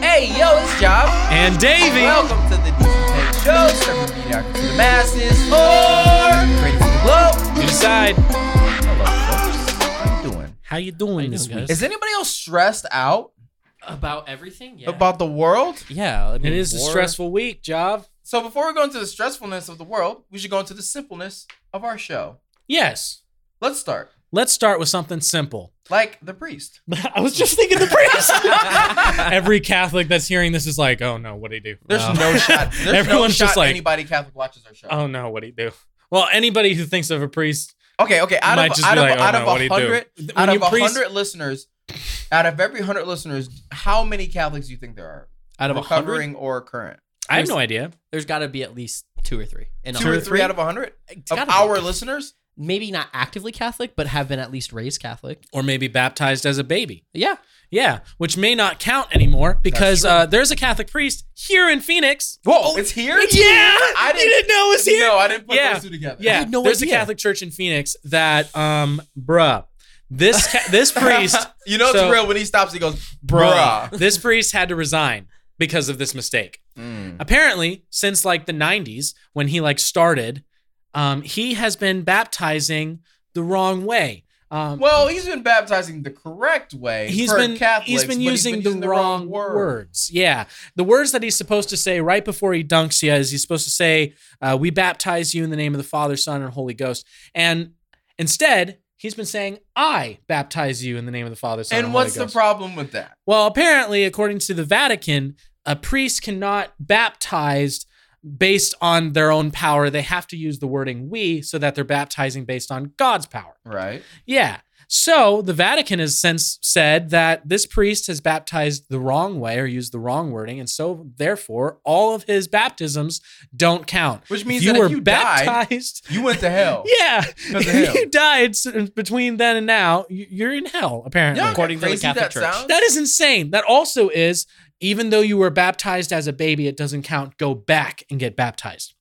Hey, yo, it's Job. And Davey. Welcome to the Decent Take Show, serving mediocrity to the masses, or crazy to the globe. You decide. Hello, folks. How you doing? How you doing you this doing, week? guys? Is anybody else stressed out about everything. Yeah. about the world? yeah. I mean, It is a war- stressful week, Job. So before we go into the stressfulness of the world, we should go into the simpleness of our show. Yes. Let's start. Let's start with something simple. Like the priest. I was just thinking the priest. Every Catholic that's hearing this is like, oh no, what'd he do? There's no, shot. There's no Everyone's shot just like- anybody Catholic watches our show. Oh no, what'd he do? Well, anybody who thinks of a priest, Okay, okay. Out Might of just out be of, like, oh out no, of what'd a he do? hundred, When out you of a priest- hundred listeners, out of every hundred listeners, how many Catholics do you think there are? out of a hundred, recovering or current? I have no idea. there's got to be at least two or three. And Two or three out of a hundred of our listeners. maybe not actively Catholic, but have been at least raised Catholic. Or maybe baptized as a baby. Yeah. Yeah, which may not count anymore because true. uh, there's a Catholic priest here in Phoenix. Whoa, Oh, it's here. yeah, I you didn't- didn't know it was here. No, I didn't put Yeah. those two together. Yeah, had no there's idea. a Catholic church in Phoenix that, um, bruh, this ca- this priest, you know it's So- real when he stops. He goes, bruh, bruh. this priest had to resign because of this mistake. Mm. Mm. Apparently, since like the '90s when he like started, um, he has been baptizing the wrong way. Um, Well, he's been baptizing the correct way. he's for been Catholics, he's been but using the, wrong, word. words. Yeah, the words that he's supposed to say right before he dunks you is he's supposed to say, uh, "We baptize you in the name of the Father, Son, and Holy Ghost," and instead he's been saying, "I baptize you in the name of the Father, Son, and, And what's Holy the Ghost." problem with that? well, apparently, according to the Vatican, a priest cannot baptize based on their own power. They have to use the wording "we" so that they're baptizing based on God's power. Right. Yeah. So the Vatican has since said that this priest has baptized the wrong way or used the wrong wording, and so therefore all of his baptisms don't count. Which means If you that were if you died, baptized. you went to hell. Yeah, of if hell. you died s- between then and now, you- you're in hell apparently. Yeah, According to the crazy Catholic that Church. sounds. That is insane. That also is even though you were baptized as a baby, it doesn't count. Go back and get baptized.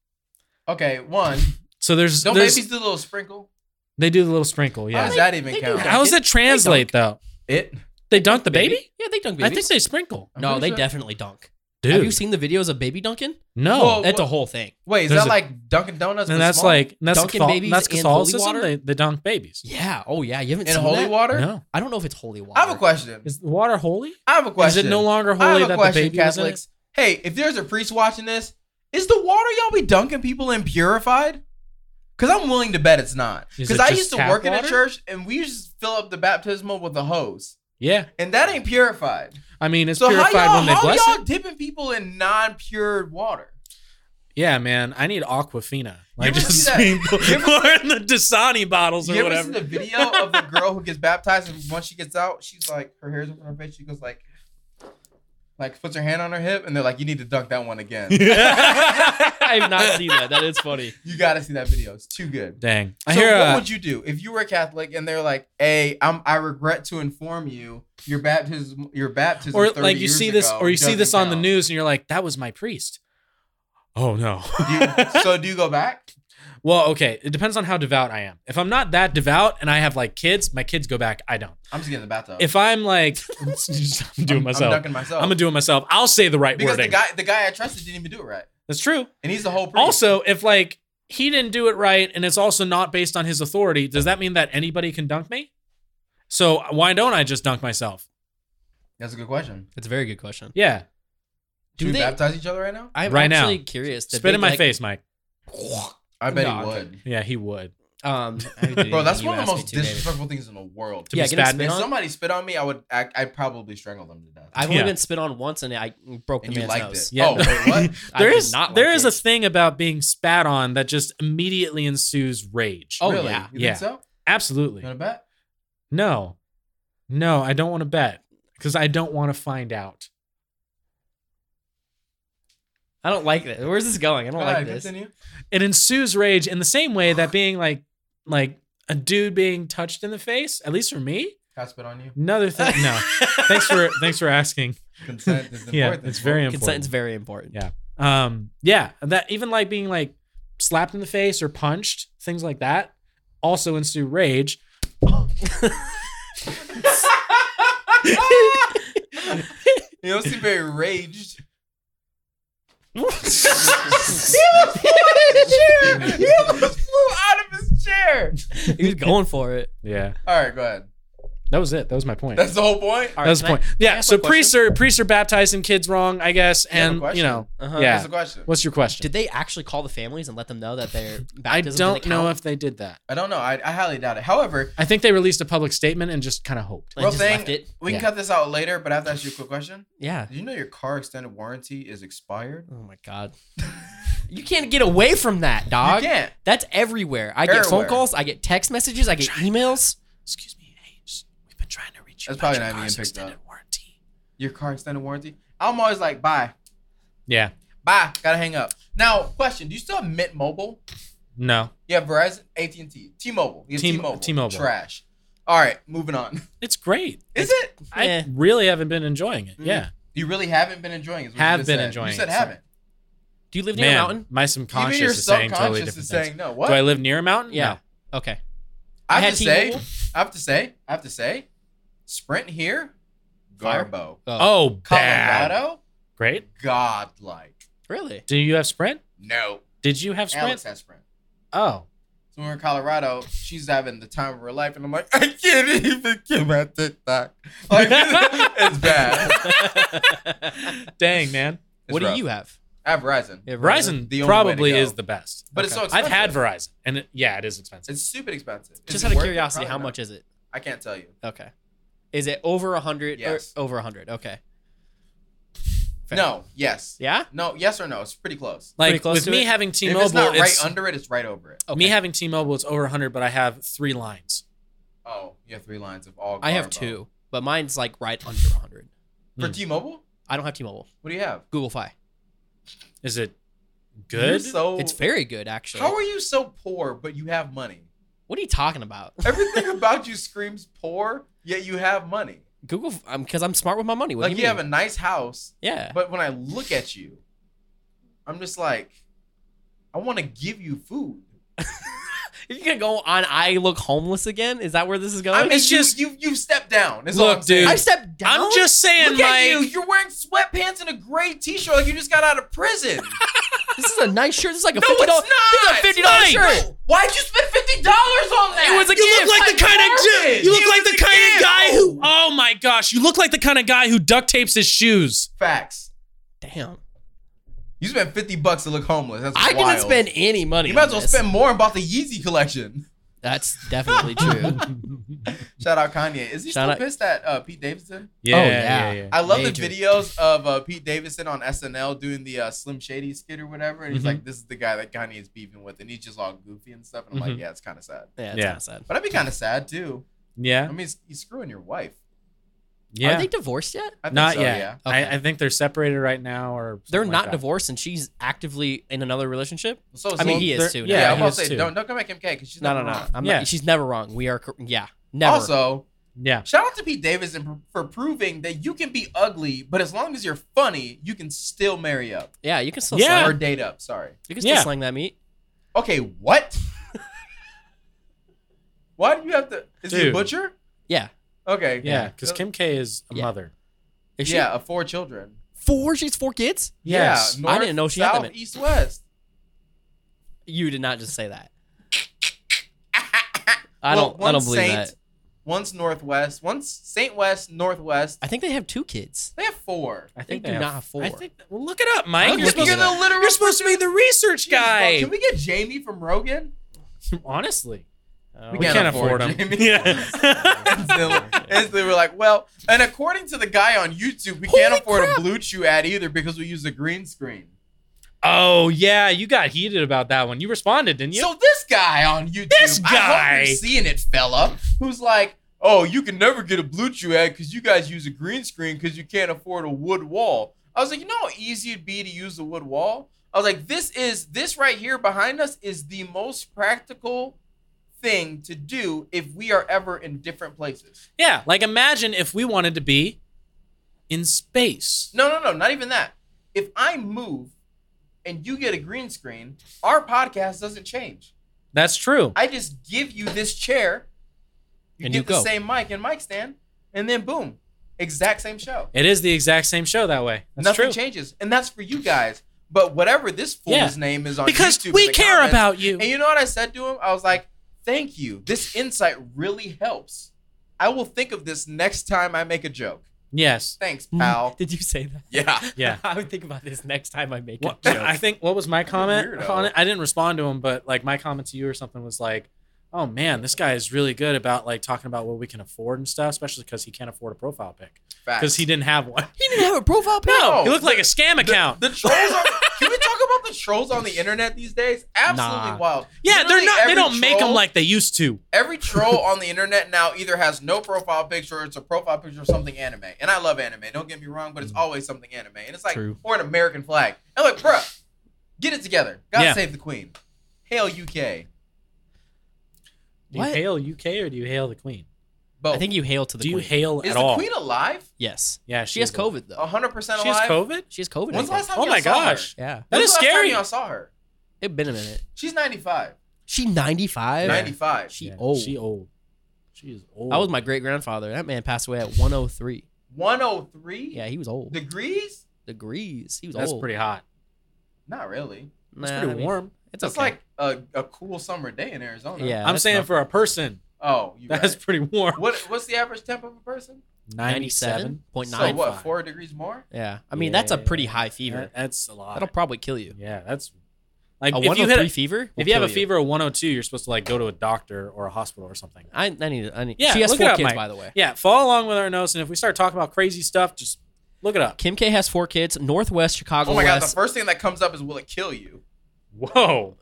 Okay, one. So there's, Don't there's babies do the little sprinkle? they do the little sprinkle. How Yeah, does that even They do count? that. how does that translate though? It. They dunk the baby? Yeah, they dunk I think babies. they sprinkle. I'm no, pretty they sure. definitely dunk. Dude, Have you seen the videos of baby dunking? no. Well, That's what- a whole thing. Wait, is There's that a- like Dunkin' Donuts? and but that's small? like and that's Dunking Cathol- babies that's in holy Catholicism. water? They, they dunk babies. Yeah. Oh yeah. You haven't in seen holy that? water. No, I don't know if it's holy water. I have a question. is the water holy? I have a question. Is it no longer I holy have a that question, the baby was in it? Catholics. Hey, if there's a priest watching this, is the water y'all be dunking people in purified? Because I'm willing to bet it's not. Is Because it I just used to tap work in water? a church and we used to fill up the baptismal with a hose, Yeah, and that ain't purified. I mean it's so purified how y'all, when they how bless y'all it. dipping people in non-pure water? Yeah, man, I need Aquafina. Like ever see just that- being you ever or in the Dasani bottles or you ever whatever. seen the video of the girl who gets baptized and once she gets out, she's like her hair's up in her face, she goes like like puts her hand on her hip and they're like, You need to dunk that one again. I've not seen that. That is funny. you gotta see that video. It's too good. Dang, I so hear. what uh, would you do if you were a Catholic and they're like, Hey, I'm I regret to inform you your baptism your baptism. or 30 like you years see this, ago or you see doesn't this on the count." news, and you're like, "That was my priest." Oh no. Do you- so do you go back? well, okay. It depends on how devout I am. If I'm not that devout and I have like kids, my kids go back. I don't. I'm just getting the bathtub. If I'm like, I'm doing I'm- I'm myself. dunking myself. I'm gonna do it myself. I'll say the right because wording. the guy the guy I trusted didn't even do it right. That's true. And he's the whole priest. Also, if like he didn't do it right, and it's also not based on his authority, does that mean that anybody can dunk me? So why don't I just dunk myself? that's a good question. That's a very good question. Yeah, Do, Do we they- baptize each other right now? I'm Right now. actually curious. that spit they, in my like- face, Mike. I bet No, he I would. Yeah, he would. Um, I would do Bro, that's one anything you of ask the me most to, David. disrespectful things in the world. To Yeah, be getting spat in. spit If on? somebody spit on me, I would I, I'd probably strangle them to death. I've only Yeah. been spit on once, and I broke the and you man's like nose. this. Yeah, oh, no. wait, what? I There did is not there like is it. a thing about being spat on that just immediately ensues rage. Oh, really? yeah. You Yeah. think so? absolutely. You want to bet? No, no, I don't want to bet because I don't want to find out. I don't like this. Where's this going? I don't Go like ahead, this. Continue. it ensues rage in the same way that being like like a dude being touched in the face at least for me Can I spit on you? another thing no thanks for thanks for asking Consent is important. yeah it's very Consent's important very important. Yeah. um yeah that even like being like slapped in the face or punched things like that also ensue rage You don't seem very raged. he almost flew out of his chair. he was going for it. yeah, All right, go ahead. that was it. That was my point. That's the whole point. All that was the can I- point. can I yeah. ask So a question? priests are priests are baptizing kids wrong, I guess. You have a And you question? know, Uh-huh. Yeah. That's the question. what's your question? Did they actually call the families and let them know that their I baptism don't didn't know count? if they did that. I don't know. I, I highly doubt it. However, I think they released a public statement and just kind of hoped. Like, Real just thing- left it. we can Yeah. cut this out later, but I have to ask you a quick question. Yeah. Did you know your car extended warranty is expired? Oh my god. you can't get away from that, dog. you can't. That's everywhere. I get phone Everywhere. calls. I get text messages. I get emails. Excuse me, hey, just- we've been trying to reach you. That's probably about your not even car's picked extended warranty. Your car extended warranty? I'm always like, bye. Yeah. Bye. Gotta hang up. Now, question. Do you still have Mint Mobile? No. You have Verizon, AT&T, T-Mobile. You have T- T-Mobile. T-Mobile. Trash. All right, moving on. It's great. Is it? I Yeah. really haven't been enjoying it. Mm. Yeah. You really haven't been enjoying it. is what you Have just been said. enjoying You said it, haven't. Do you live near a Man, mountain? my Even subconscious your is saying subconscious totally different is things. saying no. What? Do I live near a mountain? Yeah. No. Okay. I I had have to say, T-Mobile? I have to say, I have to say, Sprint here, Fire? Garbo, Oh, bad. Colorado, Great. godlike. really? Do you have Sprint? No, Did you have Sprint? Alex has Sprint. Oh. So when we're in Colorado, she's having the time of her life, and I'm like, I can't even get my TikTok. Like, it's bad. Dang, man. It's what do rough. you have? I have Verizon, You have Verizon The only way to probably go. is the best. but it's so Okay. expensive. I've had Verizon, and it, yeah, it is expensive. It's stupid expensive. Is Just it out of worth it? curiosity, Probably how not. much is it? I can't tell you. Okay. Is it over a hundred? Yes. Over a hundred. Okay. Fair. No. Yes. Yeah. No. Yes or no? It's pretty close. Like pretty close with to me it. having If T-Mobile, it's not right it's- under it, it's right over it. Okay. me having T-Mobile, it's over 100, but I have three lines. Oh, you have three lines of all. I have Garbo. two, Hmm. but mine's like right under a hundred. for Mm. T-Mobile. I don't have T-Mobile. What do you have? Google Fi. Is it You're good? so It's very good, actually. Oh. How are you so poor but you have money? what are you talking about? Everything about you screams poor, yet you have money. Google, because I'm smart with my money. What like do you, you, mean? have a nice house, yeah. but when I look at you, I'm just like, I want to give you food. Are you gonna go on? I look homeless again. Is that where this is going? I mean, it's you, just- you you stepped down. Is all Look, I'm saying. dude. I stepped down. I'm just saying, Look at Mike. you. You're wearing sweatpants and a gray T-shirt like you just got out of prison. This is a nice shirt. This is like a no, fifty it's dollars. not. This is a fifty dollars No. shirt. Why'd you spend fifty dollars on that? It was a You gift. look like the kind of garbage. ju- you look It like was the a kind of gift. guy who oh my gosh you look like the kind of guy who duct tapes his shoes. facts. Damn. You spent fifty bucks to look homeless. That's I wild. didn't spend any money. You might on as well this. spend more and bought the Yeezy collection. That's definitely true. Shout out Kanye. Is he Shout still out- pissed at uh, Pete Davidson? yeah. I love Major. the videos of uh, Pete Davidson on SNL doing the uh, Slim Shady skit or whatever, and he's Mm-hmm. Mhm. like, "This is the guy that Kanye is beefing with," and he's just all goofy and stuff. And I'm Mhm. Mm-hmm. like, "Yeah, it's kind of sad," yeah, that's Yeah. kind of sad. but I'd be kind of sad too. I Yeah, mean, he's, he's screwing your wife. yeah. Are they divorced yet? I think not so, yet. Yeah. Okay. I, I think they're separated right now, or They're something like not that. divorced, and she's actively in another relationship. So I mean, so- he they're- is too. yeah, Yeah, now. I'm he about is to say, too. don't don't come at Kim K because she's no, no, never no. wrong. I'm Yeah. not. She's never wrong. We are. cor- Yeah, never. Also, Yeah, shout out to Pete Davidson for, for proving that you can be ugly, but as long as you're funny, you can still marry up yeah, you can still. Yeah. Slang, or date up. Sorry. you can still Yeah. slang that meat. Okay, what? Why do you have to? Is he a Dude. butcher? Yeah. Okay. yeah. Because Kim K is a Yeah. mother. Is she Yeah, of four children. four? She's four kids. Yes. Yeah, north, I didn't know she had south, that many. east, west. You did not just say that. I don't. I one's don't believe Saint, that. One's northwest. One's Saint West, northwest. I think they have two kids. They have four. I They think do have- not have four. I think. Well, look it up, Mike. I'm You're looking supposed, it up. to, you're supposed to be the research guy. Can we get Jamie from Rogan? Honestly, We Uh, we can't can't, afford afford, him. Jamie. Yeah. And so- and so they were like, well, and according to the guy on YouTube, we can't Holy afford a blue chew ad either because we use a green screen. oh yeah, you got heated about that one. You responded, didn't you? So this guy on YouTube, This I guy. hope you're seeing it, fella, who's like, oh, you can never get a blue chew ad because you guys use a green screen because you can't afford a wood wall. I was like, you know how easy it'd be to use a wood wall? I was like, this is this right here behind us is the most practical thing to do if we are ever in different places. yeah. Like imagine if we wanted to be in space. No, no, no, not even that. If I move and you get a green screen, our podcast doesn't change. That's true. I just give you this chair, you And get you the go. same mic and mic stand, and then boom, Exact same show. It is the exact same show that way. That's Nothing true. changes, and that's for you guys. But whatever this fool's Yeah. name is on Because YouTube in we the care comments- about you. And you know what I said to him? I was like, "Thank you. This insight really helps. I will think of this next time I make a joke. Yes. Thanks, pal." Did you say that? yeah. Yeah. I would think about this next time I make What, a joke. I think what was my comment weirdo. on it? I didn't respond to him, but like my comment to you or something was like, "Oh man, this guy is really good about like talking about what we can afford and stuff, especially because he can't afford a profile pic because he didn't have one. he didn't have a profile pic. No, No, he looked like a scam Oh, The- account. The, trolls are. can we talk about the trolls on the internet these days? Absolutely Nah. wild. yeah, they're Literally not. They every don't make them troll- like they used to. every troll on the internet now either has no profile picture or it's a profile picture of something anime. And I love anime. Don't get me wrong, but it's always something anime. And it's like Mm-hmm. True. or an American flag. And like, bruh, get it together. God Yeah. save the queen. Hail UK. Do What? you hail UK or do you hail the Queen? But I think you hail to the do you queen. hail is at the all? queen alive? yes. Yeah, She has is alive. COVID though. 100% alive. She has COVID. She has COVID. I When's the last think. time Oh y'all my saw her? gosh. Yeah. That When's is the last time scary. y'all saw her. It's been a minute. She's 95. She 95? Yeah. 95. She Yeah, old. She old. She is old. That was my great grandfather. That man passed away at 103. 103 Yeah, he was old. degrees? Degrees. He was That's old. pretty hot. Not really. It's Nah, pretty I mean, warm. It's That's okay. like a, a cool summer day in Arizona. yeah. I'm that's saying not- for a person, Oh, you that's right. pretty warm. What what's the average temp of a person? 97.9. So what? Four degrees more? Yeah. I mean, that's a pretty high fever. That- that's a lot. That'll probably kill you. yeah, that's like a if you 103 hit a, oh fever? will if you have kill a fever of 102, you're supposed to like go to a doctor or a hospital or something. I, I need. I need. Yeah, she has look it four up, kids, Mike. by the way. Yeah, follow along with our notes, and if we start talking about crazy stuff, just look it up. Kim K has four kids. Northwest Chicago Oh my god, the West. first thing that comes up is will it kill you? Whoa,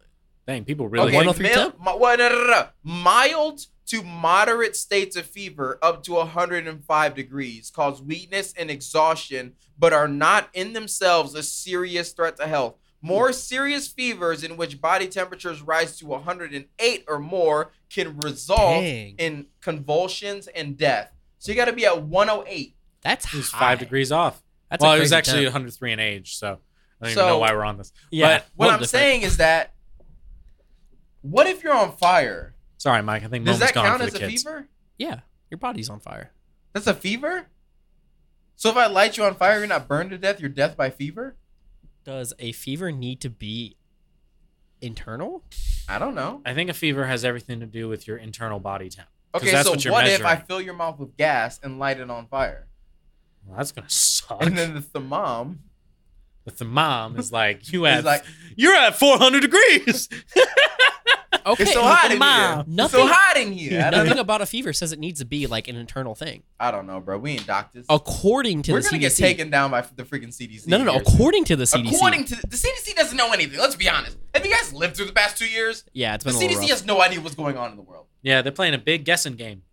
dang, people really. Okay. 103 mil- temp? mi- well, no, no, no, no. Mild to moderate states of fever up to 105 degrees cause weakness and exhaustion, but are not in themselves a serious threat to health. More serious fevers in which body temperatures rise to 108 or more can oh, result Dang. in convulsions and death. So you got to be at 108. That's It was high. five degrees off. That's well, a it was crazy actually temp. 103 in age, so I don't So- even know why we're on this. Yeah. But What Well, I'm different. saying is that what if you're on fire? sorry, Mike. I think Does that Moment's gone count for as the a kids. fever? Yeah. Your body's on fire. That's a fever? So if I light you on fire, you're not burned to death, you're death by fever? Does a fever need to be internal? I don't know. I think a fever has everything to do with your internal body temp. 'Cause Okay, that's so what what, you're if I measuring. fill your mouth with gas and light it on fire? Well, that's gonna suck. And then the thermom But the mom is like, you is have, like, you're at 400 degrees. Okay. it's so hot in mom. here. It's so Nothing- hot in here. I don't know. Nothing about a fever says it needs to be like an internal thing. I don't know, bro. We ain't doctors. According to We're the gonna get CDC. taken down by the freaking CDC. no, no, no. here soon. According to the CDC. According to the CDC doesn't know anything. Let's be honest. Have you guys lived through the past two years? yeah, it's The been a little CDC rough. has no idea what's going on in the world. yeah, they're playing a big guessing game.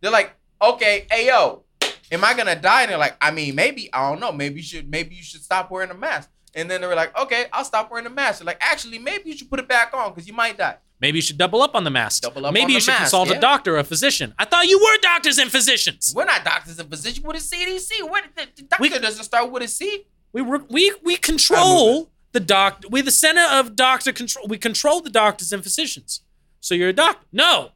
They're like, okay, hey yo, am I gonna die? And they're like, I mean, maybe I don't know. Maybe you should maybe you should stop wearing a mask. And then they were like, okay, I'll stop wearing the mask. They're like, actually, maybe you should put it back on because you might die. Maybe you should double up on the masks. Double up Maybe on you the should mask, consult a yeah. doctor or a physician. I thought you were doctors and physicians. We're not doctors and physicians. We're the CDC. What the, the doctor We- doesn't start with a C. We were, we we control the doctor. We the center of doctor control. We control the doctors and physicians. So you're a doctor. No.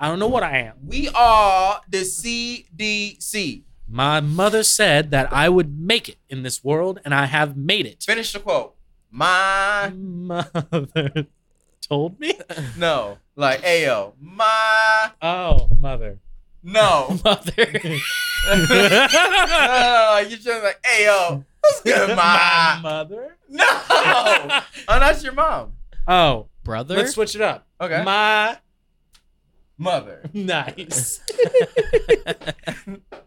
I don't know what I am. We are the CDC. My mother said that I would make it in this world, and I have made it. Finish the quote. My Mother told me. no, like ayo, my Oh, mother. no. Mother. My Uh, you're just like ayo, what's good, my mother. no. Oh, that's your mom. Oh, Brother. let's switch it up. Okay. My Mother. nice.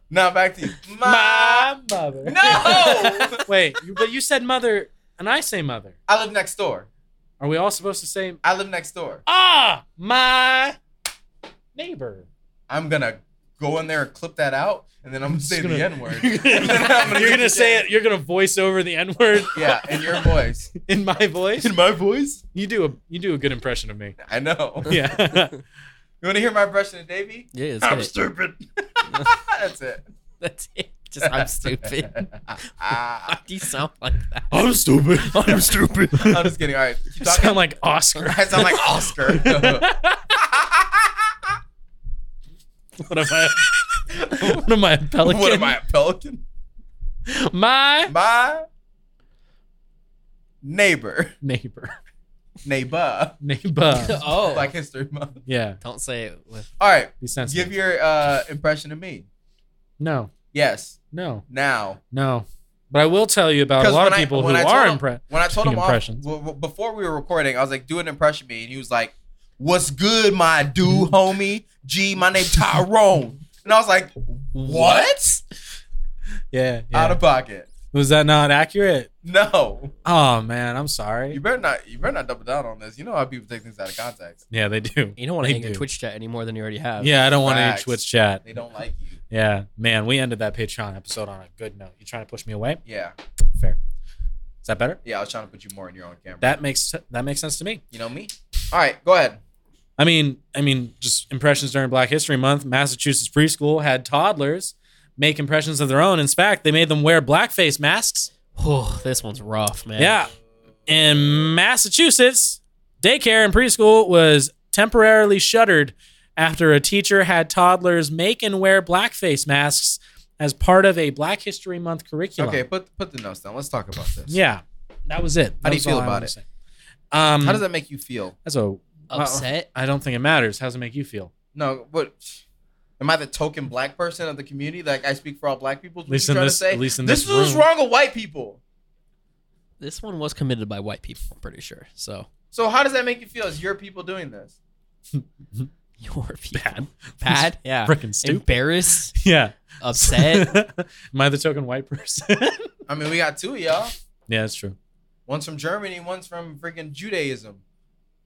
Now back to you. My. My mother. No. Wait, you, but you said mother, and I say mother. I live next door. Are we all supposed to say I live next door. ah my neighbor? I'm gonna go in there and clip that out, and then I'm gonna say gonna- the N word. you're gonna say it. You're gonna voice over the N word Yeah, in your voice. in my voice. my voice? You do a you do a good impression of me. I know. Yeah. You wanna hear my impression of Davey? yeah, let's get it. stupid. That's it. That's it. Just I'm stupid. Why Ah, do you sound like that? I'm stupid. I'm stupid. I'm just kidding. All right, keep talking. Sound like Oscar. I sound like Oscar. what am I? What am I, a pelican? What am I, a pelican? My My neighbor, neighbor. neighbor, Neighbor. oh, Black History Month. Yeah. don't say it with. All right, Be sensitive. give your uh, impression of me. no, Yes, no, now. no. But I will tell you about a 'Cause lot of when I- people when I who told are him- impressed. When I told him off, Impressions. w- w- before we were recording, I was like, do an impression of me. And he was like, what's good, my dude, homie? G, my name Tyrone. And I was like, what? Yeah. Out of pocket. Was that not accurate? No. Oh man, I'm You sorry. better not you better not double down on this. You know how people take things out of context. Yeah, they do. You don't want They to hang your do. Twitch chat any more than you already have. Yeah, I don't want any Facts. Twitch chat. They don't like you. Yeah, man, we ended that Patreon episode on a good note. You trying to push me away? Yeah. Fair. Is that better? Yeah, I was trying to put you more in your own camera. That makes that makes sense to me. you know me? All right, go ahead. I mean, I mean, just impressions during Black History Month. Massachusetts preschool had toddlers make impressions of their own. In fact, they made them wear blackface masks. Oh, this one's rough, man. Yeah. In Massachusetts, daycare and preschool was temporarily shuttered after a teacher had toddlers make and wear blackface masks as part of a Black History Month curriculum. Okay, put put the notes down. Let's talk about this. Yeah, that was it. How do you That was feel all I about wanted it? to say. Um, How does that make you feel? That's a. Upset. I don't think it matters. How does it make you feel? No, but am I the token black person of the community? Like I speak for all black people. is What At least you in trying this- to say? at least in this, this is what's room. wrong with white people. This one was committed by white people. I'm pretty sure. So So how does that make you feel? Is your people doing this? your people. Bad. Bad. Yeah. Freaking stupid. Embarrassed. Yeah. Upset. Am I the token white person? I mean, we got two of y'all. yeah, that's true. One's from Germany, one's from freaking Judaism.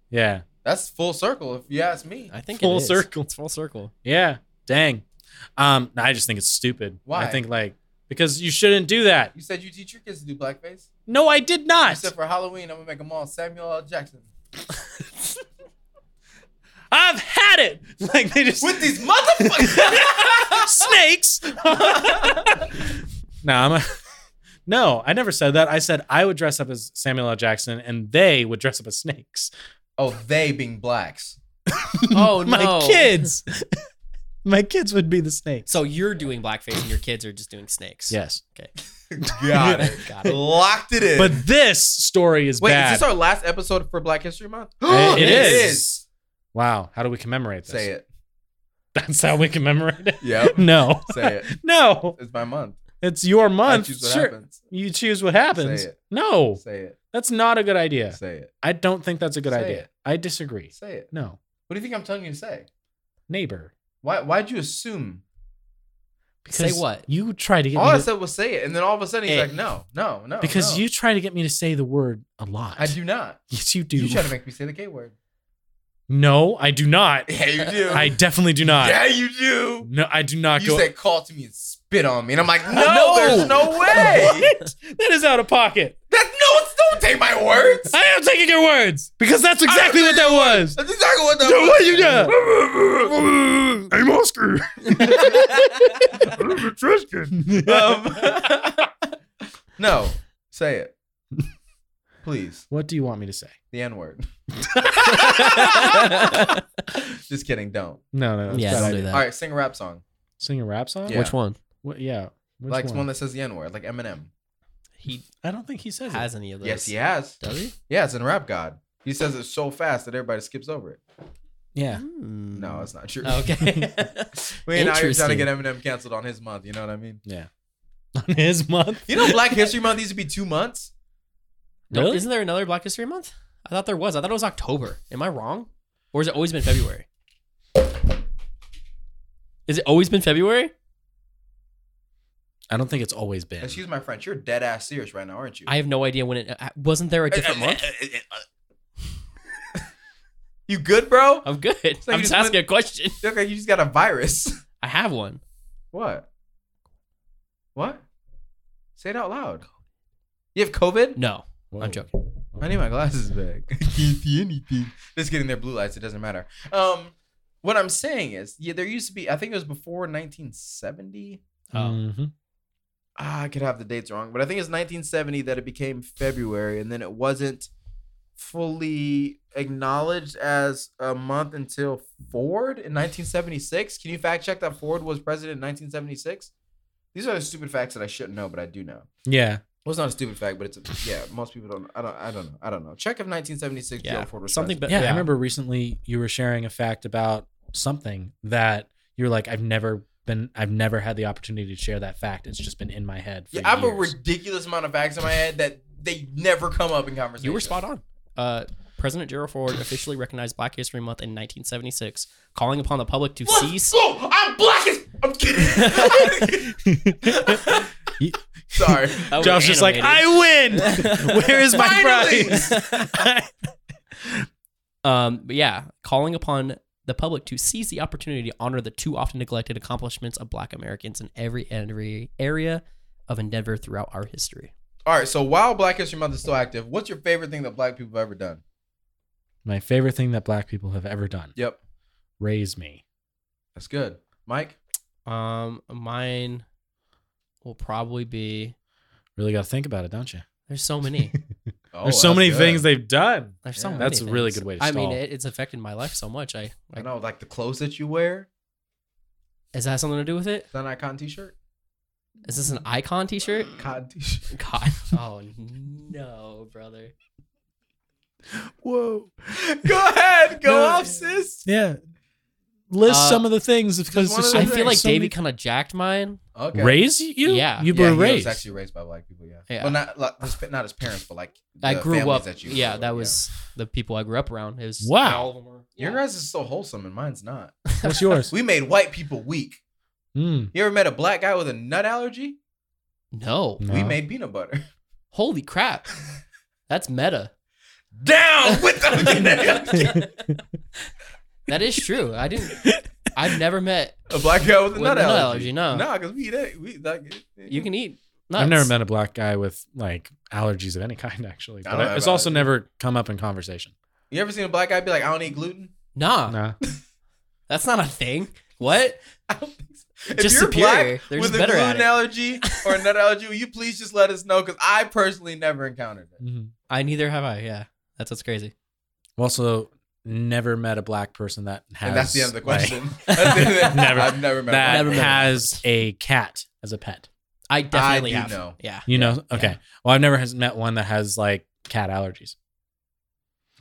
Yeah. That's full circle, if you ask me. I think Full it is. circle. It's full circle. Yeah. Dang. Um, no, I just think it's stupid. Why? I think like because you shouldn't do that. You said you teach your kids to do blackface. No, I did You not. said for Halloween, I'm gonna make them all Samuel L. Jackson I've had it. Like they just with these motherfuckers. snakes. no, I'm a, no, I never said that. I said I would dress up as Samuel L. Jackson and they would dress up as snakes. oh, they being blacks. Oh My no. kids. My kids would be the snakes. So you're doing blackface and your kids are just doing snakes. Yes. Got it. Got it. Locked it in. But this story is wait, bad. is this our last episode for Black History Month? It- it It is. is. wow, how do we commemorate this? Say it. That's how we commemorate it. Yep. No. Say it. No. It's my month. It's your I month. choose what sure. happens. You choose what happens. Say it. No. Say it. That's not a good idea. Say it. I don't think that's a good Say idea. it. I disagree. Say it. No. What do you think I'm telling you to say? Neighbor. Why? Why'd you assume? Say Because what? You try to get All me I to, said was say it, and then all of a sudden he's Eh. like, "No, no, no." because no. you try to get me to say the word a lot. I do not. Yes, you do. You try to make me say the K word. no, I do not. Yeah, you do. I definitely do not. yeah, you do. No, I do not You go. said call to me and spit on me, and I'm like, "No, No. there's no way. What? That is out of pocket. That's no. it's- Don't take my words. I am taking your words because that's exactly what that was. That's exactly what the. So what you got? I'm Oscar. I'm Tristan. Um, no, say it, please. What do you want me to say? The N word. Just kidding. Don't. No, no, no. Yeah, Bad don't idea. do that. All right, sing a rap song. Sing a rap song? Yeah. Which one? What, yeah. Which like one? that says the N word, like Eminem. He I don't think he says it. has any of those. Yes, he has. Does he? Yeah, it's in Rap God. He says it so fast that everybody skips over it. Yeah. No, that's not true. Hmm. Mm. Okay. We ain't out here trying to Interesting. get Eminem canceled on his month. You know what I mean? Yeah. On his month. You know, Black History Month used to be two months. Don't- Really? Isn't there another Black History Month? I thought there was. I thought it was October. Am I wrong? Or has it always been February? Is it always been February? I don't think it's always been. Excuse my French. You're dead ass serious right now, aren't you? I have no idea when it uh, wasn't there a different month. You good, bro? I'm good. you I'm just just went- asking a question. You look like you just got a virus. I have one. What? What? Say it out loud. You have COVID? No, Whoa. I'm joking. I need my glasses back. I can't see anything. Just getting their blue lights. It doesn't matter. Um, what I'm saying is, yeah, there used to be. I think it was before 1970. Oh. Mhm. Ah, I could have the dates wrong, but I think it's 1970 that it became February, and then it wasn't fully acknowledged as a month until Ford in 1976. Can you fact check that Ford was president in 1976? These are the stupid facts that I shouldn't know, but I do know. Yeah. Well, it's not a stupid fact, but it's a, yeah. Most people don't. I don't. I don't know. I don't know. Check if 1976 Yeah, Gerald Ford was something. president. But yeah, I remember recently you were sharing a fact about something that you were like, I've never been, I've never had the opportunity to share that fact. It's just been in my head. For Yeah, I have a years. ridiculous amount of facts in my head that they never come up in conversation. You were spot on. Uh, President Gerald Ford officially recognized Black History Month in 1976, calling upon the public to Let's cease. go! I'm black as I'm kidding. Sorry. That was Josh is like, Oh, animated. I win. Where is my Finally! prize? um, but yeah, calling upon the public to seize the opportunity to honor the too often neglected accomplishments of Black Americans in every every area of endeavor throughout our history. All right. So while Black History Month is still active, what's your favorite thing that Black people have ever done? my favorite thing that black people have ever done. Yep, Raise me. that's good. Mike, Um, mine will probably be. Really got to think about it, don't you? There's so many. oh, There's so that's many good. things they've done. There's so Yeah. many. That's a really things. good way to I mean, stall. it, it's affected my life so much. I, I like, know, like the clothes that you wear. is that something to do with it? Is that an icon T-shirt? Is this an icon T-shirt? Cotton T-shirt. God. Oh no, brother. Whoa. Go ahead. Go No. off, sis. Yeah. List Uh, some of the things because one there's of so the I many- things. feel like so Davey many- kind of jacked mine. Okay. raise you. Yeah. you yeah, were He was raised. actually raised by black people. Yeah. Yeah. Well, not like, his, fa- not his parents, but like I the grew families up. That you yeah, grew that up, was the people I grew up around. It was Wow. All of them were, yeah. Your guys is so wholesome, and mine's not. What's yours? We made white people weak. Mm, You ever met a black guy with a nut allergy? no. no. We made peanut butter. Holy crap. That's meta. Down with the That is true. I didn't. I've never met. a black guy with a With nut, nut allergy. allergy, no. no, because we eat that. We like You can eat. Nuts. I've never met a black guy with like allergies of any kind, actually. I But don't have it's also allergies. never come up in conversation. You ever seen a black guy be like, "I don't eat gluten"? Nah, Nah. that's not a thing. What? I don't think so. Just superior. They're just with a better at gluten it. allergy or a nut allergy, will you please just let us know? Because I personally never encountered it. Mhm. I neither have I. Yeah, that's what's crazy. I've Also, never met a black person that has. and that's the end of the like, question. That's the end of it. Never. I've never met. that a Never black met. person. has a cat as a pet. I definitely do have. know. Yeah. You know? Okay. Well, I've never has met one that has like cat allergies.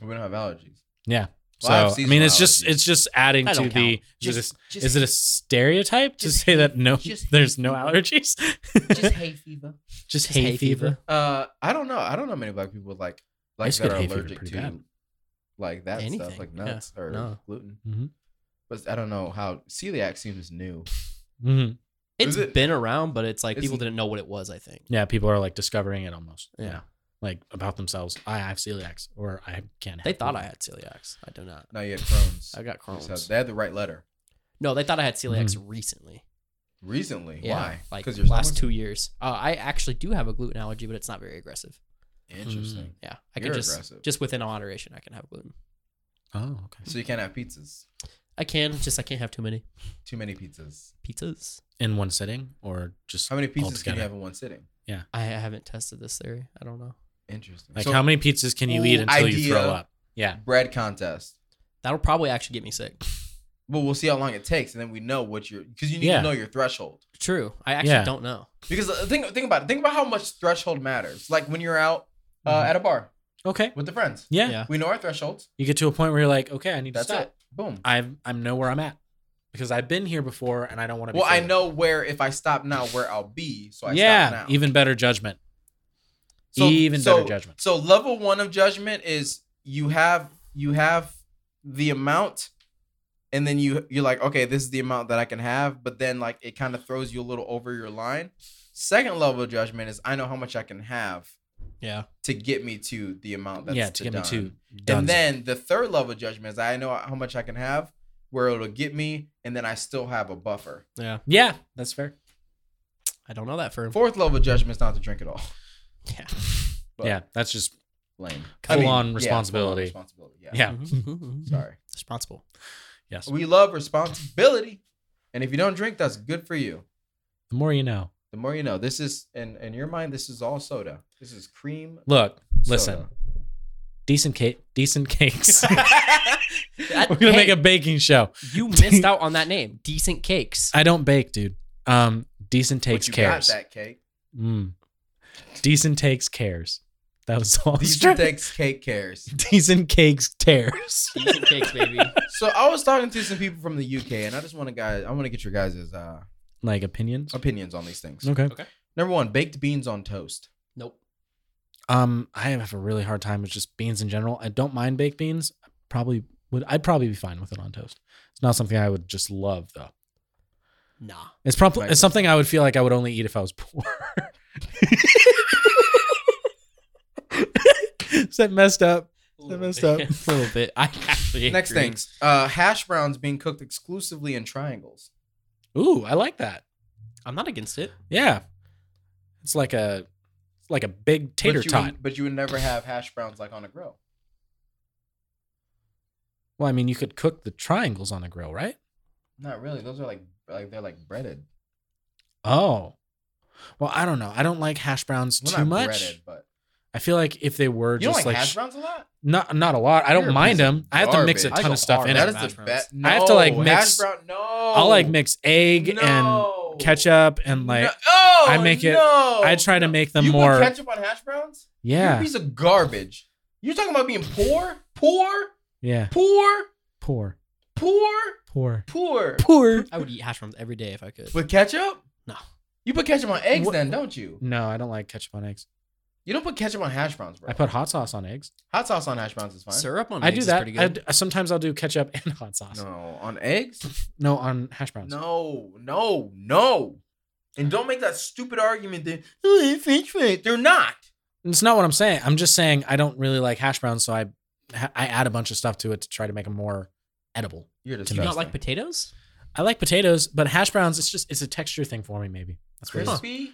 We don't have allergies. Yeah. So Well, I have I seasonal mean, it's just allergies. it's just adding That to don't the. count. Is, it a- just is it a stereotype to just say that hate- no, just hate there's no people. allergies? just hay fever? just Just hay, fever. Uh, I don't know. I don't know many black people with like I like used to that get are hay fever allergic pretty to bad. like that Anything, stuff, like yeah. nuts or No. Mm-hmm. gluten. Mhm. But I don't know how celiac seems new. hmm It's Is it- been around, but it's like It's- people didn't know what it was. I think. Yeah, people are like discovering it almost. Yeah. Like about themselves. I have celiacs or I can't have They thought gluten. I had celiacs. I do not. No, you had Crohn's. I got Just had- Crohn's. they had the right letter No, they thought I had celiacs Mm-hmm. recently. recently. Yeah, Why? Like your last stomach's- two years. Uh, I actually do have a gluten allergy, but it's not very aggressive. Interesting. Yeah, I You're can just aggressive. just within moderation, I can have gluten. Oh, okay. So you can't have pizzas. I can just I can't have too many Too many pizzas. pizzas. In one sitting or just How many pizzas can altogether? you have in one sitting? I haven't tested this theory. I don't know. Interesting. Like So, how many pizzas can you eat Ooh, until you idea. throw up? Yeah. bread contest? That'll probably actually get me sick. Well, we'll see how long it takes, and then we know what your because you need Yeah. to know your threshold. True. I actually Yeah. don't know. Because uh, think think about it. Think about how much threshold matters. Like when you're out uh, at a bar Okay. with the friends, Mm-hmm. Yeah. Yeah. we know our thresholds. You get to a point where you're like, okay, I need That's to stop. it. Boom. I've I know where I'm at because I've been here before and I don't want to. well, be I further. know where if I stop now, where I'll be. So I yeah, stop now. even better judgment. so, even so, better judgment. So level one of judgment is you have you have the amount, and then you you're like, okay, this is the amount that I can have, but then like it kind of throws you a little over your line. Second level of judgment is I know how much I can have Yeah. to get me to the amount that's yeah, to get me done. to. Dunzo. And then the third level of judgment is I know how much I can have, where it'll get me, and then I still have a buffer. Yeah. yeah, that's fair. I don't know that for Fourth level of judgment is not to drink at all. yeah. But- yeah, that's just Lame. Full on yeah, responsibility. full on responsibility. Yeah. yeah. Sorry. Mm-hmm. Responsible. Yes. We love responsibility. And if you don't drink, that's good for you. the more you know. The more you know. This is in in your mind, this is all soda. This is cream. Look, listen. soda. Decent cake, decent cakes. That- We're gonna hey, make a baking show. You missed out on that name. Decent cakes. I don't bake, dude. Um, decent takes but you cares. got that cake. Mm. Decent takes cares. That was all. These Decent, takes cake cares. decent cakes tears. Decent cakes, baby. So I was talking to some people from the UK, and I just want to guys, I want to get your guys' uh, Like opinions. opinions on these things. Okay. Number one, baked beans on toast. Nope. Um, I have a really hard time with just beans in general. I don't mind baked beans. I Probably would. I'd probably be fine with it on toast. It's not something I would just love though. Nah. It's probably Right. it's something I would feel like I would only eat if I was poor. Is that messed up? That messed up. a little bit. I actually Next agree. things, uh, hash browns being cooked exclusively in triangles. Ooh, I like that. I'm not against it. Yeah, it's like a it's like a big tater but you tot. Would, but you would never have hash browns like on a grill. well, I mean, you could cook the triangles on a grill, right? Not really. Those are like like they're like breaded. Oh, well, I don't know. I don't like hash browns Well, too not much. breaded, but I feel like if they were you don't just like, like, hash browns a lot. not not a lot. I You're don't a mind piece of them. I have to mix a garbage. ton I of stuff go in that hard. it. is hash the browns. best. I have to, like, No, hash mix- brown. No, I'll like mix egg No. and ketchup and like No. Oh, I make it- no. I try to make them you more- Put ketchup on hash browns. You're a yeah piece of garbage. You're talking about being poor, poor, yeah poor, poor poor, poor poor. poor. I would eat hash browns every day if I could. With ketchup? No. You put ketchup on eggs, What- then don't you? No, I don't like ketchup on eggs. You don't put ketchup on hash browns, bro. I put hot sauce on eggs. hot sauce on hash browns is fine. Syrup on I eggs do is that. pretty I good. d- sometimes I'll do ketchup and hot sauce. No, No, on eggs? on hash browns. No, no, no. And don't make that stupid argument that "Oh, they're French fries." They're not. It's not what I'm saying. I'm just saying I don't really like hash browns, so I ha- I add a bunch of stuff to it to try to make them more edible. You're Do just Do you not like potatoes? I like potatoes, but hash browns it's just it's a texture thing for me maybe. That's what it is. crispy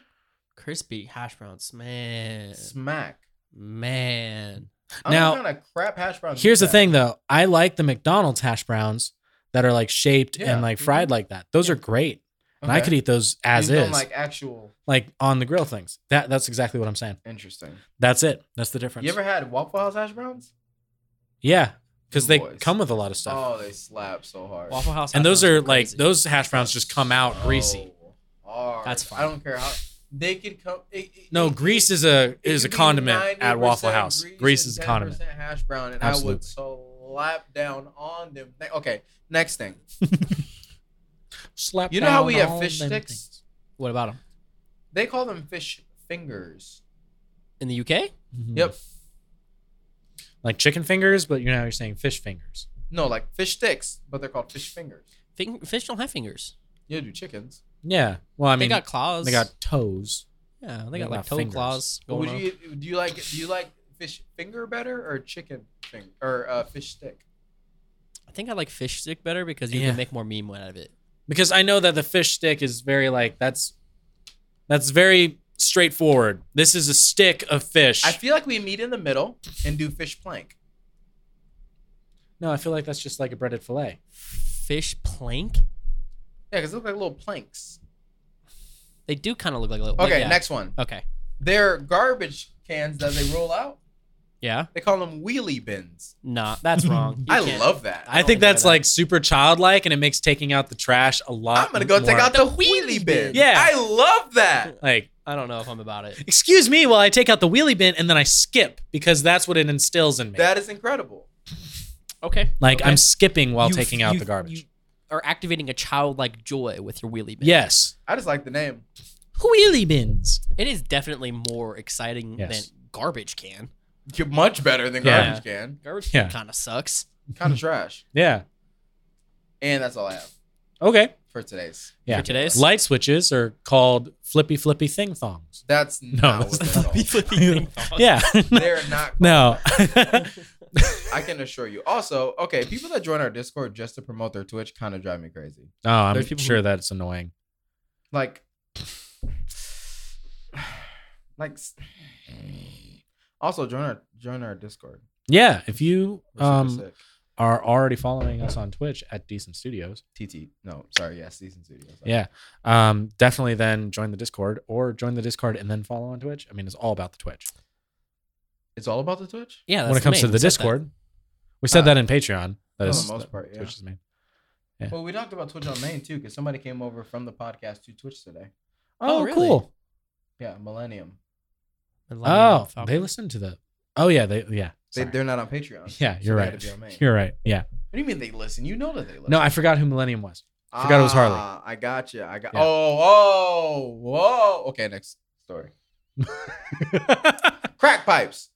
Crispy hash browns, man, smack. man. I Now, now, kind of crap hash browns. Here's you the got. thing though. I like the McDonald's hash browns that are like shaped Yeah. mm-hmm. and like fried like that. Those are great. And I Okay. could eat those as You don't is. like actual like on the grill things. That that's exactly what I'm saying. interesting. That's it. That's the difference. You ever had Waffle House hash browns? yeah, because they Boys. come with a lot of stuff, Oh, they slap so hard. Waffle House. and hash those browns are like crazy. those hash browns just come out So greasy. Oh, hard. That's fine. I don't care how they could come. It, it- No, it- grease is a it is a could be condiment at 90% Waffle House. Grease, and is a condiment. 10% Hash brown, and I Absolutely. would slap down on them. Ne- Okay, next thing. Slap You know how down we have all fish them sticks? things. What about them They call them fish fingers. in the UK? Mhm. Yep. like chicken fingers, but you know how you're saying fish fingers. No, like fish sticks, but they're called fish fingers. Fing- fish don't have fingers. You do chickens. Yeah. Well, I mean, they got claws. they got toes. yeah, they, they got got like toe fingers. claws. But would going on. you eat- do you like do you like fish finger better or chicken finger or uh, fish stick? I think I like fish stick better because you Yeah. can make more meme out of it. because I know that the fish stick is very like that's that's very straightforward. This is a stick of fish. I feel like we meet in the middle and do fish plank. no, I feel like that's just like a breaded fillet. Fish plank. Yeah, because they look like little planks. They do kind of look like little. Okay, yeah. next one. Okay. They're garbage cans that they roll out. Yeah. They call them wheelie bins. Nah, that's wrong. You I can't- love that. I I, don't think enjoy that's that. like super childlike, and it makes taking out the trash a lot. I'm gonna go take more- out the wheelie bin. Yeah. I love that. like. I don't know if I'm about it. Excuse me while I take out the wheelie bin and then I skip because that's what it instills in me. That is incredible. Okay. like okay. I'm skipping while You- taking out you- the garbage. You are activating a childlike joy with your wheelie bin. yes. I just like the name. Wheelie bins. It is definitely more exciting Yes. than garbage can. You're much better than Yeah. garbage can. Garbage can Yeah. kind of sucks. Kind of trash. Yeah. And that's all I have Okay. for today's. Yeah. For today's Light switches are called flippy flippy thing thongs. That's not it's what they're called. Oh. Yeah. They're not. called No. I can assure you. Also, okay, people that join our Discord just to promote their Twitch kind of drive me crazy. No, Oh, I'm There's people sure who- that's annoying. Like, like. s- Also, join our join our Discord. Yeah, if you We're super um, sick. are already following us on Twitch at Decent Studios, TT. No, sorry. Yeah, season studios. yeah, um, definitely then join the Discord or join the Discord and then follow on Twitch. I mean, it's all about the Twitch. It's all about the Twitch. Yeah, that's when it comes main. to the We said that. Uh, Discord. We said Ah. that in Patreon. That For is the most part, yeah. Twitch is main. Yeah. Well, we talked about Twitch on main too, because somebody came over from the podcast to Twitch today. Oh, Oh, really? cool. Yeah, Millennium. And Lightning Oh, Falcon. they listen to the. Oh yeah, they yeah. They, Sorry. they're not on Patreon. yeah, so you're they had to be right. on main. You're right. Yeah. What do you mean they listen? You know that they listen. No, I forgot who Millennium was. forgot it was Harley. Ah, I got you. I got. Yeah. Oh, oh, whoa. Okay, next story. Crack pipes.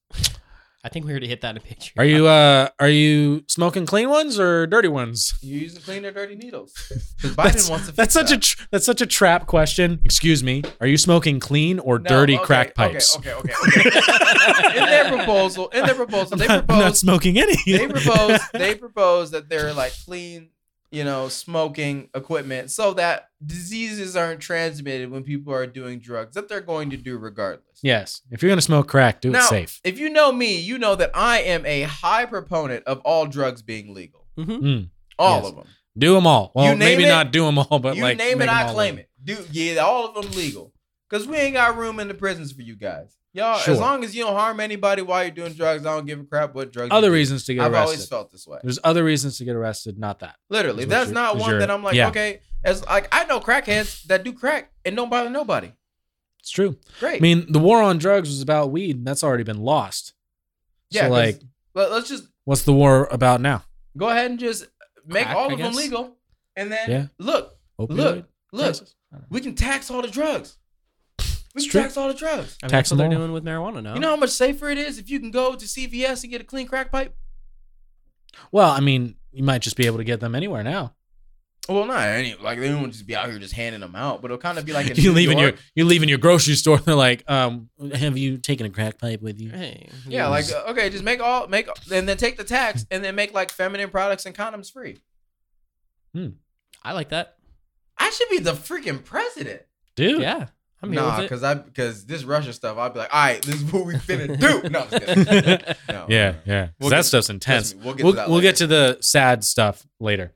I think we already hit that in a picture. Are you uh are you smoking clean ones or dirty ones? You use the clean or dirty needles. 'Cause Biden That's, wants to. Fix that's such a that. tr- that's such a trap question. Excuse me. Are you smoking clean or No, dirty okay, crack pipes? Okay, okay, okay. okay. in their proposal, in their proposal, they I'm not, I'm not propose, smoking any. they propose, they propose that they're like clean, you know, smoking equipment, so that diseases aren't transmitted when people are doing drugs that they're going to do regardless. yes. If you're gonna smoke crack, do it Now, safe. If you know me, you know that I am a high proponent of all drugs being legal. Mhm. Mm. All Yes. of them. Do them all. Well, name maybe it, not do them all, but you like name make it, 'em I all claim legal. it. Dude, yeah, all of them legal. Cause we ain't got room in the prisons for you guys. Y'all, Sure. as long as you don't harm anybody while you're doing drugs, I don't give a crap what drugs. you Other do. reasons to get I've always arrested. felt this way. There's other reasons to get arrested, not that. Literally, is what that's your- not is one your- that I'm like, yeah. okay, as like I know crackheads that do crack and don't bother nobody. It's true. Great. I mean, the war on drugs was about weed, and that's already been lost. yeah, so 'cause- like, let, us just what's the war about now? go ahead and just make Crack, all I of them guess. legal, and then Yeah. look, Opioid look, look, crisis? I don't know. we can tax all the drugs. We It's can true. tax all the drugs. I mean, Tax that's what they're them all. doing with marijuana now. You know how much safer it is if you can go to CVS and get a clean crack pipe? Well, I mean, you might just be able to get them anywhere now. Well, not any. Like they won't just be out here just handing them out, but it'll kind of be like in you New leave in your York. you leave in your grocery store. They're like, um, have you taken a crack pipe with you? Hey, yeah, like uh, okay, just make all make and then take the tax and then make like feminine products and condoms free. I like that. I should be the freaking president. Dude, Yeah, I'm here Nah, with it. because I because this Russia stuff, I'd be like, all right, this is what we finna do. No, I'm just kidding. no, no. yeah, yeah. 'Cause Oh, We'll that get- stuff's intense. Trust me, We'll get We'll, to that we'll later. get to the sad stuff later.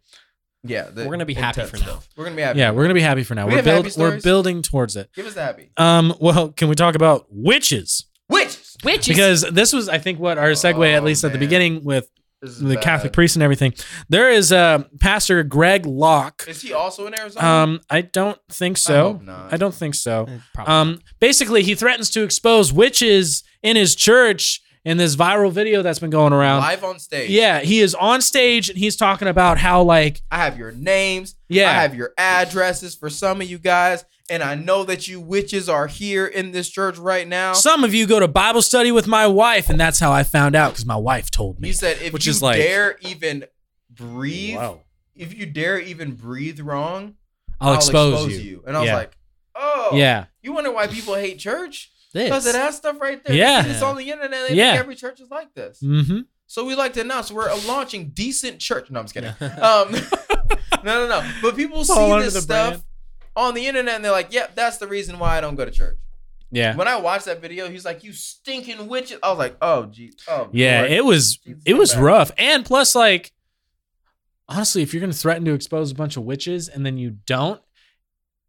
yeah. the We're gonna be happy intense for now. We're gonna be happy. Yeah, we're gonna be happy for now. We We are have happy build, we're stories? building towards it. give us the happy. Um, well, can we talk about witches? Witches. Witches. because this was i think what our segue at Oh, least at the man. beginning with This is the bad. catholic priest and everything there is uh, pastor greg locke Is he also in Arizona? um, i don't I think so hope not. i, don't think so Eh, probably. um, basically he threatens to expose witches in his church in this viral video that's been going around live on stage. um, yeah he is on stage and he's talking about how like I have your names. Yeah. I have your addresses for some of you guys, and I know that you witches are here in this church right now. some of you go to bible study with my wife and that's how i found out because my wife told me he said, if Which you is like- dare even breathe, Wow. if you dare even breathe wrong, I'll, expose, you, And I was Yeah. like, oh, yeah You wonder why people hate church? this. Because of that stuff right there. Yeah. It's on the internet. They Yeah. think every church is like this. mm-hmm So we like to announce we're launching decent church. No, I'm just kidding. Um, no, no, no. But people Fall see under this the stuff brand. on the internet and they're like, yep, that's the reason why I don't go to church. yeah When I watched that video, he's like, you stinking witches. I was like, oh, geez. Oh, Yeah, Lord. it was Jesus it was Christ. rough. And plus, like, honestly, if you're gonna threaten to expose a bunch of witches and then you don't,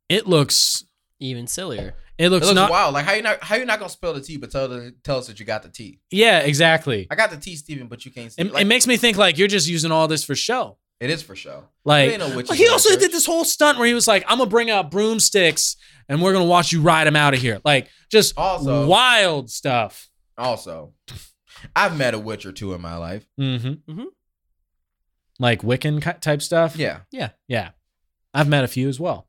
it looks Even sillier. it It looks, looks not. wild. Like how you not how you not gonna spill the tea, but tell the, tell us that you got the tea. Yeah, exactly. I got the tea, Steven, but you can't see. It, It, like, it makes me think like you're just using all this for show. it is for show. Like ain't no witches Well, he in also our church. did this whole stunt where he was like, "I'm gonna bring out broomsticks and we're gonna watch you ride him out of here." Like just Also- wild stuff. Also, I've met a witch or two in my life. Mm-hmm. Mhm. Like Wiccan ki- type stuff. Yeah, yeah. I've met a few as well.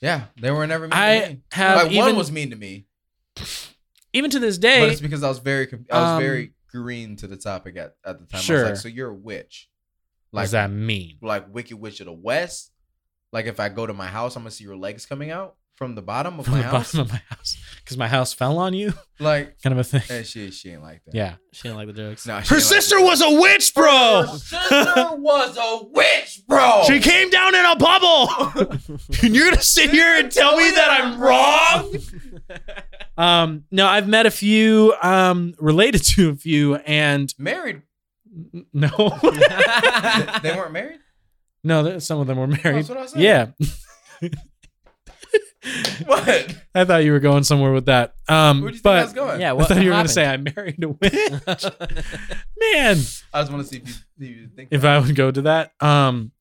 yeah, they were never mean to I me. have like even one was mean to me, even to this but day. it's because I was very com- I was um, very green to the topic at, at the time. I was Sure. like, so you're a witch, What like does that mean? like Wicked Witch of the West. Like if I go to my house, I'm gonna see your legs coming out from the bottom of From my the house. bottom of my house, because my house fell on you, Like, kind of a thing. and she she ain't like that. Yeah. She didn't like the jokes. no, Her sister was a witch, bro. Her sister was a witch, bro. She came down in a bubble. Oh. and you're gonna sit here and tell me that I'm wrong? Um. No, I've met a few. Um. Related to a few, and married. n- no, They they weren't married. no. there- Some of them were married. That's what I said. yeah. What? I thought you were going somewhere with that. Um, Where do you think but that's going? Yeah, I what thought you were going happened? to say I married a witch. Man, I just want to see if you, if you think. if I would go to that. Um,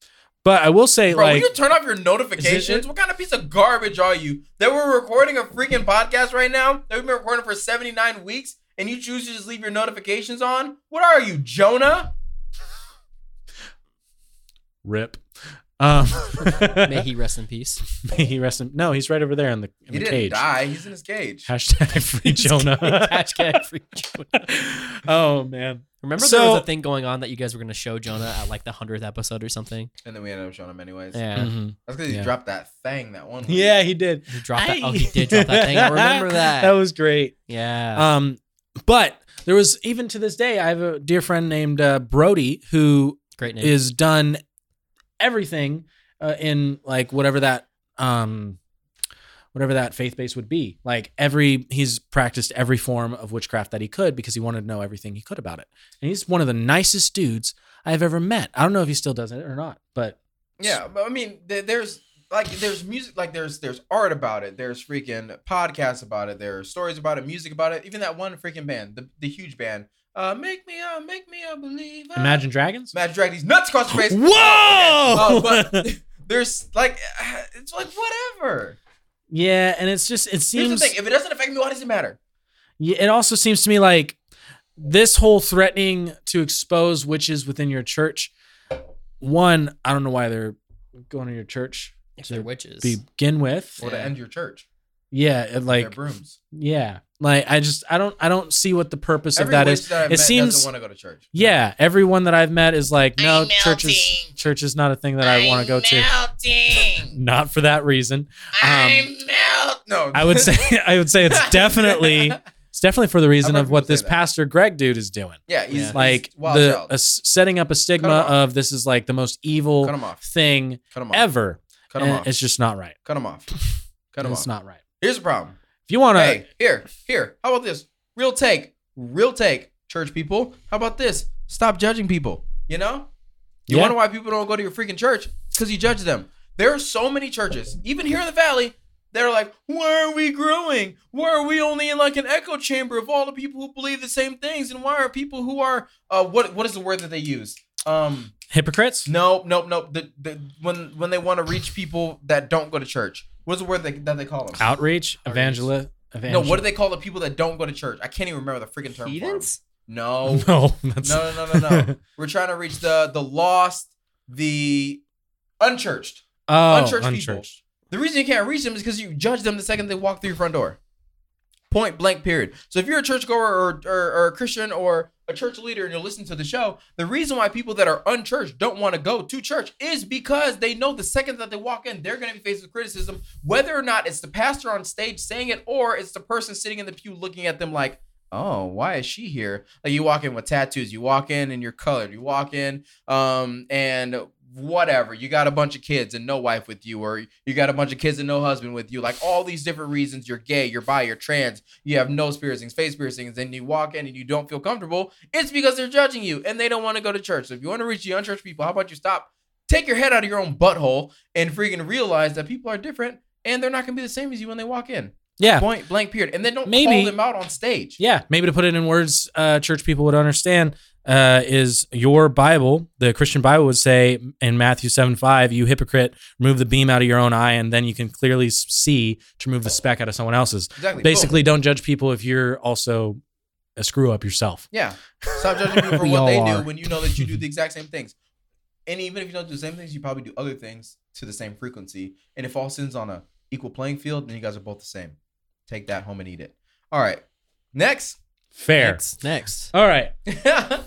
but I will say, Bro, like, will you turn off your notifications? it? What kind of piece of garbage are you? That we're recording a freaking podcast right now that we've been recording for 79 weeks and you choose to just leave your notifications on? What are you, Jonah? rip. Um, May he rest in peace. may he rest in. No, he's right over there in the, in he the didn't cage. die. He's in his cage. Hashtag free Jonah. Hashtag free Jonah. oh man, Remember there So- was a thing going on that you guys were going to show Jonah at like the 100th episode or something? And then we ended up showing him anyways. Yeah. Mhm. That's because he Yeah. dropped that thing that one. week. yeah, he did. He dropped that. Oh, he did Mm-hmm. drop that thing. I remember that. that was great. yeah. Um, but there was even to this day, I have a dear friend named uh, Brody who Great name. is done everything uh, in like whatever that um whatever that faith base would be like every he's practiced every form of witchcraft that he could because he wanted to know everything he could about it and he's one of the nicest dudes i've ever met i don't know if he still does it or not but Yeah, but I mean, th- there's like there's music, like there's there's art about it. There's freaking podcasts about it. There are stories about it, music about it. Even that one freaking band, the, the huge band, uh, make me a make me a believer. imagine dragons Imagine dragging these nuts across your face. whoa Uh, but there's like it's like whatever. yeah and it's just it Here's seems the thing: if it doesn't affect me, why does it matter? Yeah, it also seems to me like this whole threatening to expose witches within your church. One, I don't know why they're going to your church If to they're witches. begin with. Or to Yeah. end your church, Yeah, like their it like brooms. yeah, like I just I don't I don't see what the purpose of Every that witch is. that I've it met seems- doesn't want to go to church. Yeah, everyone that I've met is like, no, church is church is not a thing that I want to go to. Melting. Not for that reason. I'm melt. No, I would say I would say it's definitely it's definitely for the reason heard of what people say this that. pastor Greg dude is doing. yeah, he's, he's like wild the child. a, s- setting up a stigma off. of this is like the most evil Cut him off. thing Cut him off. ever. Cut him and off. It's just not right. Cut him off. Cut him it's off. not right. Here's the problem. If you want to, Hey, here, here. How about this? Real take. Real take, church people. How about this? Stop judging people. You know? You Yeah. wonder why people don't go to your freaking church? Because you judge them. There are so many churches, even here in the valley, that are like, why are we growing? Why are we only in like an echo chamber of all the people who believe the same things? And why are people who are uh what what is the word that they use? Um hypocrites. Nope, nope, nope. The, the, when when they want to reach people that don't go to church, what's the word they, that they call them? Outreach, evangel, no, evangel. what do they call the people that don't go to church? I can't even remember the freaking term. for 'em. Heathens? No, No, that's no, no, no, no, no. We're trying to reach the the lost, the unchurched. oh, Unchurched unchurched. people. The reason you can't reach them is because you judge them the second they walk through your front door. Point blank, period. So if you're a churchgoer or, or, or a Christian or a church leader and you're listening to the show, the reason why people that are unchurched don't want to go to church is because they know the second that they walk in, they're going to be faced with criticism, whether or not it's the pastor on stage saying it or it's the person sitting in the pew looking at them like, oh, why is she here? Like you walk in with tattoos, you walk in and you're colored, you walk in um and whatever you got a bunch of kids and no wife with you or you got a bunch of kids and no husband with you like all these different reasons you're gay you're bi you're trans you have nose piercings face piercings and you walk in and you don't feel comfortable it's because they're judging you and they don't want to go to church so if you want to reach the unchurched people how about you stop take your head out of your own butthole and freaking realize that people are different and they're not going to be the same as you when they walk in Yeah, point blank period and then don't call Maybe- them out on stage yeah. Maybe to put it in words, uh, church people would understand. Uh, is your Bible, the Christian Bible would say in Matthew 7 5, you hypocrite, remove the beam out of your own eye, and then you can clearly s- see to remove the speck out of someone else's. exactly Boom. basically don't judge people if you're also a screw up yourself. Yeah. Stop judging people for We what all they are. do when you know that you do the exact same things. And even if you don't do the same things, you probably do other things to the same frequency. And if all sin's on a equal playing field, then you guys are both the same. Take that home and eat it. All right. Next. Fair. Next. Next. All right. yeah.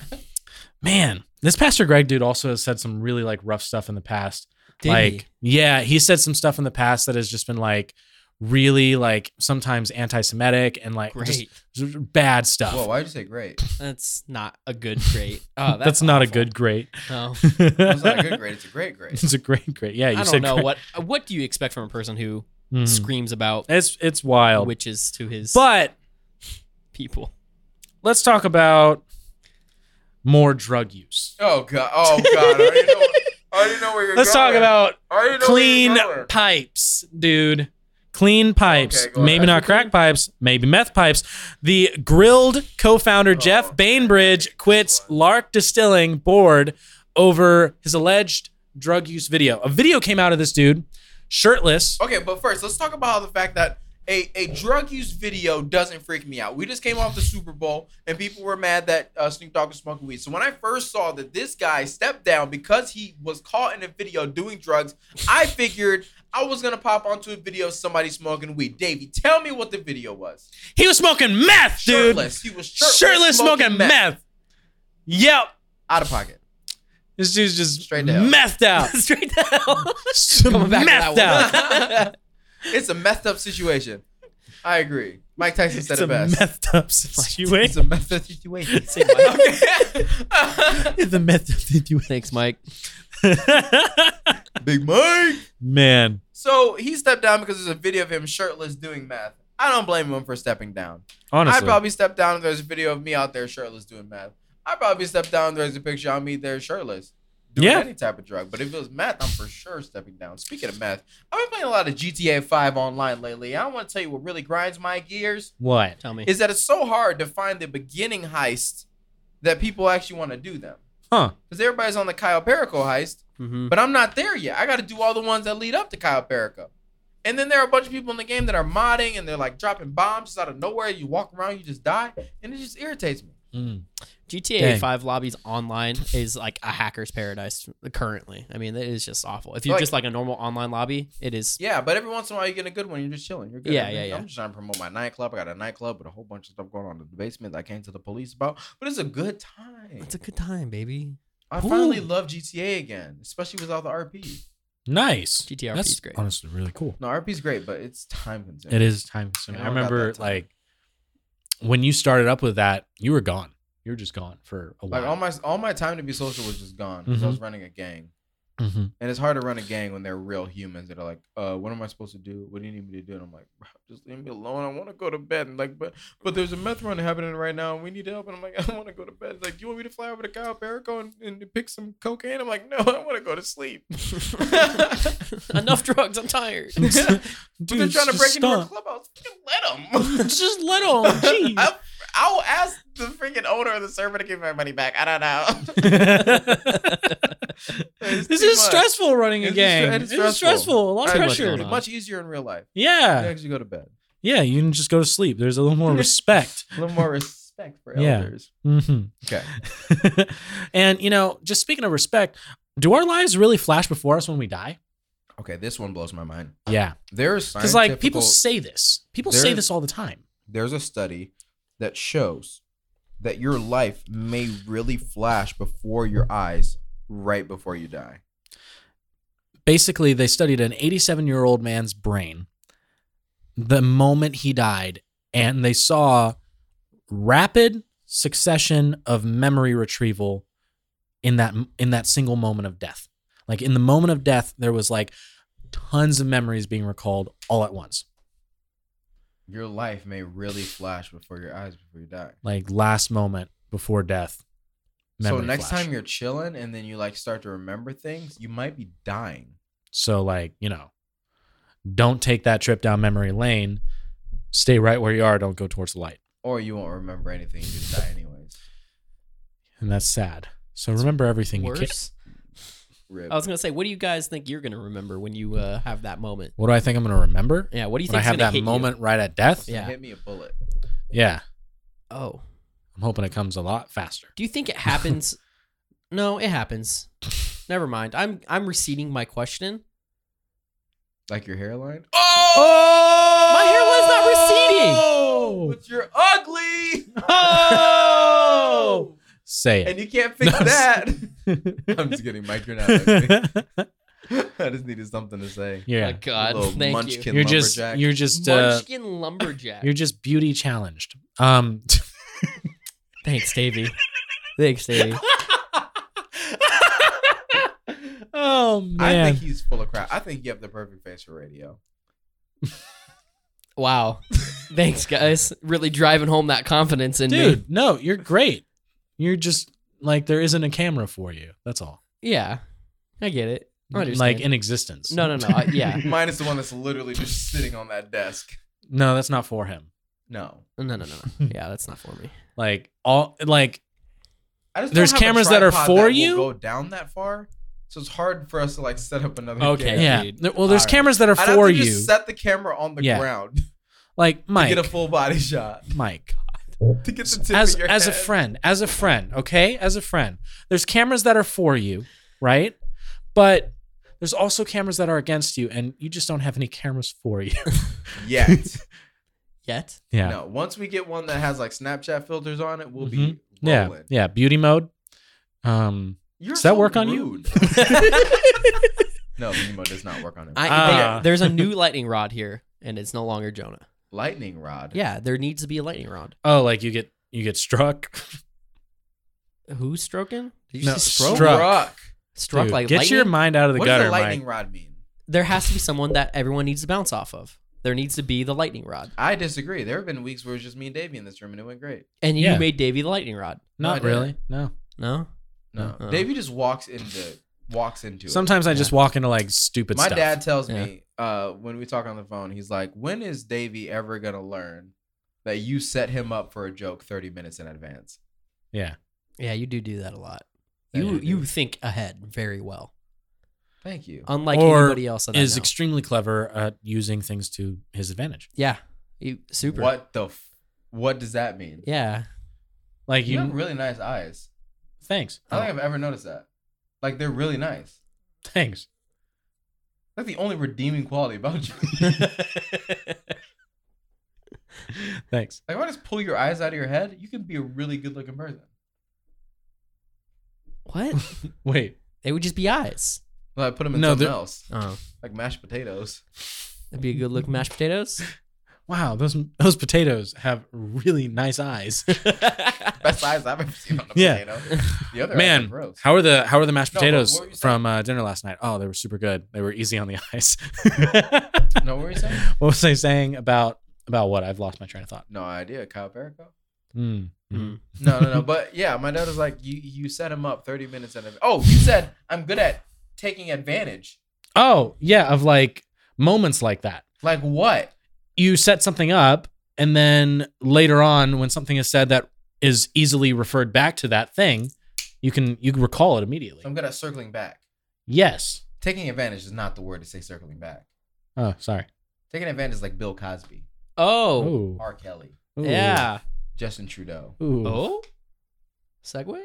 Man, this Pastor Greg dude also has said some really like rough stuff in the past. Did like, yeah, he said some stuff in the past that has just been like really like sometimes anti Semitic and like he? Great. just just bad stuff. Whoa, why'd you say great? That's not a good grade. Oh, that's, that's, not a awful. good grade. No. It's not a good grade. It's a great grade. It's a great grade. Yeah, you I don't said know great. what what do you expect from a person who Mhm. screams about It's it's wild. witches to his But people. let's talk about more drug use. Oh god. Oh god. I already know, I already know where you're Let's going. talk about I already know where clean you're going. pipes, dude. clean pipes, Okay, go maybe ahead. not crack pipes, maybe meth pipes. The grilled Oh, co-founder Jeff Bainbridge quits Lark Distilling board over his alleged drug use video. A video came out of this dude shirtless. Okay, but first, let's talk about how the fact that a, a drug use video doesn't freak me out. We just came off the Super Bowl, and people were mad that uh, Snoop Dogg was smoking weed. So when I first saw that this guy stepped down because he was caught in a video doing drugs, I figured I was gonna pop onto a video of somebody smoking weed. Davey, tell me what the video was. He was smoking meth, dude. Shirtless. He was shirtless, Shirtless, smoking, meth. Yep. Out of pocket. This dude's just Straight down. methed out. Straight down. Coming back to that Methed one. out. It's a messed up situation. I agree. Mike Tyson said It's it a best. methed up situation. it's a messed up situation. okay. the meth Thanks, Mike. Big Mike. Man. So he stepped down because there's a video of him shirtless doing math. I don't blame him for stepping down. Honestly. I'd probably step down if there's a video of me out there shirtless doing math. I'd probably step down if there's a picture of me there shirtless doing Yeah. any type of drug. But if it was math, I'm for sure stepping down. Speaking of math, I've been playing a lot of GTA 5 online lately. I want to tell you what really grinds my gears what? Tell me. is that it's so hard to find the beginning heist that people actually want to do them. Huh. Because everybody's on the Kyle Perico heist. Mhm. But I'm not there yet. I got to do all the ones that lead up to Kyle Perico. And then there are a bunch of people in the game that are modding and they're like dropping bombs just out of nowhere. You walk around, you just die, and it just irritates me. Mm. GTA Dang. 5 lobbies online is like a hacker's paradise currently. I mean, it is just awful. If you're Like- just like a normal online lobby, it is. Yeah, but every once in a while you get a good one. You're just chilling. You're good. Yeah, I mean, yeah, yeah. I'm just trying to promote my nightclub. I got a nightclub with a whole bunch of stuff going on in the basement that I came to the police about. But it's a good time. It's a good time, baby. I Ooh. finally love GTA again, especially with all the RP. Nice. GTRP That's is great. Honestly, really cool. No, RP's great, but it's time consuming. It is time consuming. Yeah, I I don't got remember that time. like when you started up with that, you were gone. You were just gone for a while. Like all my all my time to be social was just gone because Mm-hmm. I was running a gang. Mhm. And it's hard to run a gang when they're real humans that are like, uh, what am I supposed to do? What do you need me to do? And I'm like, bro, just leave me alone. I want to go to bed. And like, but but there's a meth run happening right now and we need help. And I'm like, I want to go to bed. It's like, do you want me to fly over to Kyle Perico and, and pick some cocaine? I'm like, no, I want to go to sleep. Enough drugs. I'm tired. But Dude, they're trying to just Oh, break into our stop. clubhouse. Fucking let them. just let on. I, I will ask the freaking owner of the server to give my money back. I don't know. It's this too is much. stressful running a It's game. stra- It's it's stressful. stressful. A lot of Too much pressure. going on. Much easier in real life. You Yeah. actually go to bed. Yeah. You can just go to sleep. There's a little more respect. A little more respect for Yeah. elders. hmm Okay. and, you know, just speaking of respect, do our lives really flash before us when we die? Okay, this one blows my mind. Yeah. There's Because, like, people say this. People say Uh, There- this all the time. there's a study that shows that your life may really flash before your eyes right before you die. Basically, they studied an 87 year old man's brain the moment he died, and they saw rapid succession of memory retrieval in that in that single moment of death. Like in the moment of death, there was like tons of memories being recalled all at once. Your life may really flash before your eyes before you die. Like last moment before death. so memory next flash. time you're chilling and then you like start to remember things, you might be dying. So, like, you know, don't take that trip down memory lane. Stay right where you are. Don't go towards the light. Or you won't remember anything. You just die anyways. And that's sad. So remember everything you can. Worse. Rip. I was gonna say, what do you guys think you're gonna remember when you uh, have that moment? What do I think I'm going to remember? Yeah. What do you When I think? have that moment right at death? Yeah. Hit me a bullet. Yeah. Oh. I'm hoping it comes a lot faster. Do you think it happens? no, it happens. Never mind. I'm I'm receding my question. Like your hairline? My hairline's not receding. Oh, but you're ugly. Oh! Say And it. you can't fix No, that. I'm just kidding, Mike. You're not ugly. I just needed something to say. yeah. Oh, God, Little thank munchkin you're just lumberjack. you're you. just uh, Munchkin lumberjack. you're just beauty challenged. Um Thanks, Davey. Thanks, Davey. Oh I man. think he's full of crap. I think you have the perfect face for radio. Wow. Thanks, guys. Really driving home that confidence in me. Dude, no, you're great. You're just like there isn't a camera for you. That's all. Yeah, I get it. I understand. like in existence. No, no, no. I- yeah. Mine is the one that's literally just sitting on that desk. no, that's not for him. No. No, no, no, no. Yeah, that's not for me. Like all like I just There's don't have a cameras that are tripod for will you? go down that far, so it's hard for us to like set up another. Okay. camera. yeah. dude. There- Well, there's All right. cameras that are I'd have for to you. just set the camera on the Yeah. ground like to Mike. get a full body shot Mike. to get the tip as of your as a head. friend, as a friend, okay? As a friend. There's cameras that are for you, right? But there's also cameras that are against you and you just don't have any cameras for you. Yet. Yet? yeah. No. Once we get one that has like Snapchat filters on it, we'll be Mm-hmm. yeah. rolling. Yeah, beauty mode. Um You're Does that so work on you? rude. no, Nemo does not work on it. I, Ah. there- there's a new lightning rod here, and it's no longer Jonah. Lightning rod. Yeah, there needs to be a lightning rod. oh, like you get you get struck. Who's stroking? Did No, say Struck. Struck. Struck Dude, like get lightning. your mind out of the What gutter, does a lightning Mike. rod mean? there has to be someone that everyone needs to bounce off of. There needs to be the lightning rod, I disagree. There have been weeks where it was just me and Davey in this room and it went great. and you Yeah. made Davy the lightning rod. Not No, I didn't. really. No. No, No. Uh-uh. Davey just walks into walks into it. Uh-huh. Sometimes I just walk into like stupid My stuff. dad tells Yeah. me uh, when we talk on the phone, he's like, "When is Davey ever gonna learn that you set him up for a joke thirty minutes in advance?" Yeah. yeah, you do do that a lot. I You do. you think ahead very well, Thank you. unlike Or anybody else. That I Is know. extremely clever at using things to his advantage. yeah, you, super. What the? F- what does that mean? Yeah, Like You, you, Oh. have really nice eyes. thanks, I don't think I've ever noticed that. Like they're really nice. thanks. That's the only redeeming quality about you. Thanks. like if I just pull your eyes out of your head, you can be a really good looking person. what? Wait, they would just be eyes. Well, I put them in No, something they're- else, Oh, like mashed potatoes. that'd be a good look. Mashed potatoes. wow, those those potatoes have really nice eyes. Best eyes I've ever seen on a Yeah. potato. The other eyes are Man, gross. how are the how are the mashed No, but what potatoes were you saying? from uh, dinner last night? Oh, they were super good. They were easy on the eyes. No, what were you saying? what was I saying about about what? I've lost my train of thought. No idea. Kyle Perico. Mm. Mm. No, no, no. But yeah, my dad was like, you you set him up 30 minutes in advance. Oh, you said I'm good at taking advantage. Oh yeah, of like moments like that. Like what? you set something up and then later on when something is said that is easily referred back to that thing you can you can recall it immediately I'm good at circling back. yes Taking advantage is not the word to say circling back. oh sorry Taking advantage is like Bill Cosby, Oh, oh R. Kelly, yeah. Justin Trudeau. Ooh. Oh, Segway.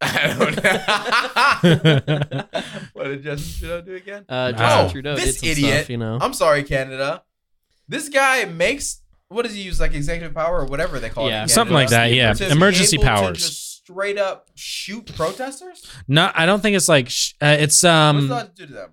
I don't know. what did Justin Trudeau do again? Uh, Nah. Justin Oh, Trudeau this did some idiot. stuff, you know. I'm sorry, Canada. This guy makes what does he use like executive power or whatever they call it? Yeah. in something like Canada? that yeah It says emergency able to powers just straight up shoot protesters. no i don't think it's like sh- uh, it's What's um that do to them?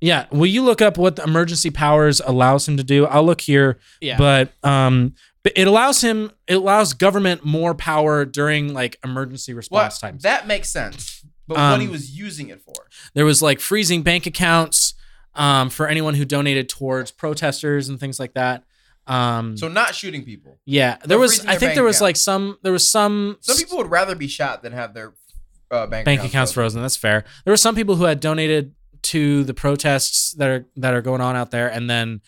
yeah will you look up what the emergency powers allows him to do i'll look here yeah. but um but it allows him it allows government more power during like emergency What response times that makes sense, but what Um, hmm. he was using it for? there was like freezing bank accounts um, for anyone who donated towards protesters and things like that. Um, So not shooting people. yeah, there was. freezing I their think bank there was accounts. like some. There was some. Some people would rather be shot than have their uh, bank bank accounts frozen. That's fair. There were some people who had donated to the protests that are that are going on out there, and then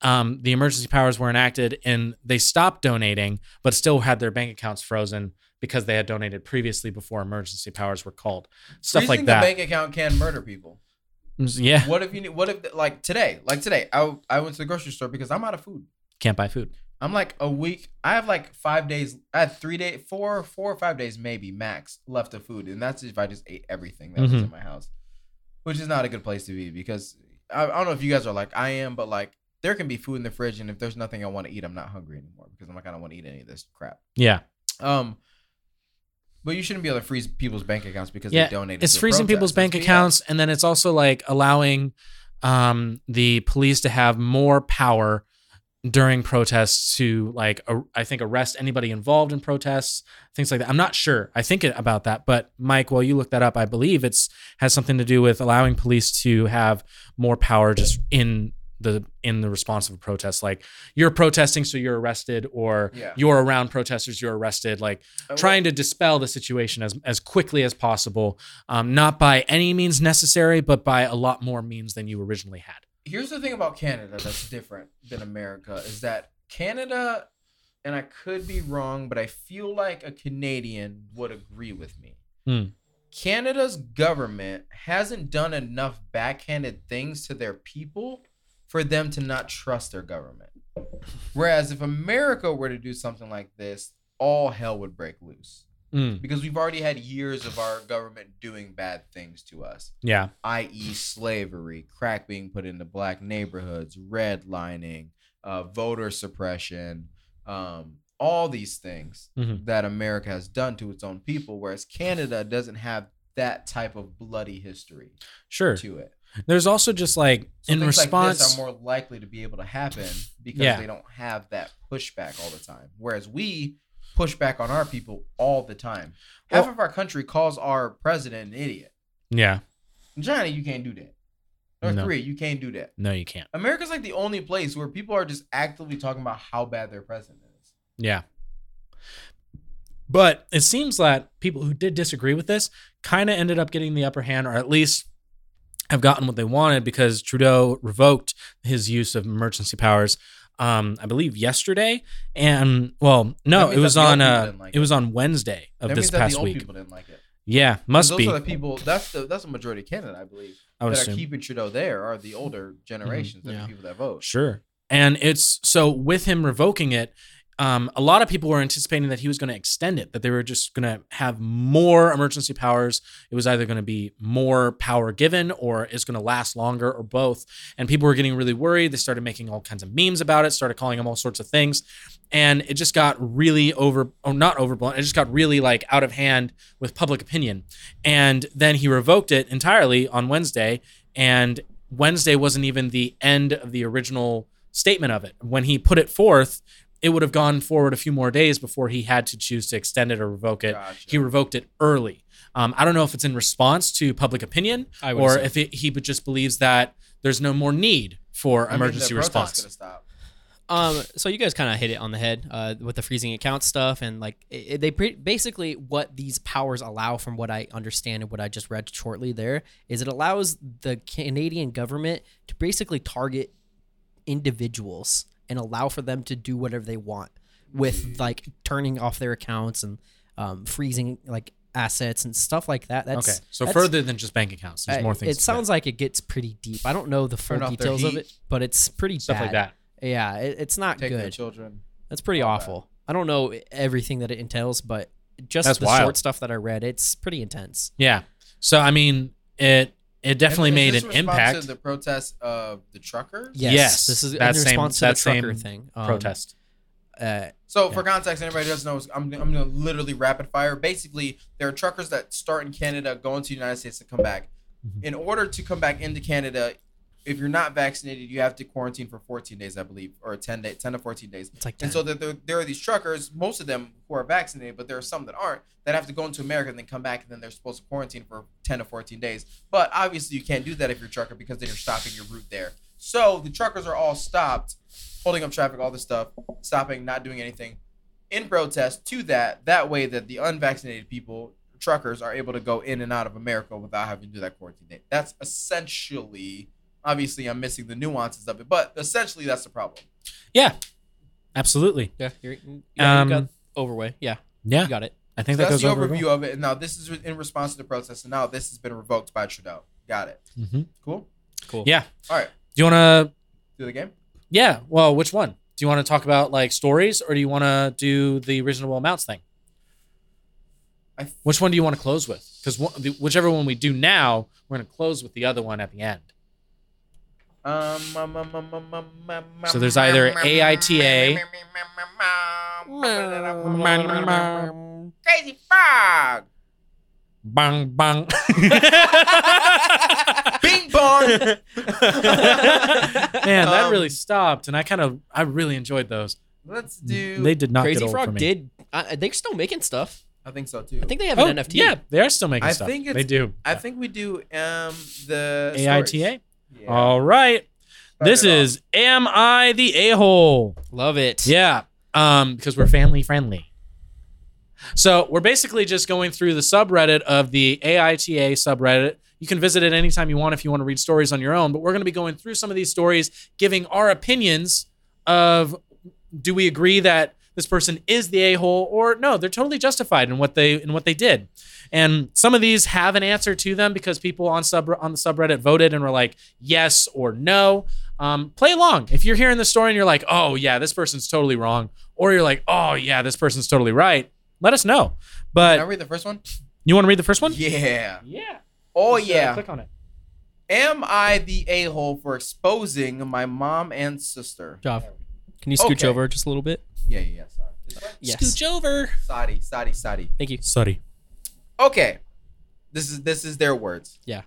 um, the emergency powers were enacted, and they stopped donating, but still had their bank accounts frozen because they had donated previously before emergency powers were called. Stuff Freezing like that. The bank account can murder people. yeah, What if you? What if like today? Like today, I I went to the grocery store because I'm out of food. can't buy food. I'm like a week. I have like five days. I had three day, four, four or five days maybe max left of food, and that's if I just ate everything that was Mhm. in my house, which is not a good place to be because I, I don't know if you guys are like I am, but like there can be food in the fridge, and if there's nothing I want to eat, I'm not hungry anymore because I'm like I don't want to eat any of this crap. Yeah, Um, but you shouldn't be able to freeze people's bank accounts because Yeah, they donated. it's to a freezing people's protest. bank That's BS. accounts and then it's also like allowing um, the police to have more power during protests to like ar- i think arrest anybody involved in protests things like that i'm not sure i think it- about that but mike while you look that up i believe it's has something to do with allowing police to have more power just in the in the response of a protest, like you're protesting, so you're arrested, or Yeah. you're around protesters, you're arrested. Like I trying to dispel the situation as as quickly as possible, um, not by any means necessary, but by a lot more means than you originally had. here's the thing about Canada that's different than America is that Canada, and I could be wrong, but I feel like a Canadian would agree with me. Hmm. Canada's government hasn't done enough backhanded things to their people for them to not trust their government. Whereas if America were to do something like this, all hell would break loose Mm, because we've already had years of our government doing bad things to us yeah, i.e., e slavery, crack being put into black neighborhoods, redlining, uh, voter suppression, um, all these things Mhm. that America has done to its own people, whereas Canada doesn't have that type of bloody history sure. to it. There's also just like So in things like response. this are more likely to be able to happen because Yeah. they don't have that pushback all the time. Whereas we push back on our people all the time. Half Well- of our country calls our president an idiot. yeah, In China, you can't do that. North No. Korea, you can't do that. no, you can't. America's like the only place where people are just actively talking about how bad their president is. Yeah. But it seems that people who did disagree with this kind of ended up getting the upper hand, or at least have gotten what they wanted because Trudeau revoked his use of emergency powers. Um, I believe yesterday, and well, That no, means it was that the old on people uh, didn't like it it. was on Wednesday of that this means that past the old week. people didn't like it. Yeah, must those be. are the people. That's the that's the majority of Canada, I believe, I would that assume. Mm-hmm. are keeping Trudeau there are the older generations, that yeah. are the people that vote. Sure. And it's so with him revoking it, um, a lot of people were anticipating that he was going to extend it, that they were just going to have more emergency powers. It was either going to be more power given or it's going to last longer or both. And people were getting really worried. They started making all kinds of memes about it, started calling him all sorts of things. And it just got really over, or not overblown, it just got really like out of hand with public opinion. And then he revoked it entirely on Wednesday. And Wednesday wasn't even the end of the original statement of it. When he put it forth, it would have gone forward a few more days before he had to choose to extend it or revoke it. Gotcha. He revoked it early. Um, I don't know if it's in response to public opinion I would or assume. if it, he would just believes that there's no more need for I mean, the emergency protest's response. gonna stop. Um, so you guys kind of hit it on the head uh, with the freezing account stuff, and like it, it- they pre- basically what these powers allow, from what I understand and what I just read shortly there, is it allows the Canadian government to basically target individuals and allow for them to do whatever they want Mm. with like turning off their accounts and um, freezing like assets and stuff like that. That's Okay, so that's- further than just bank accounts, there's uh, more things. It to sounds like it gets pretty deep. I don't know the full Turn off their details of heat. it, but it's pretty stuff bad. like that. Yeah, it, it's not Take their good. children. That's pretty All awful. I don't know everything that it entails, but just That's the wild. short stuff that I read, it's pretty intense. Yeah. So I mean, it it definitely Is- is made this an response impact. To the protest of the truckers. Yes, Yes, this is in that same- response that to the trucker same thing. Um, protest. Uh, So, for context, anybody who doesn't know, I'm, I'm going to literally rapid fire. Basically, there are truckers that start in Canada, go into the United States, and come back. In order to come back into Canada, if you're not vaccinated, you have to quarantine for 14 days, I believe, or 10 day, 10 to 14 days. it's like And so there, there, there are these truckers, most of them who are vaccinated, but there are some that aren't, that have to go into America and then come back, and then they're supposed to quarantine for 10 to 14 days. But obviously, you can't do that if you're a trucker because then you're stopping your route there. So the truckers are all stopped, holding up traffic, all this stuff, stopping, not doing anything in protest to that. That way, that the unvaccinated people, truckers, are able to go in and out of America without having to do that quarantine day. That's essentially, obviously, I'm missing the nuances of it, but essentially, that's the problem. yeah. Absolutely. yeah, you're, yeah, you Um, got overway. Yeah, Yeah. you got it. I think that That's goes the over. overview of it. And now this is in response to the protest, and now this has been revoked by Trudeau. Got it. Mm-hmm. Do Cool. Cool. Yeah. All right. you want to? Do the game. Yeah. Well, which one? Do you want to talk about like stories, or do you want to do the reasonable amounts thing? I th- Which one do you want to close with? Because whichever one we do now, we're going to close with the other one at the end. Um, um, um, um, um, um, um, So there's either AITA. Crazy frog. Bang bang. Bing bong. Man, that Um, really stopped, and I kind of I really enjoyed those. Let's do. They did not get Crazy old for Frog me. did. Uh, they're still making stuff. I think so too. I think they have Oh, an NFT. Yeah, they are still making I stuff. think it's- they do. I think we do um the stories. AITA. Yeah. All right. This is Am I the A hole? Love it. Yeah. Um, because we're family friendly. So we're basically just going through the subreddit of the AITA subreddit. You can visit it anytime you want if you want to read stories on your own, but we're going to be going through some of these stories, giving our opinions of do we agree that this person is the a-hole or no, they're totally justified in what they in what they did. And some of these have an answer to them because people on sub on the subreddit voted and were like yes or no. Um, play along. If you're hearing the story and you're like, oh yeah, this person's totally wrong, or you're like, oh yeah, this person's totally right, let us know. Can I But read the first one? you want to read the first one? Yeah. Yeah. Oh Just, uh, yeah. click on it. Am I the a hole for exposing my mom and sister? Jav, can you scooch Okay. over just a little bit? Yeah, yeah, yeah. Sorry. This one? Yes. over. Sadi, Sadi, Sadi. Thank you. Sorry. Okay. This is this is their words. Yeah.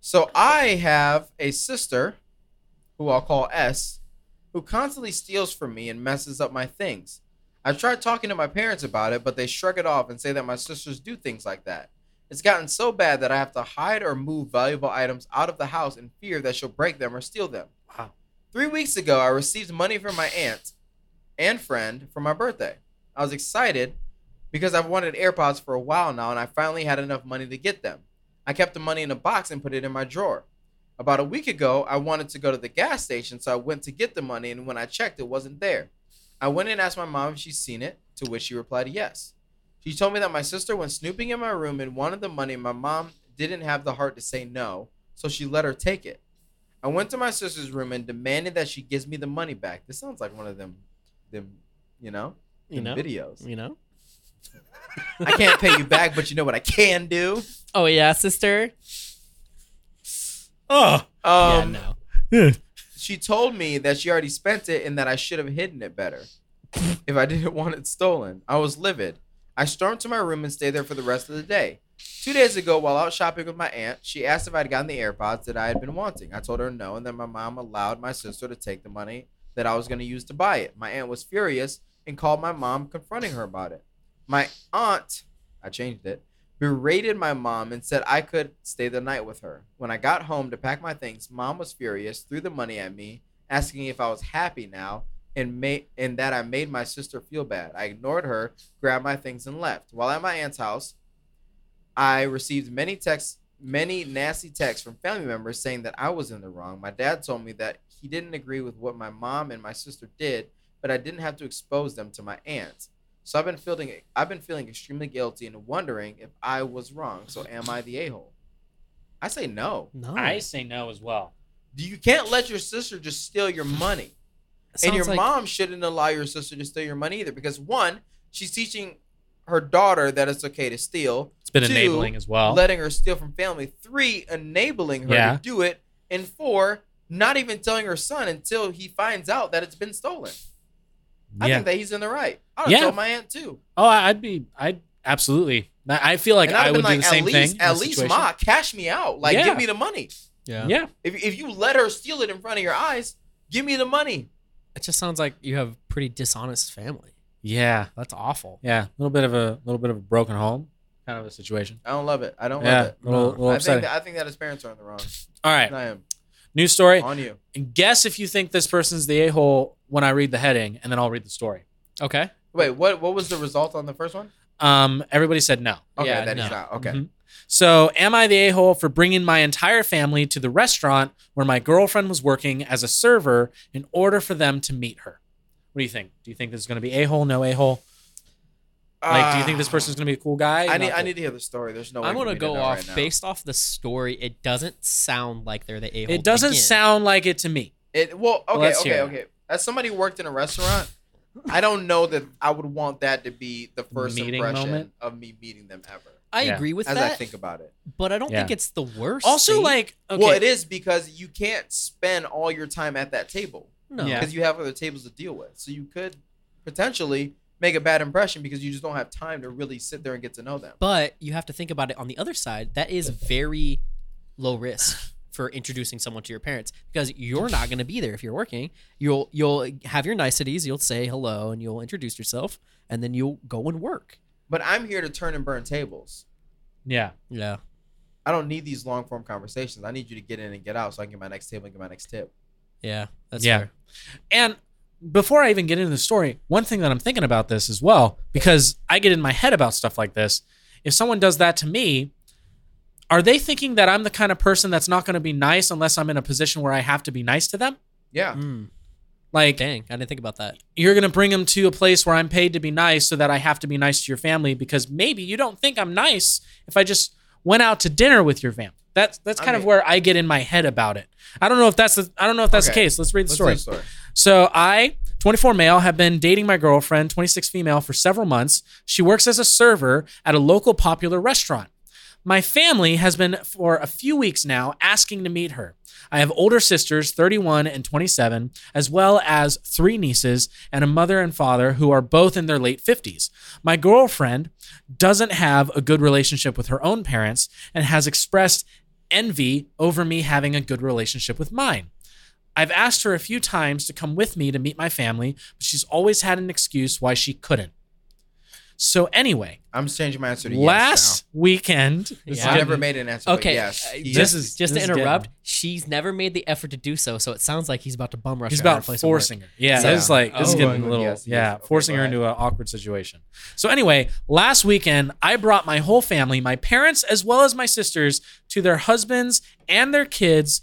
So I have a sister who I'll call S who constantly steals from me and messes up my things. I've tried talking to my parents about it, but they shrug it off and say that my sisters do things like that. It's gotten so bad that I have to hide or move valuable items out of the house in fear that she'll break them or steal them. Wow. Three weeks ago, I received money from my aunt and friend for my birthday. I was excited because I've wanted AirPods for a while now and I finally had enough money to get them. I kept the money in a box and put it in my drawer. About a week ago, I wanted to go to the gas station, so I went to get the money, and when I checked, it wasn't there. I went and asked my mom if she'd seen it, to which she replied yes. She told me that my sister went snooping in my room and wanted the money, and my mom didn't have the heart to say no, so she let her take it. I went to my sister's room and demanded that she gives me the money back. This sounds like one of them, them, you know, You them know? videos. You know? I can't pay you back, but you know what I can do. Oh yeah, sister. Oh. Um, yeah, no. She told me that she already spent it and that I should have hidden it better if I didn't want it stolen. I was livid. I stormed to my room and stayed there for the rest of the day. Two days ago, while out shopping with my aunt, she asked if I'd gotten the AirPods that I had been wanting. I told her no, and then my mom allowed my sister to take the money that I was going to use to buy it. My aunt was furious and called my mom, confronting her about it. My aunt, I changed it, berated my mom and said I could stay the night with her. When I got home to pack my things, mom was furious, threw the money at me, asking if I was happy now and made and that I made my sister feel bad. I ignored her, grabbed my things and left. While at my aunt's house, I received many texts many nasty texts from family members saying that I was in the wrong. My dad told me that he didn't agree with what my mom and my sister did, but I didn't have to expose them to my aunt. So I've been feeling I've been feeling extremely guilty and wondering if I was wrong. So am I the a-hole? I say no. No. I say no as well. You can't let your sister just steal your money. Sounds and your like- mom shouldn't allow your sister to steal your money either because one, she's teaching her daughter that it's okay to steal, It's been Two, enabling as well. letting her steal from family. Three, enabling her Oh. Yeah. to do it. And four, not even telling her son until he finds out that it's been stolen. I yeah. think that he's in the right. I would Yeah. have told my aunt too. oh, I- I'd be. I'd absolutely. I I feel like and I'd I have would been like, do the same at least, thing. in at this least, situation. ma, cash me out. Like, Yeah. give me the money. Yeah. Yeah. If, if you let her steal it in front of your eyes, give me the money. It just sounds like you have pretty dishonest family. Yeah. That's awful. Yeah. A little bit of a little bit of a broken home kind of a situation. I don't love it. I don't Yeah. love it. A little, No. little I upsetting. think, that, I think that his parents are in the wrong. All And right. I am New story. on you. Guess if you think this person's the a hole when I read the heading, and then I'll read the story. Okay. Wait, what? What was the result on the first one? Um, everybody said no. Okay, Yeah, that is no. not okay. Mhm. So, am I the a hole for bringing my entire family to the restaurant where my girlfriend was working as a server in order for them to meet her? What do you think? Do you think this is going to be a hole? No a hole? Like, do you think this Ah. person's going to be a cool guy? I need. Not I cool. need to hear the story. There's no. way I'm for gonna me go know off right now. based off the story. It doesn't sound like they're the a hole. It doesn't sound like it to me. It, well, okay, let's okay, hear it. okay. As somebody who worked in a restaurant, I don't know that I would want that to be the first Meeting impression moment? of me meeting them ever. I Yeah. agree with as that, I think about it. but I don't think Yeah. it's the worst. Also, thing. like, okay, Well, it is because you can't spend all your time at that table no, Yeah. because you have other tables to deal with. So you could potentially make a bad impression because you just don't have time to really sit there and get to know them. but you have to think about it on the other side. That is very low risk for introducing someone to your parents because you're not going to be there if you're working. You'll you'll have your niceties. You'll say hello and you'll introduce yourself, and then you'll go and work. But I'm here to turn and burn tables. yeah, Yeah, I don't need these long form conversations. I need you to get in and get out so I can get my next table and get my next tip. Yeah. That's Yeah. fair. And before I even get into the story, one thing that I'm thinking about this as well, because I get in my head about stuff like this. If someone does that to me, are they thinking that I'm the kind of person that's not going to be nice unless I'm in a position where I have to be nice to them? Yeah. Mm, Like, Dang, I didn't think about that. you're going to bring them to a place where I'm paid to be nice so that I have to be nice to your family because maybe you don't think I'm nice if I just went out to dinner with your family. That's that's I kind of mean- where I get in my head about it. I don't know if that's the, I don't know if that's Okay. the case. Let's read the Let's story. do the story. So I, 24 male, have been dating my girlfriend, 26 female, for several months. She works as a server at a local popular restaurant. My family has been for a few weeks now asking to meet her. I have older sisters, 31 and 27, as well as three nieces and a mother and father who are both in their late 50s. My girlfriend doesn't have a good relationship with her own parents and has expressed envy over me having a good relationship with mine. I've asked her a few times to come with me to meet my family, but she's always had an excuse why she couldn't. So anyway, I'm changing my answer to last last. weekend, Yes Yeah. now. I never made an answer. Okay. Okay. Yes. uh, he- just, This is- just this to is getting- interrupt, she's never made the effort to do so, so it sounds like he's about to bum rush he's her at her about place of work. forcing her. Yeah, Yeah. this is like this is Oh, getting a good. little Yes, yes. yeah, Okay, forcing go her ahead. into an awkward situation. So anyway, last weekend I brought my whole family, my parents as well as my sisters, to their husbands and their kids,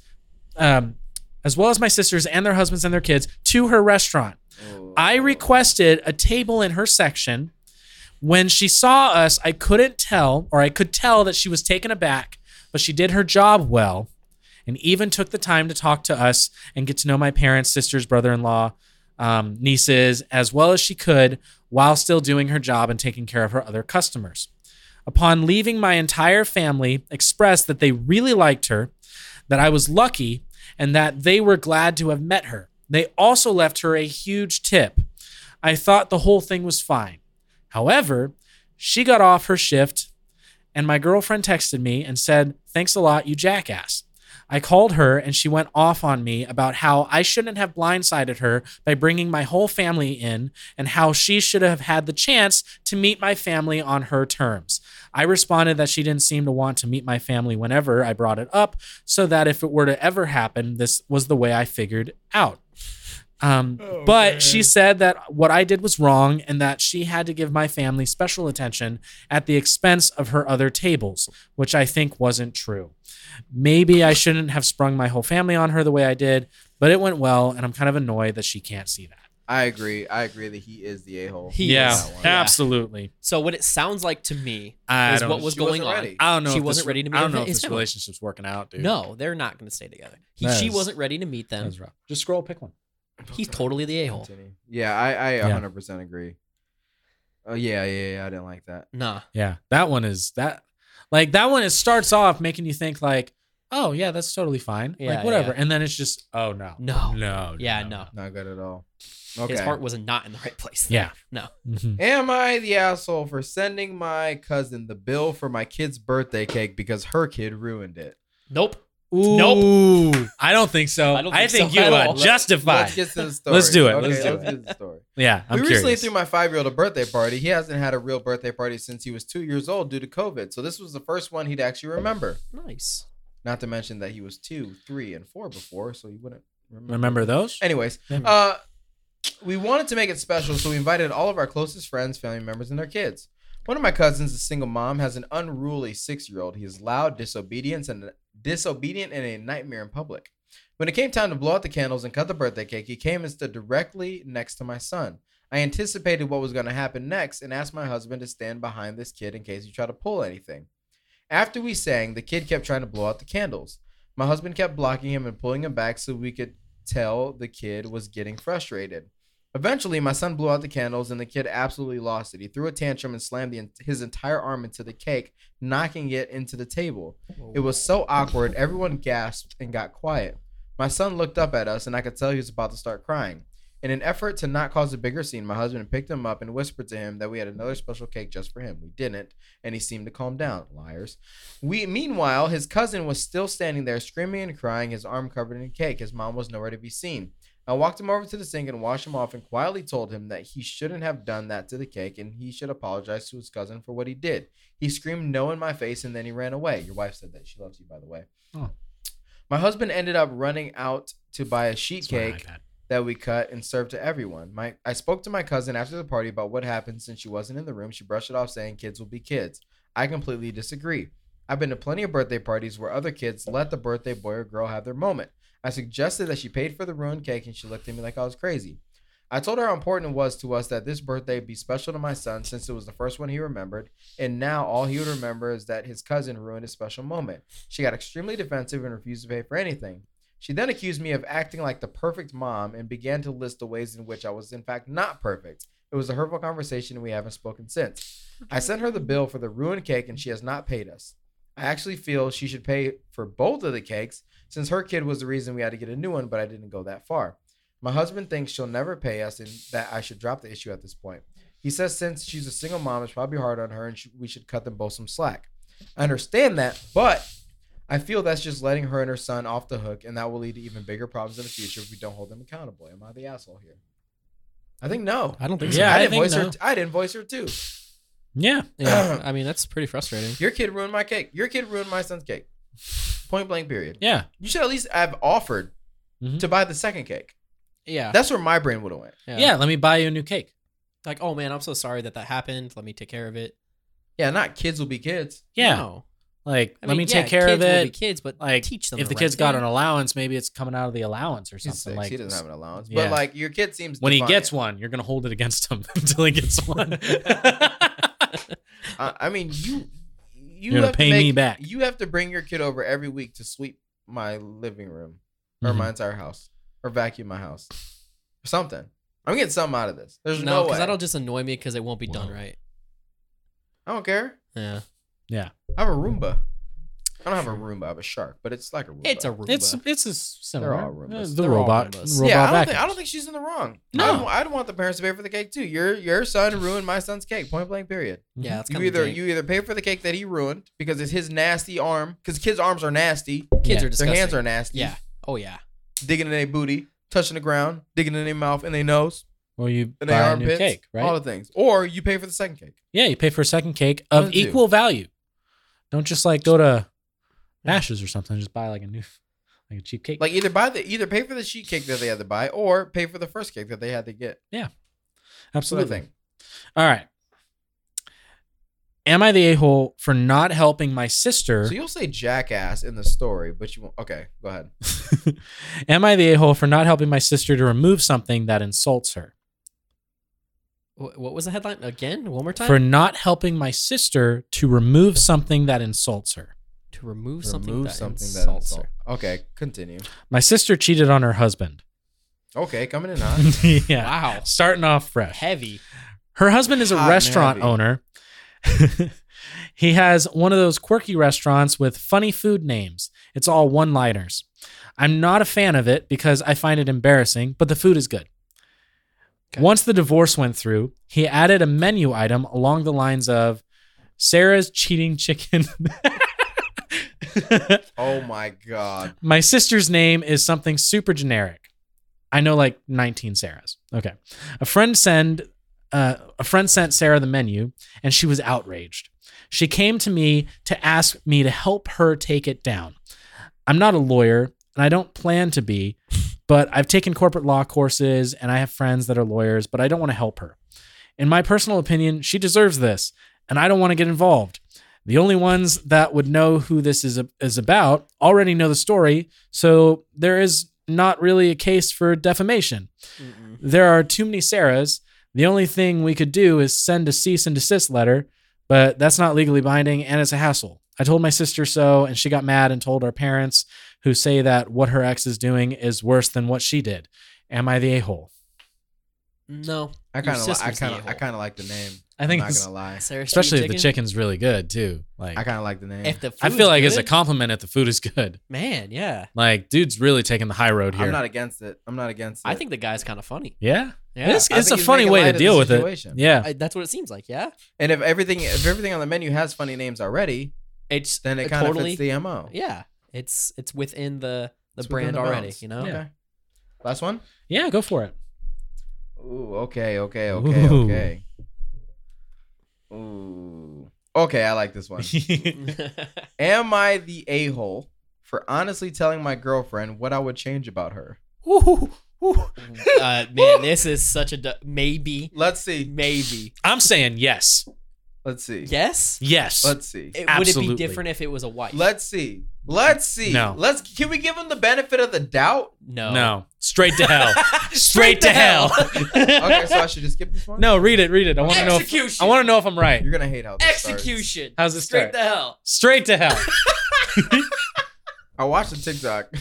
um, as well as my sisters and their husbands and their kids to her restaurant. Oh. I requested a table in her section. When she saw us, I couldn't tell, or I could tell that she was taken aback, but she did her job well and even took the time to talk to us and get to know my parents, sisters, brother in law, um, nieces, as well as she could while still doing her job and taking care of her other customers. Upon leaving, my entire family expressed that they really liked her, that I was lucky, and that they were glad to have met her. They also left her a huge tip. I thought the whole thing was fine. However, she got off her shift, and my girlfriend texted me and said, Thanks a lot, you jackass. I called her and she went off on me about how I shouldn't have blindsided her by bringing my whole family in and how she should have had the chance to meet my family on her terms. I responded that she didn't seem to want to meet my family whenever I brought it up, so that if it were to ever happen, this was the way I figured out. Um, but she said that what I did was wrong and that she had to give my family special attention at the expense of her other tables, which I think wasn't true. Maybe I shouldn't have sprung my whole family on her the way I did, but it went well, and I'm kind of annoyed that she can't see that. I agree. I agree that he is the a hole. He Yeah, is. That one. absolutely. So what it sounds like to me I is don't- what was she going wasn't on. ready. I don't know. She if this- wasn't ready to meet I don't know his if this family. relationship's working out, dude. No, they're not going to stay together. He, That she is- wasn't ready to meet them. That's rough. Just scroll, pick one. He's totally the a hole. Continue. Yeah, I, I Yeah. 100% agree. Oh yeah, yeah, yeah. I didn't like that. Nah. Yeah, that one is that. Like that one, it starts off making you think like, oh yeah, that's totally fine, Yeah, like whatever, yeah. and then it's just, oh no, No. no, Yeah, no. Not good at all. Okay. His heart was not in the right place. yeah, No. Mhm. Am I the asshole for sending my cousin the bill for my kid's birthday cake because her kid ruined it? Nope. Ooh, I don't think so. Mm-hmm. I I, don't think think, so you uh, at are all. Let's- justified. Let's get to the story. Let's do it. Okay, Let's do let's get to the story. yeah, I'm we curious. recently threw my five year old a birthday party. He hasn't had a real birthday party since he was two years old due to COVID. So this was the first one he'd actually remember. Nice. Not to mention that he was two, three, and four before, so he wouldn't remember. Remember those? Anyways, uh, we wanted to make it special, so we invited all of our closest friends, family members, and their kids. One of my cousins, a single mom, has an unruly six-year-old. He is loud, disobedient, and disobedient, and a nightmare in public. When it came time to blow out the candles and cut the birthday cake, he came and stood directly next to my son. I anticipated what was going to happen next and asked my husband to stand behind this kid in case he tried to pull anything. After we sang, the kid kept trying to blow out the candles. My husband kept blocking him and pulling him back so we could tell the kid was getting frustrated. Eventually, my son blew out the candles and the kid absolutely lost it. He threw a tantrum and slammed the, his entire arm into the cake, knocking it into the table. It was so awkward, everyone gasped and got quiet. My son looked up at us, and I could tell he was about to start crying. In an effort to not cause a bigger scene, my husband picked him up and whispered to him that we had another special cake just for him. We didn't, and he seemed to calm down. Liars. We meanwhile, his cousin was still standing there screaming and crying, his arm covered in cake. His mom was nowhere to be seen. I walked him over to the sink and washed him off and quietly told him that he shouldn't have done that to the cake and he should apologize to his cousin for what he did. He screamed no in my face and then he ran away. Your wife said that she loves you, by the way. Oh. My husband ended up running out to buy a sheet It's my cake iPad. that we cut and served to everyone. My I spoke to my cousin after the party about what happened since she wasn't in the room. She brushed it off saying kids will be kids. I completely disagree. I've been to plenty of birthday parties where other kids let the birthday boy or girl have their moment. I suggested that she paid for the ruined cake and she looked at me like I was crazy. I told her how important it was to us that this birthday be special to my son since it was the first one he remembered, and now all he would remember is that his cousin ruined his special moment. She got extremely defensive and refused to pay for anything. She then accused me of acting like the perfect mom and began to list the ways in which I was, in fact, not perfect. It was a hurtful conversation, and we haven't spoken since. I sent her the bill for the ruined cake, and she has not paid us. I actually feel she should pay for both of the cakes since her kid was the reason we had to get a new one, but I didn't go that far. My husband thinks she'll never pay us and that I should drop the issue at this point. He says since she's a single mom, it's probably hard on her and sh- we should cut them both some slack. I understand that, but I feel that's just letting her and her son off the hook, and that will lead to even bigger problems in the future if we don't hold them accountable. Am I the asshole here? I think no. I don't think so. Yeah, I I didn't think voice no. her. I didn't voice her too. Yeah. Yeah, I mean that's pretty frustrating. Your kid ruined my cake. Your kid ruined my son's cake. Point blank. Period. Yeah. You should at least have offered Mhm. to buy the second cake. Yeah, That's where my brain would have went. yeah. Let me buy you a new cake. Like, oh man, I'm so sorry that that happened. Let me take care of it. Yeah, not kids will be kids. Yeah. No. Like, I let mean, me yeah, take care of kids will be it. kids, but like, teach them. if the, right kid's got thing. an allowance, maybe it's coming out of the allowance or He's something six. like. he doesn't have an allowance. yeah. But like your kid seems when he defiant. gets one, you're gonna hold it against him until he gets one. I, I mean, you you You're gonna have to pay me make- back. You have to bring your kid over every week to sweep my living room or Mm-hmm. my entire house or vacuum my house or something. I'm getting something out of this. There's no, no, because way. I that'll don't. just annoy me because it won't be done Whoa. right. care. Yeah, I have a Roomba. I don't have a Roomba. I have a shark, but it's like a Roomba. it's a Roomba. It's it's a s- similar. all Roombas. Uh, the They're all robot. Roombas. robot yeah, I don't, vacuum. think, I don't think she's in the wrong. No. I'd, wa- I'd want the parents to pay for the cake too. Your your son ruined my son's cake. Point blank. Period. Mhm. yeah, it's You kind either of you either pay for the cake that he ruined because it's his nasty arm because kids' arms are nasty. kids Yeah. are disgusting. Their hands are nasty. yeah. Oh yeah. digging in their booty, touching the ground, digging in their mouth and their nose Or you and buy their a new armpits, cake, right? all the things. Or you pay for the second cake. yeah, you pay for a second cake One of and two. equal value. Don't just like go to Mash's or something. Just buy like a new, like a cheap cake. Like either buy the either pay for the sheet cake that they had to buy, or pay for the first cake that they had to get. That's what I absolutely. think. All right. Am I the a hole for not helping my sister? So you'll say jackass in the story, but you won't. Okay, go ahead. Am I the a hole for not helping my sister to remove something that insults her? Wh- What was the headline again? One more time. For not helping my sister to remove something that insults her. to remove something Remove that insults insult- her. Okay, continue. My sister cheated on her husband. Okay, coming in hot. yeah. Wow. Starting off fresh. Heavy. Her husband is a Hot and restaurant heavy. owner. he has one of those quirky restaurants with funny food names. It's all one liners. I'm not a fan of it because I find it embarrassing, but the food is good. Okay. Once the divorce went through, he added a menu item along the lines of Sarah's cheating chicken. oh my god. My sister's name is something super generic. I know like 19 Sarahs. Okay. A friend send uh, a friend sent Sarah the menu and she was outraged. She came to me to ask me to help her take it down. I'm not a lawyer and I don't plan to be, but I've taken corporate law courses and I have friends that are lawyers, but I don't want to help her. In my personal opinion, she deserves this and I don't want to get involved. The only ones that would know who this is, is about already know the story, so there is not really a case for defamation. There are too many Sarahs. The only thing we could do is send a cease and desist letter, but that's not legally binding and it's a hassle. I told my sister so, and she got mad and told our parents, who say that what her ex is doing is worse than what she did. Am I the a hole? No. I Your kind of, I sister's kind of, evil. I kind of like the name. I think I'm not this- gonna lie. Sarah, Especially if chicken? the chicken's really good too. Like I kind of like the name. If the I food's feel like it's a good, compliment if the food is good. man. Yeah. Like dude's really taking the high road here. I'm not against it. I'm not against it. I think the guy's kind of funny. yeah. Yeah. It's, I it's think a he's funny making way light to of the deal with it. situation. Yeah. I, that's what it seems like. Yeah. and if everything, if everything on the menu has funny names already, It's then it kind of totally. fits the mo. yeah. It's it's within the the It's within brand the already. bounds. You know. Okay. Last one. Yeah, go for it. Ooh, okay, okay, okay, Ooh. okay. Ooh. Okay, I like this one. Am I the a hole for honestly telling my girlfriend what I would change about her. Ooh, ooh. Uh, man, this is such a du- maybe, Let's see. maybe. I'm saying yes. Let's see. Yes. Yes. Let's see. It, would it Absolutely. be different if it was a wife? Let's see. Let's see. No. Let's can we give him the benefit of the doubt? no. no. Straight to hell. Straight to hell. Okay, so I should just skip this one? no, read it. Read it. I want to know. If, Execution. I want to know if I'm right. You're gonna hate how this starts. execution. How's it start? Straight to hell. Straight to hell. I watched a TikTok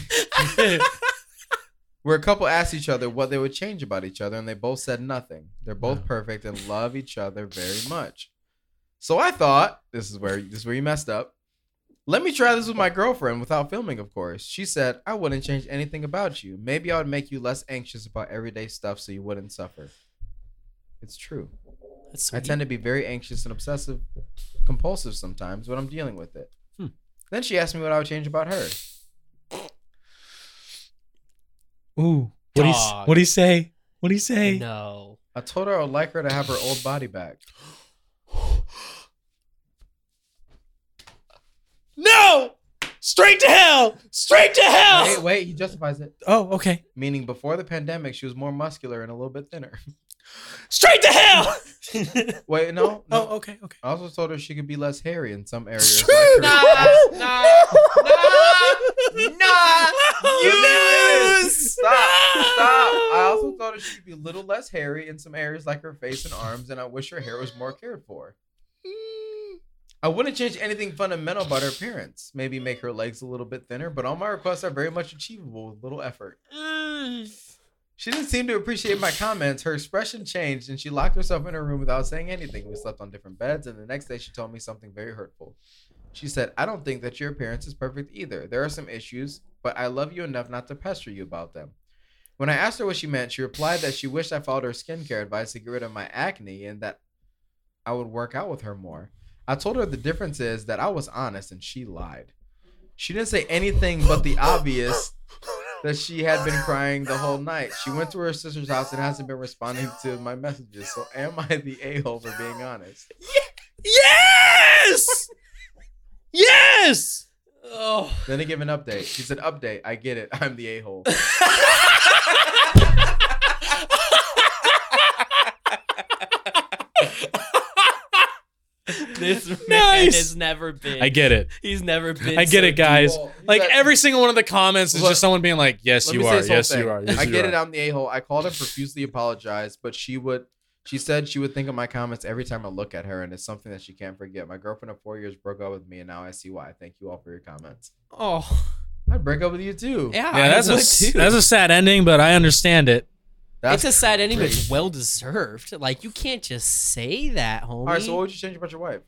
where a couple asked each other what they would change about each other, and they both said nothing. They're both perfect and love each other very much. So I thought this is where this is where you messed up. Let me try this with my girlfriend without filming, of course. She said, I wouldn't change anything about you. Maybe I would make you less anxious about everyday stuff so you wouldn't suffer. It's true. That's I sweet. tend to be very anxious and obsessive, compulsive sometimes when I'm dealing with it. Hmm. Then she asked me what I would change about her. Ooh. What do you s- Dog. what do you say? What do you say? No. I told her I would like her to have her old body back. No. Straight to hell. Straight to hell. Wait, wait, he justifies it. Oh, okay. Meaning before the pandemic, she was more muscular and a little bit thinner. Straight to hell. Wait, no, no. Oh, okay, okay. I also told her she could be less hairy in some areas. True. like her. Nah, nah, Ah! You lose. lose. Stop, stop. I also told her she could be a little less hairy in some areas like her face and arms, and I wish her hair was more cared for. I wouldn't change anything fundamental about her appearance. Maybe make her legs a little bit thinner, but all my requests are very much achievable with little effort. Mm. She didn't seem to appreciate my comments. Her expression changed, and she locked herself in her room without saying anything. We slept on different beds, and the next day she told me something very hurtful. She said, I don't think that your appearance is perfect either. There are some issues, but I love you enough not to pester you about them. When I asked her what she meant, she replied that she wished I followed her skincare advice to get rid of my acne and that I would work out with her more. I told her the difference is that I was honest and she lied. She didn't say anything but the obvious that she had been crying the whole night. She went to her sister's house and hasn't been responding to my messages. So am I the a hole for being honest? Yes. yes. Oh. Then they give an update. She said, "Update. I get it. I'm the a hole." This man Nice. has never been. I get it. he's never been. I get it, guys. Like every single one of the comments is Look, just someone being like, "Yes, Let you me say are. this whole Yes, thing. you are. Yes, I you get are." it. I'm the a hole. I called and profusely apologized, but she would. She said she would think of my comments every time I look at her, and it's something that she can't forget. My girlfriend of four years broke up with me, and now I see why. Thank you all for your comments. Oh, I'd break up with you too. yeah. Yeah, that's a that's a sad ending, but I understand it. That's it's a sad ending, but crazy. it's well deserved. Like you can't just say that, homie. All right. So what would you change about your wife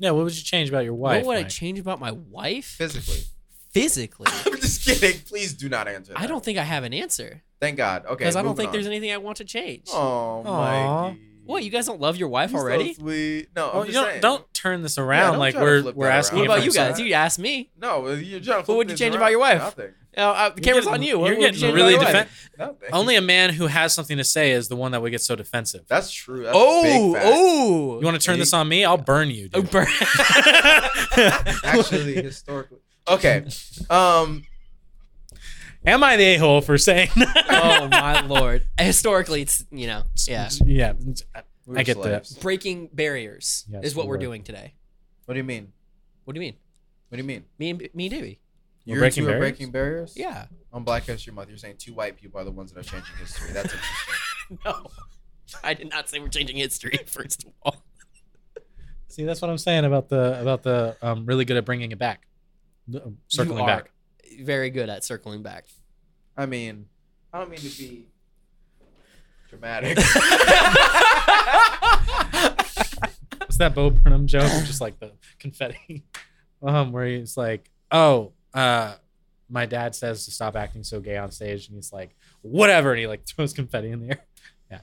Yeah, what would you change about your what wife? would I Mike? change about my wife? physically? Physically, I'm just kidding. Please do not answer. That. I don't think I have an answer Thank God. Okay. because I don't moving think on. there's anything I want to change. Oh, Aw. Mikey. What you guys don't love your wife You're so already? sweet. No. Oh, I'm you just don't, saying. don't turn this around. don't like try to we're flip we're that asking. around. what it about from you guys? some- side. You asked me. No, uh, you're trying to What flip would you things change around. about your wife? Nothing. Uh, uh, the camera's getting- on you. you're What would getting you change really about your wife? defen- Nothing. Only a man who has something to say is the one that would get so defensive. That's true. That's Oh, big fact. oh. You want to turn this on me? I'll burn you. Oh, Dude. burn- Actually, historically. Okay. Um. Am I the a hole for saying? oh my lord. Historically, it's you know, yeah, yeah. we were I get that. slaves. breaking barriers Yes, is what we we're were. doing today. What do you mean? What do you mean? What do you mean? Me and me and Dewey. We're You're breaking two are barriers? breaking barriers. Yeah. On Black History Month, you're saying two white people are the ones that are changing history. That's interesting. No, I did not say we're changing history. First of all, See, that's what I'm saying about the about the um, really good at bringing it back, um, circling You are back. Very good at circling back. I mean, I don't mean to be dramatic. What's that Bo Burnham joke? Just like the confetti, um, where he's like, "Oh, uh, my dad says to stop acting so gay on stage," and he's like, "Whatever," and he like throws confetti in the air. Yeah,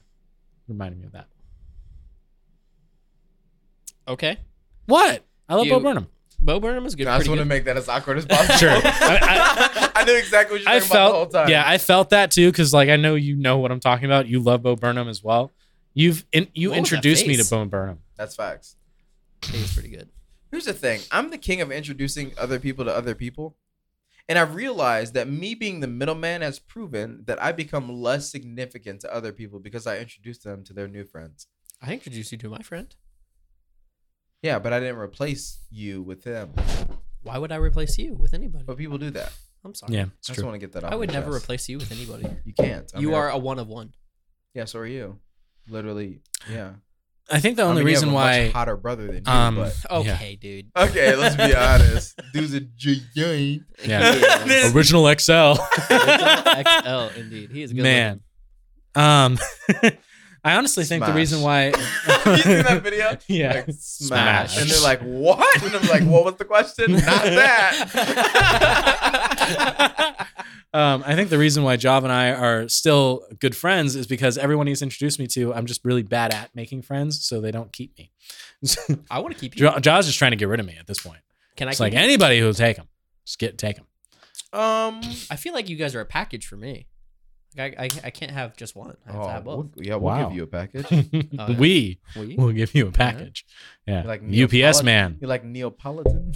reminded me of that. Okay. What? I love You- Bo Burnham. Bo Burnham is good. I just want pretty to good. make that as awkward as possible. Sure. I- I, knew exactly what you were I talking about the whole felt, time. yeah, I felt that too, because like I know you know what I'm talking about. You love Bo Burnham as well. You've in, you What was that introduced me to face? Bo Burnham. That's facts. He's pretty good. Here's the thing. I'm the king of introducing other people to other people. And I've realized that me being the middleman has proven that I become less significant to other people because I introduced them to their new friends. I introduced you to my friend. Yeah, but I didn't replace you with them. Why would I replace you with anybody? But people do that. I'm sorry. Yeah, I it's just true. want to get that off. I would my never chest. replace you with anybody. You can't. I you mean, are a one of one. Yeah, so are you. Literally. Yeah. I think the I only mean, you have reason a why much hotter brother than you, um, but Okay, dude. okay, let's be honest. Dude's a giant. Yeah. This- original XL. XL, indeed. He is a good Man. Um, I honestly think the Smash. reason why. you seen that video? yeah. Like, smash. Smash. And they're like, what? And I'm like, what was the question? Not that. um, I think the reason why Jav and I are still good friends is because everyone he's introduced me to, I'm just really bad at making friends, so they don't keep me. looking. I want to keep you. Ja- Jav's just trying to get rid of me at this point. Can I It's keep like you? anybody who'll take him, just get take him. um. I feel like you guys are a package for me. Like I, I, I can't have just one. I have to oh, have both. we'll- yeah, we'll Wow. give you a package. Oh, yeah. We Will you? will give you a package. Yeah, You're like UPS Neapolitan. man. You're like Neapolitan.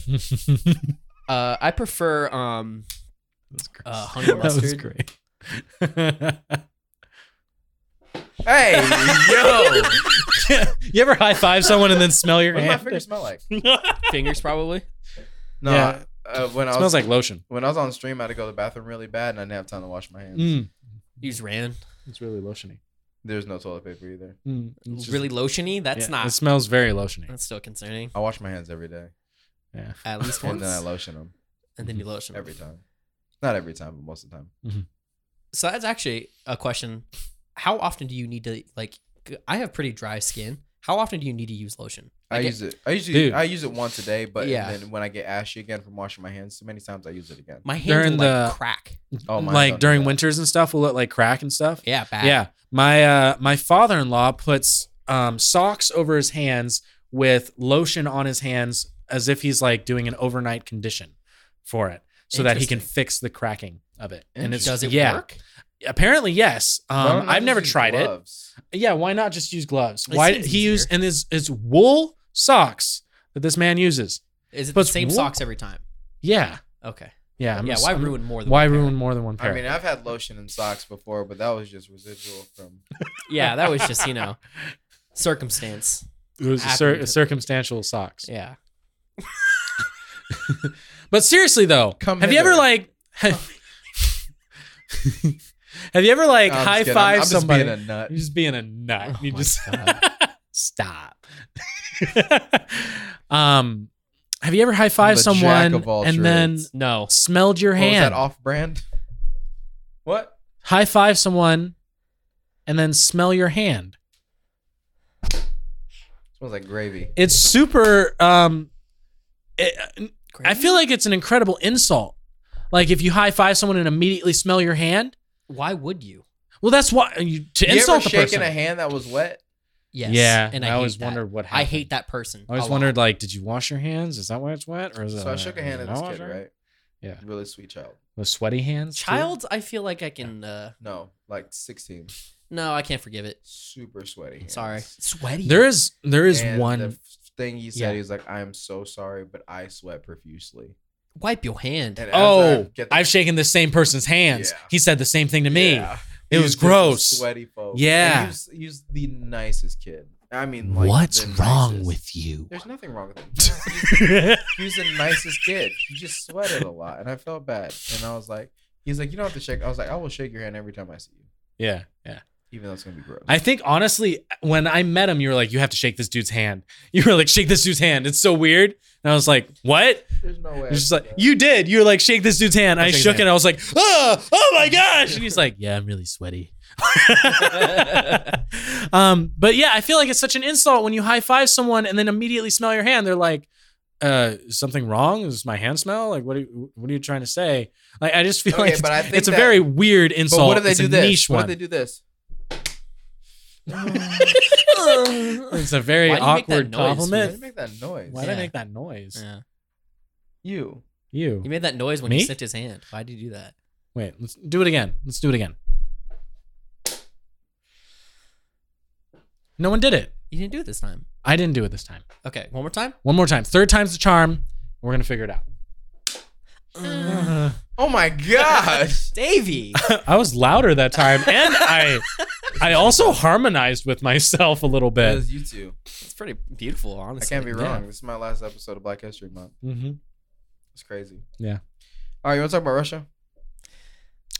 Uh, I prefer um uh, honey that was mustard. great. you hey, yo. ever high five someone and then smell your What does my hand? finger smell like? Fingers probably. No, Yeah. uh, when I smells was like lotion. when I was on stream, I had to go to the bathroom really bad, and I didn't have time to wash my hands. Mm. You just ran. It's really lotiony. There's no toilet paper either. Mm. really lotiony. That's It not. smells very lotiony. That's still concerning. I wash my hands every day, Yeah. At least and once, then I lotion them and then you lotion every time. Not every time, but most of the time. So that's actually a question. How often do you need to like? g- I have pretty dry skin. How often do you need to use lotion? I Like, use it. I usually Dude. I use it once a day, but Yeah. and then when I get ashy again from washing my hands too many times, I use it again. My hands During will, like the- crack. Oh, mine don't like do during that. winters and stuff, will it like crack and stuff? Yeah, bad. Yeah. My uh my father-in-law puts um socks over his hands with lotion on his hands as if he's like doing an overnight condition for it so that he can Interesting. fix the cracking of it. it's does it yeah. work? Apparently yes. Why Um don't I I've just never use tried it. gloves? Yeah, why not just use gloves? It why seems he use easier. and his it's wool socks that this man uses. Is it But the same what- socks every time? Yeah. Okay. Yeah. I'm yeah. just- Why I'm- ruin more than Why one pair? ruin more than one pair? I mean, I've had lotion and socks before, but that was just residual from. Yeah, that was just you know circumstance. it was a happened cir- to- a circumstantial socks. Yeah. But seriously though, Come have you ever hither. like have, you ever like No, I'm just high kidding. I'm- five I'm just somebody? being a nut. You're just being a nut. Oh you my just God. stop. um, have you ever high five The jack someone of all and then trades. No. smelled your What was hand? that off brand? What? high five someone and then smell your hand. Smells like gravy. It's super. Um, it- I feel like it's an incredible insult. Like if you high five someone and immediately smell your hand. Why would you? Well, that's why uh, you, to you insult ever the shaking person. a hand that was wet? Yes. Yeah, And I I, always hate that. wondered what I happened. hate that person. I always a lot. wondered, like, did you wash your hands? Is that why it's wet, or is it? So I shook a hand is at it this not kid, wet? right? Yeah. Really sweet child. With sweaty hands. too? Child, I feel like I can. Uh, No, like 16. no, I can't forgive it. Super sweaty. hands. Sorry. Sweaty. There is there is And one. The f- thing he said, Yeah. he was like, I am so sorry, but I sweat profusely. Wipe your hand. And as I oh, get the- I've shaken the same person's hands. Yeah. He said the same thing to me. Yeah. It He was just a gross. Sweaty folk. Yeah. He was, he was the nicest kid. I mean, like, What's the wrong nicest. with you? There's nothing wrong with him. He was- he was he was the nicest kid. He just sweated a lot, and I felt bad. And I was like, he's like, you don't have to shake. I was like, I will shake your hand every time I see you, yeah, yeah. even though it's gonna be gross. I think honestly, when I met him, you were like, you have to shake this dude's hand. You were like, shake this dude's hand. It's so weird. And I was like, what? There's no way. I It's just do like that. you did. You were like, shake this dude's hand. I, I shook his shook it. hand. And I was like, oh, oh my gosh. And he's like, yeah, I'm really sweaty. um, but yeah, I feel like it's such an insult when you high five someone and then immediately smell your hand. They're like, uh, is something wrong? Does my hand smell? Like, what are you, what are you trying to say? Like, I just feel Okay, like but I think it's a that- very weird insult. But what if they It's do a this? Niche what one. if they do this? it's a very Why do you make that awkward noise? Why did you compliment. make that noise? Why did I Yeah. make that noise? Yeah. You. You. You made that noise when Me? he slipped his hand. Why did you do that? Wait, let's do it again. Let's do it again. No one did it. You didn't do it this time. I didn't do it this time. Okay, one more time. One more time. Third time's the charm. We're gonna figure it out. Oh my gosh. Davey. I was louder that time, and I, I also harmonized with myself a little that bit. is you two. It's pretty beautiful, I honestly. can't be Yeah. wrong. This is my last episode of Black History Month. Mm-hmm. It's crazy. Yeah. All right, you want to talk about Russia?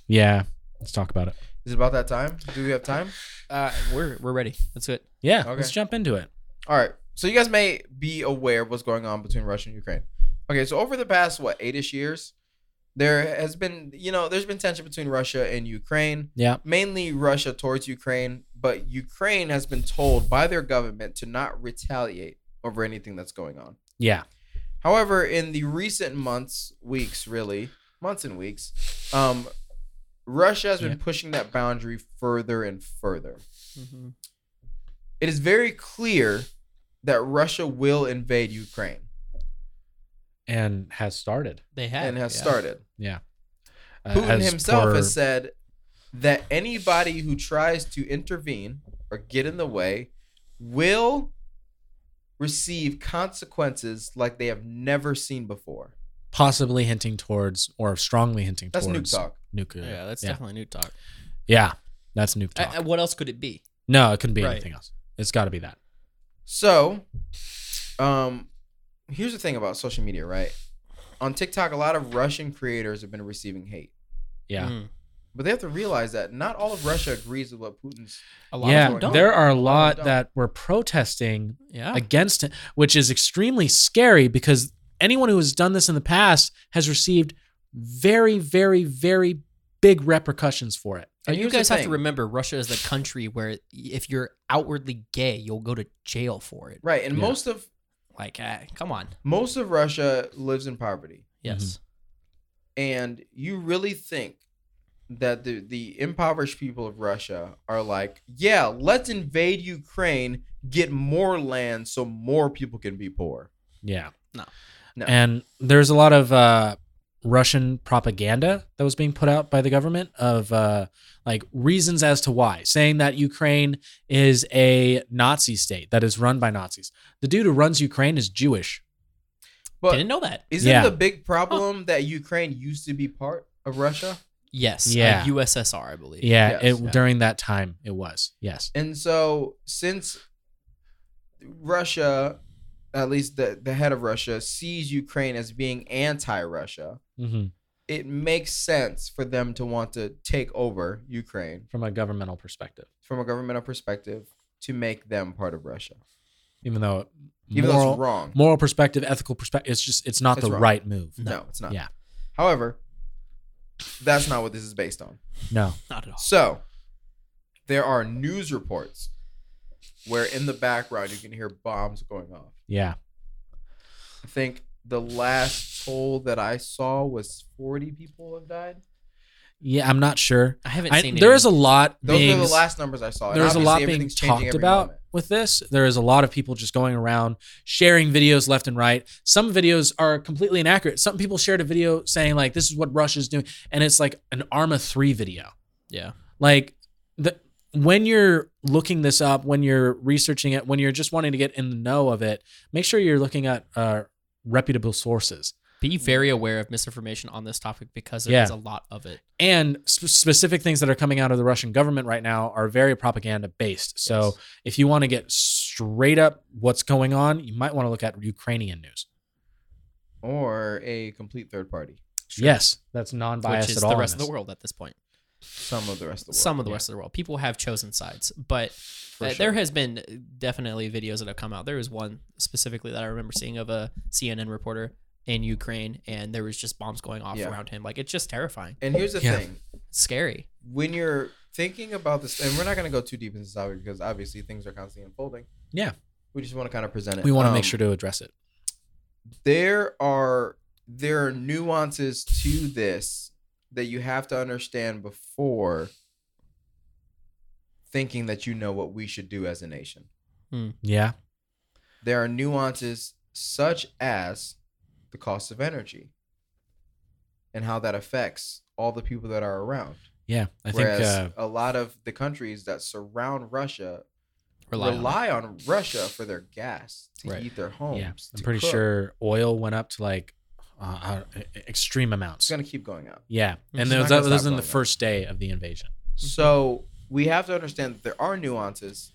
Yeah, let's talk about it. Is it about that time? Do we have time? Uh, we're we're ready. That's it. Yeah, Okay. let's jump into it. All right. So you guys may be aware of what's going on between Russia and Ukraine. Okay, so over the past what eight-ish years, there has been you know there's been tension between Russia and Ukraine, Yeah, mainly Russia towards Ukraine, but Ukraine has been told by their government to not retaliate over anything that's going on. yeah, However, in the recent months, weeks really, months and weeks, um, Russia has been Yeah. pushing that boundary further and further. Mm-hmm. It is very clear that Russia will invade Ukraine and has started. They have and has yeah. started. Yeah, Uh, Putin as himself per- has said that anybody who tries to intervene or get in the way will receive consequences like they have never seen before. possibly hinting towards or strongly hinting That's nuke towards talk. nuclear. Yeah, that's yeah. definitely new talk. yeah, that's nuke talk. Uh, uh, what else could it be? no, it couldn't be right. anything else. It's got to be that. So, um, here's the thing about social media, right? On TikTok, a lot of Russian creators have been receiving hate, Yeah, Mm. but they have to realize that not all of Russia agrees with what Putin's. A lot of yeah. them don't. There are a lot lot don't. that were protesting yeah. against it, which is extremely scary because anyone who has done this in the past has received very, very, very big repercussions for it. And And you here's the guys have thing. to remember, Russia is the country where if you're outwardly gay, you'll go to jail for it. Right, and Yeah. most of Like, uh, come on. most of Russia lives in poverty. Mm-hmm. Yes. and you really think that the, the impoverished people of Russia are like, yeah, let's invade Ukraine, get more land so more people can be poor. Yeah. No. No. And there's a lot of uh, Russian propaganda that was being put out by the government of uh, like reasons as to why, saying that Ukraine is a Nazi state that is run by Nazis. The dude who runs Ukraine is Jewish. But Didn't know that. isn't Yeah. the big problem that Ukraine used to be part of Russia? Yes. uh, Yeah. USSR, I believe. Yeah, Yes. it, during that time it was. Yes. And so since Russia, at least the, the head of Russia, sees Ukraine as being anti-Russia, hmm it makes sense for them to want to take over Ukraine From a governmental perspective, from a governmental perspective to make them part of Russia, even though even though moral, it's wrong. moral perspective, ethical perspective, it's just it's not It's the wrong. right move. no. it's not. Yeah. However, that's not what this is based on. No. Not at all. So, there are news reports where in the background you can hear bombs going off. Yeah. I think the last toll that I saw was 40 people have died. Yeah, I'm not sure. I haven't I- seen there any. is a lot Those being were the last numbers I saw. Oh, and there's a obviously lot being everything's changing talked every about moment. with this. There is a lot of people just going around sharing videos left and right. Some videos are completely inaccurate. Some people shared a video saying like this is what Russia's doing, and it's like an Arma three video. Yeah. Like the when you're looking this up, when you're researching it, when you're just wanting to get in the know of it, make sure you're looking at uh, reputable sources. Be very aware of misinformation on this topic because there is Yeah. a lot of it. and sp- specific things that are coming out of the Russian government right now are very propaganda based. So Yes. if you want to get straight up what's going on, you might want to look at Ukrainian news. Or a complete third party. Yes, that's non-biased which at is all. the in rest of the this. world at this point. Some of the rest of the world. Some of the yeah. rest of the world. People have chosen sides, but For uh, sure. there has been definitely videos that have come out. There was one specifically that I remember seeing of a CNN reporter in Ukraine, and there was just bombs going off Yeah. around him. Like it's just terrifying, And here's the Yeah. thing. scary. when you're thinking about this, and we're not going to go too deep into this topic because obviously things are constantly unfolding. Yeah. We just want to kind of present it. We want to Um, make sure to address it. there are there are nuances to this that you have to understand before thinking that you know what we should do as a nation. Yeah. There are nuances such as the cost of energy and how that affects all the people that are around. Yeah. I think Whereas uh, a lot of the countries that surround Russia Rely, rely, on it. on, Russia for their gas to Right. Oh, heat their homes. yeah, I'm to pretty cook. sure oil went up to like uh, uh, extreme amounts. It's going to keep going up. Yeah, and It's that not was, gonna that was stop in the going up. first day of the invasion. So we have to understand that there are nuances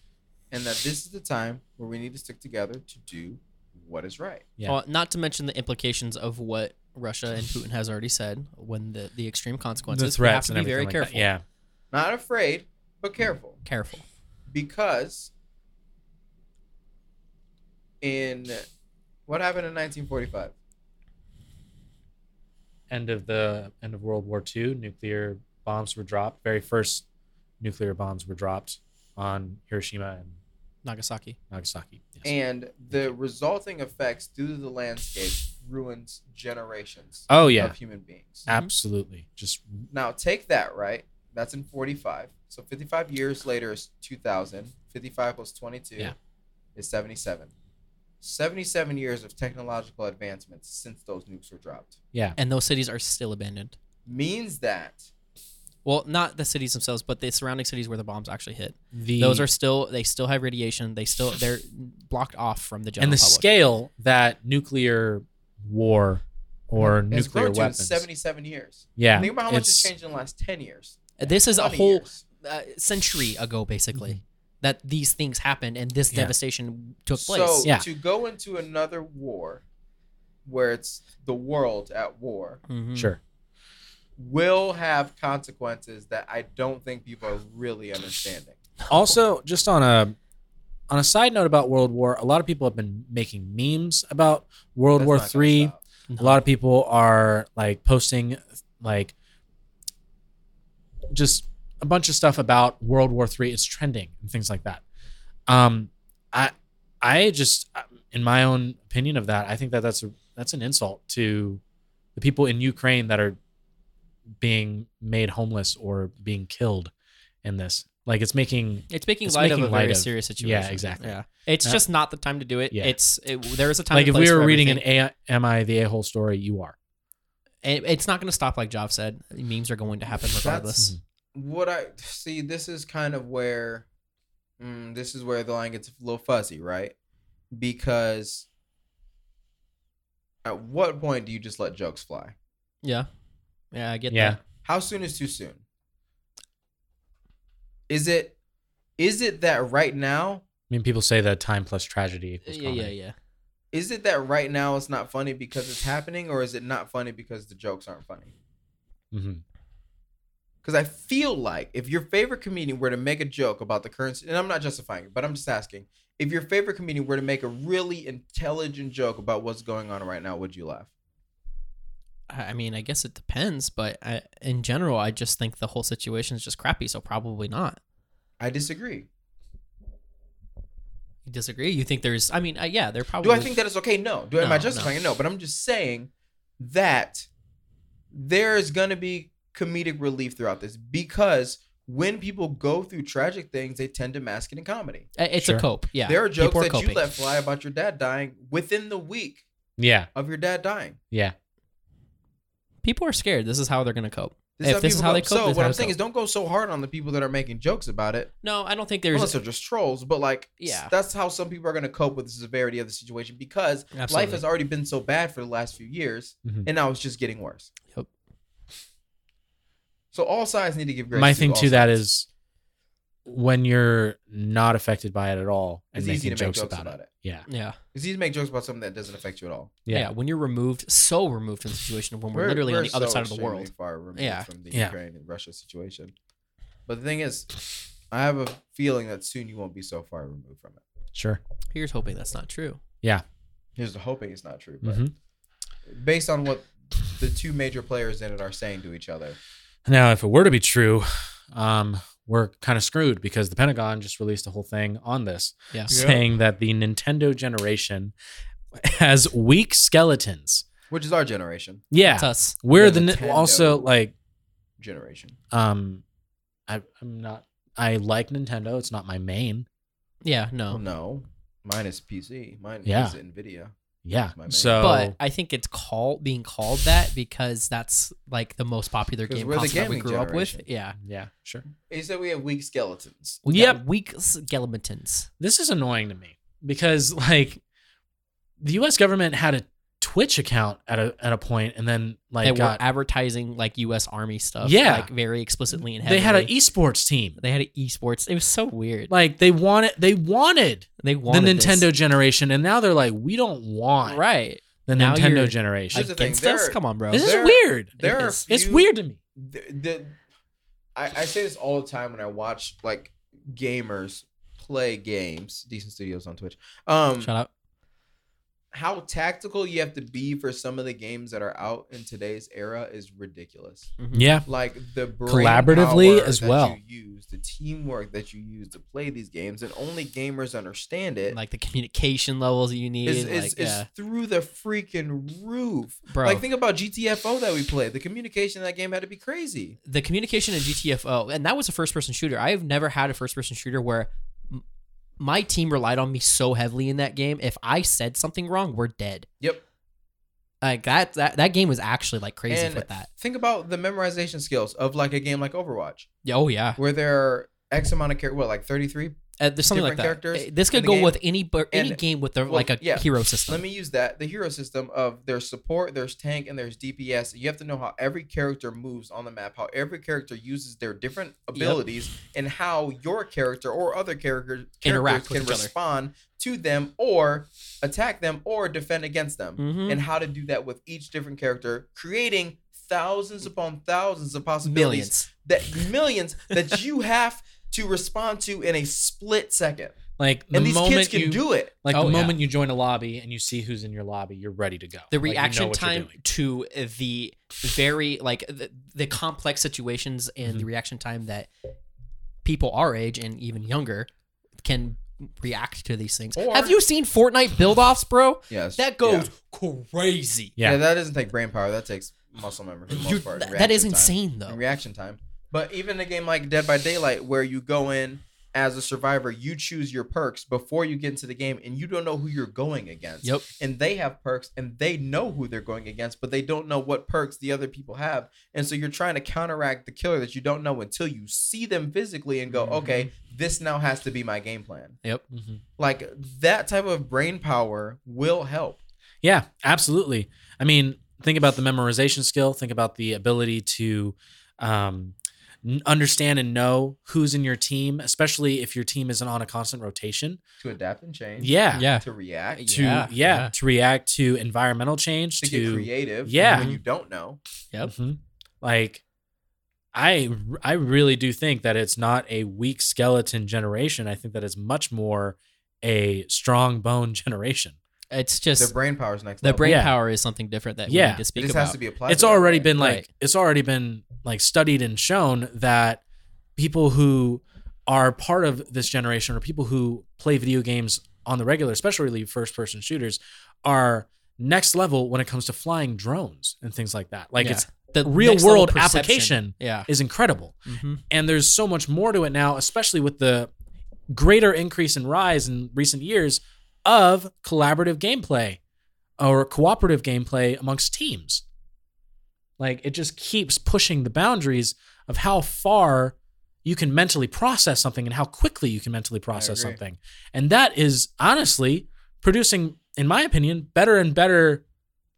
and that this is the time where we need to stick together to do what is right. Yeah. Well, not to mention the implications of what Russia and Putin has already said when the, the extreme consequences. we have to be very like careful. That. Yeah, Not afraid, but careful. Careful. Because in what happened in 1945? end of the end of World War II, nuclear bombs were dropped. Very first nuclear bombs were dropped on Hiroshima and Nagasaki. Nagasaki. Yes. And the resulting effects due to the landscape ruins generations oh yeah, of human beings. Mm-hmm. absolutely. Just Now take that, right? That's in 45. So 55 years later is 2000. 55 plus 22 Yeah. is 77. 77 years of technological advancements since those nukes were dropped yeah, And those cities are still abandoned. means that Well, not the cities themselves, but the surrounding cities where the bombs actually hit. the Those are still they still have radiation. They still they're blocked off from the general and the public. scale that nuclear war or it's grown nuclear to in weapons. 77 years. yeah, Think about how much has it's- changed in the last 10 years. this is a 20 whole years. uh, century ago, basically, that these things happened and this Mm-hmm. Yeah. devastation took place. So Yeah. to go into another war where it's the world at war Mhm. Sure. will have consequences that I don't think people are really understanding. Also, just on a on a side note about World War, a lot of people have been making memes about World That's War not gonna Three. stop. A lot of people are like posting like just a bunch of stuff about World War Three. It's trending and things like that. Um, I I just in my own opinion of that, I think that that's a that's an insult to the people in Ukraine that are being made homeless or being killed in this. Like it's making It's making It's light making of a light very of- serious situation. yeah, exactly. Yeah. It's Uh, just not the time to do it. yeah. It's it, there is a time. like and if place we for were reading an everything. a- am I the a hole story, you are. It- it's not going to stop. Like Job said, memes are going to happen That's- regardless. What I see, this is kind of where, mm, this is where the line gets a little fuzzy, right? Because at what point do you just let jokes fly? yeah, yeah, I get Mm-hmm. Yeah. that. How soon is too soon? Is it, is it that right now? I mean, people say that time plus tragedy equals Yeah, comedy. yeah, yeah. Is it that right now it's not funny because it's happening, or is it not funny because the jokes aren't funny? hmm Because I feel like if your favorite comedian were to make a joke about the currency, and I'm not justifying it, but I'm just asking, if your favorite comedian were to make a really intelligent joke about what's going on right now, would you laugh? I I mean, I guess it depends, but I, in general, I just think the whole situation is just crappy. So probably not. I disagree. You disagree? You think there's? I mean, uh, yeah, there probably. Do I think that it's okay? No. Do am I No, justifying it? No. But I'm just saying that there is gonna be comedic relief throughout this because when people go through tragic things, they tend to mask it in comedy. Uh, it's Sure. a cope? Yeah, there are jokes people that you coping. let fly about your dad dying within the week Yeah, of your dad dying. yeah. People are scared. This is how they're going to cope. This If how this is people how they go- cope, So this is what how I'm they saying cope. is, don't go so hard on the people that are making jokes about it, No, I don't think there's. unless they're just trolls. But like, Yeah. that's how some people are going to cope with the severity of the situation because life Absolutely. Mm-hmm. has already been so bad for the last few years, Mhm. and now it's just getting worse. Yep. So all sides need to give grace. My thing all to that sides. is when you're not affected by it at all and It's making easy to make jokes, about, it. Yeah, yeah. it's easy to make jokes about something that doesn't affect you at all. yeah, Yeah. When you're removed, so removed from the situation, when we're, literally on the other so side of the extremely world. far removed Yeah. from the Yeah. Ukraine and Russia situation. But the thing is, I have a feeling that soon you won't be so far removed from it. sure. Here's hoping that's not true. Here's the hoping it's not true, but. hmm based on what the two major players in it are saying to each other. Now, if it were to be true, um, we're kind of screwed because the Pentagon just released a whole thing on this Yeah. saying that the Nintendo generation has weak skeletons. Which is our generation. Yeah, It's us. we're We're the ni- Nintendo. also like Generation. um, I, I'm not. I like Nintendo. It's not my main. Yeah, Oh. no. No. Mine is PC. Mine Yeah. is NVIDIA. Yeah. My main. So But I think it's called being called that because that's like the most popular 'Cause game we're the console that we gaming grew up with. generation. Yeah. yeah, sure. He said we have weak skeletons. We Yep. got weak skeletons. This is annoying to me because like the U.S. government had a Twitch account at a at a point, and then like that were got advertising like U.S. Army stuff. Yeah. like very explicitly and they had an heavily. esports team. they had an esports. It was so weird. Like they wanted they wanted, they wanted the this. Nintendo generation, and now they're like, we don't want right? the Now Nintendo you're- generation. Here's the thing, Against us? they're- Come on, bro. this is There- weird. There are a It's- It's few- weird to me. the, the I, I say this all the time when I watch like gamers play games, decent studios on Twitch. Um, Shut up. how tactical you have to be for some of the games that are out in today's era is ridiculous. Yeah. Like the brain Collaboratively power as that well. you use the teamwork that you use to play these games, and only gamers understand it. Like the communication levels that you need. is, like, is, yeah. is through the freaking roof. bro. Like think about GTFO that we played. The communication in that game had to be crazy. the communication in GTFO, and that was a first person shooter. I have never had a first person shooter where m- my team relied on me so heavily in that game. If I said something wrong, we're dead. Yep. Like that, that, that game was actually like crazy And with that. Think about the memorization skills of like a game like Overwatch, Yeah, oh yeah, where there are X amount of characters, what like thirty three. uh, there's something like that. Different characters Uh, this in could the go game. with any bur- any And- game with a, well, like a yeah. hero system. Let me use that the hero system of there's support, there's tank, and there's DPS. You have to know how every character moves on the map, how every character uses their different abilities, and how your character or other characters Interact characters with can each other. respond to them or attack them or defend against them. Mhm. and how to do that with each different character, creating thousands upon thousands of possibilities Millions. that millions that you have to respond to in a split second. Like the And these kids moment can you do it. like Oh, the yeah. moment you join a lobby and you see who's in your lobby, you're ready to go. The Like, you know reaction what you're time doing. to the very like the, the complex situations and Mm-hmm. the reaction time that people our age and even younger can react to these things. Or- Have you seen Fortnite build-offs, bro? Yes. That goes crazy. Yeah. Yeah. that doesn't take brain power. That takes muscle memory for the most You- part. that- and that is reaction time. insane, And though. reaction time. But even a game like Dead by Daylight, where you go in as a survivor, you choose your perks before you get into the game, and you don't know who you're going against. Yep. and they have perks and they know who they're going against, but they don't know what perks the other people have. And so you're trying to counteract the killer that you don't know until you see them physically and go, Mm-hmm. okay, this now has to be my game plan. Yep. Mhm. Like that type of brain power will help. Yeah, absolutely. I mean, think about the memorization skill. Think about the ability to um, n- understand and know who's in your team, especially if your team isn't on a constant rotation. To adapt and change. Yeah. To react. To Yeah, yeah, yeah. to react to environmental change To, to, get creative. yeah. When you don't know. Yep. Mhm. Like I I really do think that it's not a weak skeleton generation. I think that it's much more a strong bone generation. It's Their just brain power is next the level. brain Yeah. power is something different that we Yeah. need to It speak just about. has to be applied. it's the right already way. been like Right. it's already been like studied and shown that people who are part of this generation or people who play video games on the regular, especially first person shooters, are next level when it comes to flying drones and things like that. Like Yeah. it's the real next level world perception. application Yeah. is incredible. Mhm. And there's so much more to it now, especially with the greater increase and rise in recent years of collaborative gameplay or cooperative gameplay amongst teams. Like it just keeps pushing the boundaries of how far you can mentally process something and how quickly you can mentally process agree. something. And that is honestly producing, in my opinion, better and better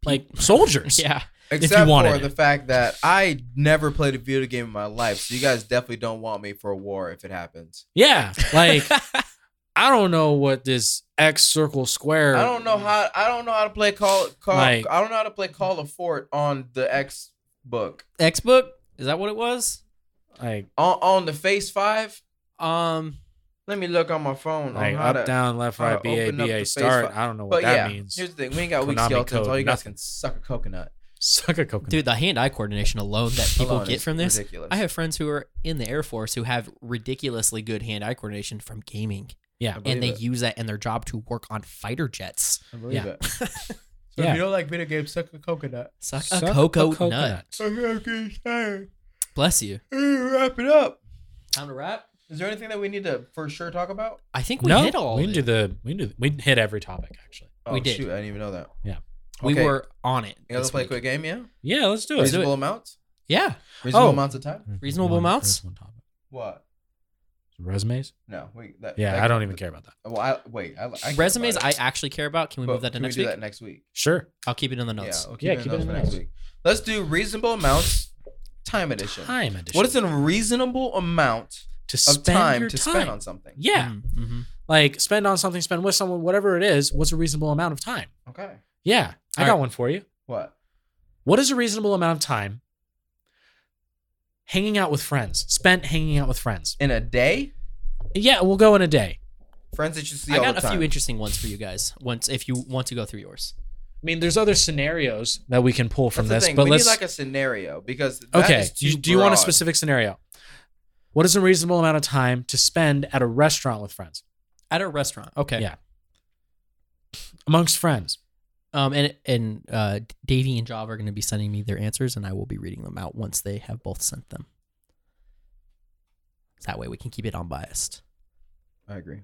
like soldiers. Yeah. you Except wanted for it. the fact that I never played a video game in my life, so you guys definitely don't want me for a war if it happens. Yeah, like I don't know what this X circle square. I don't know how I don't know how to play call call Like- I don't know how to play Call of Fort on the X book. X book is that what it was? like On on the Face Five, Um. let me look on my phone like on how up to. down left how to right B A open up B the A face start. file. I don't know what But that yeah, means. here's the thing: we ain't got weak Konami skeletons. code, All you guys nothing. can suck a coconut. Suck a coconut. Dude, the hand-eye coordination alone that people Alone get is from this. ridiculous. I have friends who are in the Air Force who have ridiculously good hand-eye coordination from gaming, yeah, believe and they it. use that in their job to work on fighter jets. I believe yeah. it. So Yeah. if you don't like video games, suck a coconut. Suck, Suck a cocoa coconut. nut. Okay, okay, Bless you. wrap it up. Time to wrap. Is there anything that we need to for sure talk about? I think we No, hit all. we of can do it. the we can do we can hit every topic actually. Oh, We did. Shoot, I didn't even know that. Yeah. We Okay, were on it. You guys this play a week. quick game, yeah? Yeah, let's do it. Reasonable amounts. Yeah. Reasonable Oh. amounts of time. Reasonable One- amounts? there's One topic. What? Resumes? No, wait. That, Yeah, that- I don't even care about that. Well, I, wait. I, I care Resumes, about I it. actually care about. Can we But move that to can we next do week? that next week? Sure. I'll keep it in the notes. Yeah, we'll Yeah, keep keep it in it the in next the week. Let's do reasonable amounts, time edition. Time edition. What is a reasonable amount to of spend time your to time? spend on something? Hmm. Yeah, Mm-hmm. like spend on something, spend with someone, whatever it is. What's a reasonable amount of time? Okay. Yeah, I All got right. one for you. What? What is a reasonable amount of time hanging out with friends? Spent hanging out with friends. In a day? Yeah, we'll go in a day. Friends that you see I all got the a time. few interesting ones for you guys. Once, if you want to go through yours, I mean, there's other scenarios that we can pull from That's the this, thing. but we let's need like a scenario because that okay. is Do you, too do you want a broad. specific scenario? What is a reasonable amount of time to spend at a restaurant with friends, at a restaurant. Okay. Yeah. amongst friends? Um, and and uh, Davey and Jav are going to be sending me their answers, and I will be reading them out once they have both sent them. That way, we can keep it unbiased. I agree.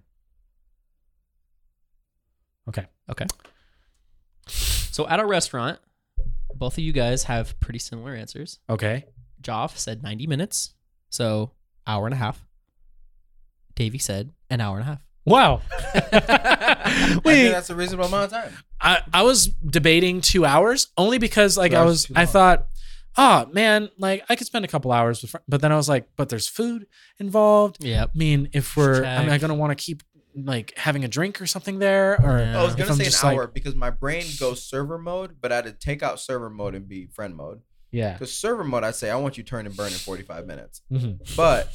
So, at a restaurant, both of you guys have pretty similar answers. Okay. Jav said ninety minutes, so hour and a half. Davey said an hour and a half. Wow. I think Wait, that's a reasonable amount of time. I, I was debating two hours only because like Two I hours was is too I long. thought, oh man, like I could spend a couple hours with, fr-. but then I was like, but there's food involved. Yep. I mean, if we're, am I Check. gonna want to keep like having a drink or something there? Or Yeah. I was if gonna I'm say just, an like- hour because my brain goes server mode, but I had to take out server mode and be friend mode. yeah. Because server mode, I say I want you turned and burned in forty five minutes, Mhm. but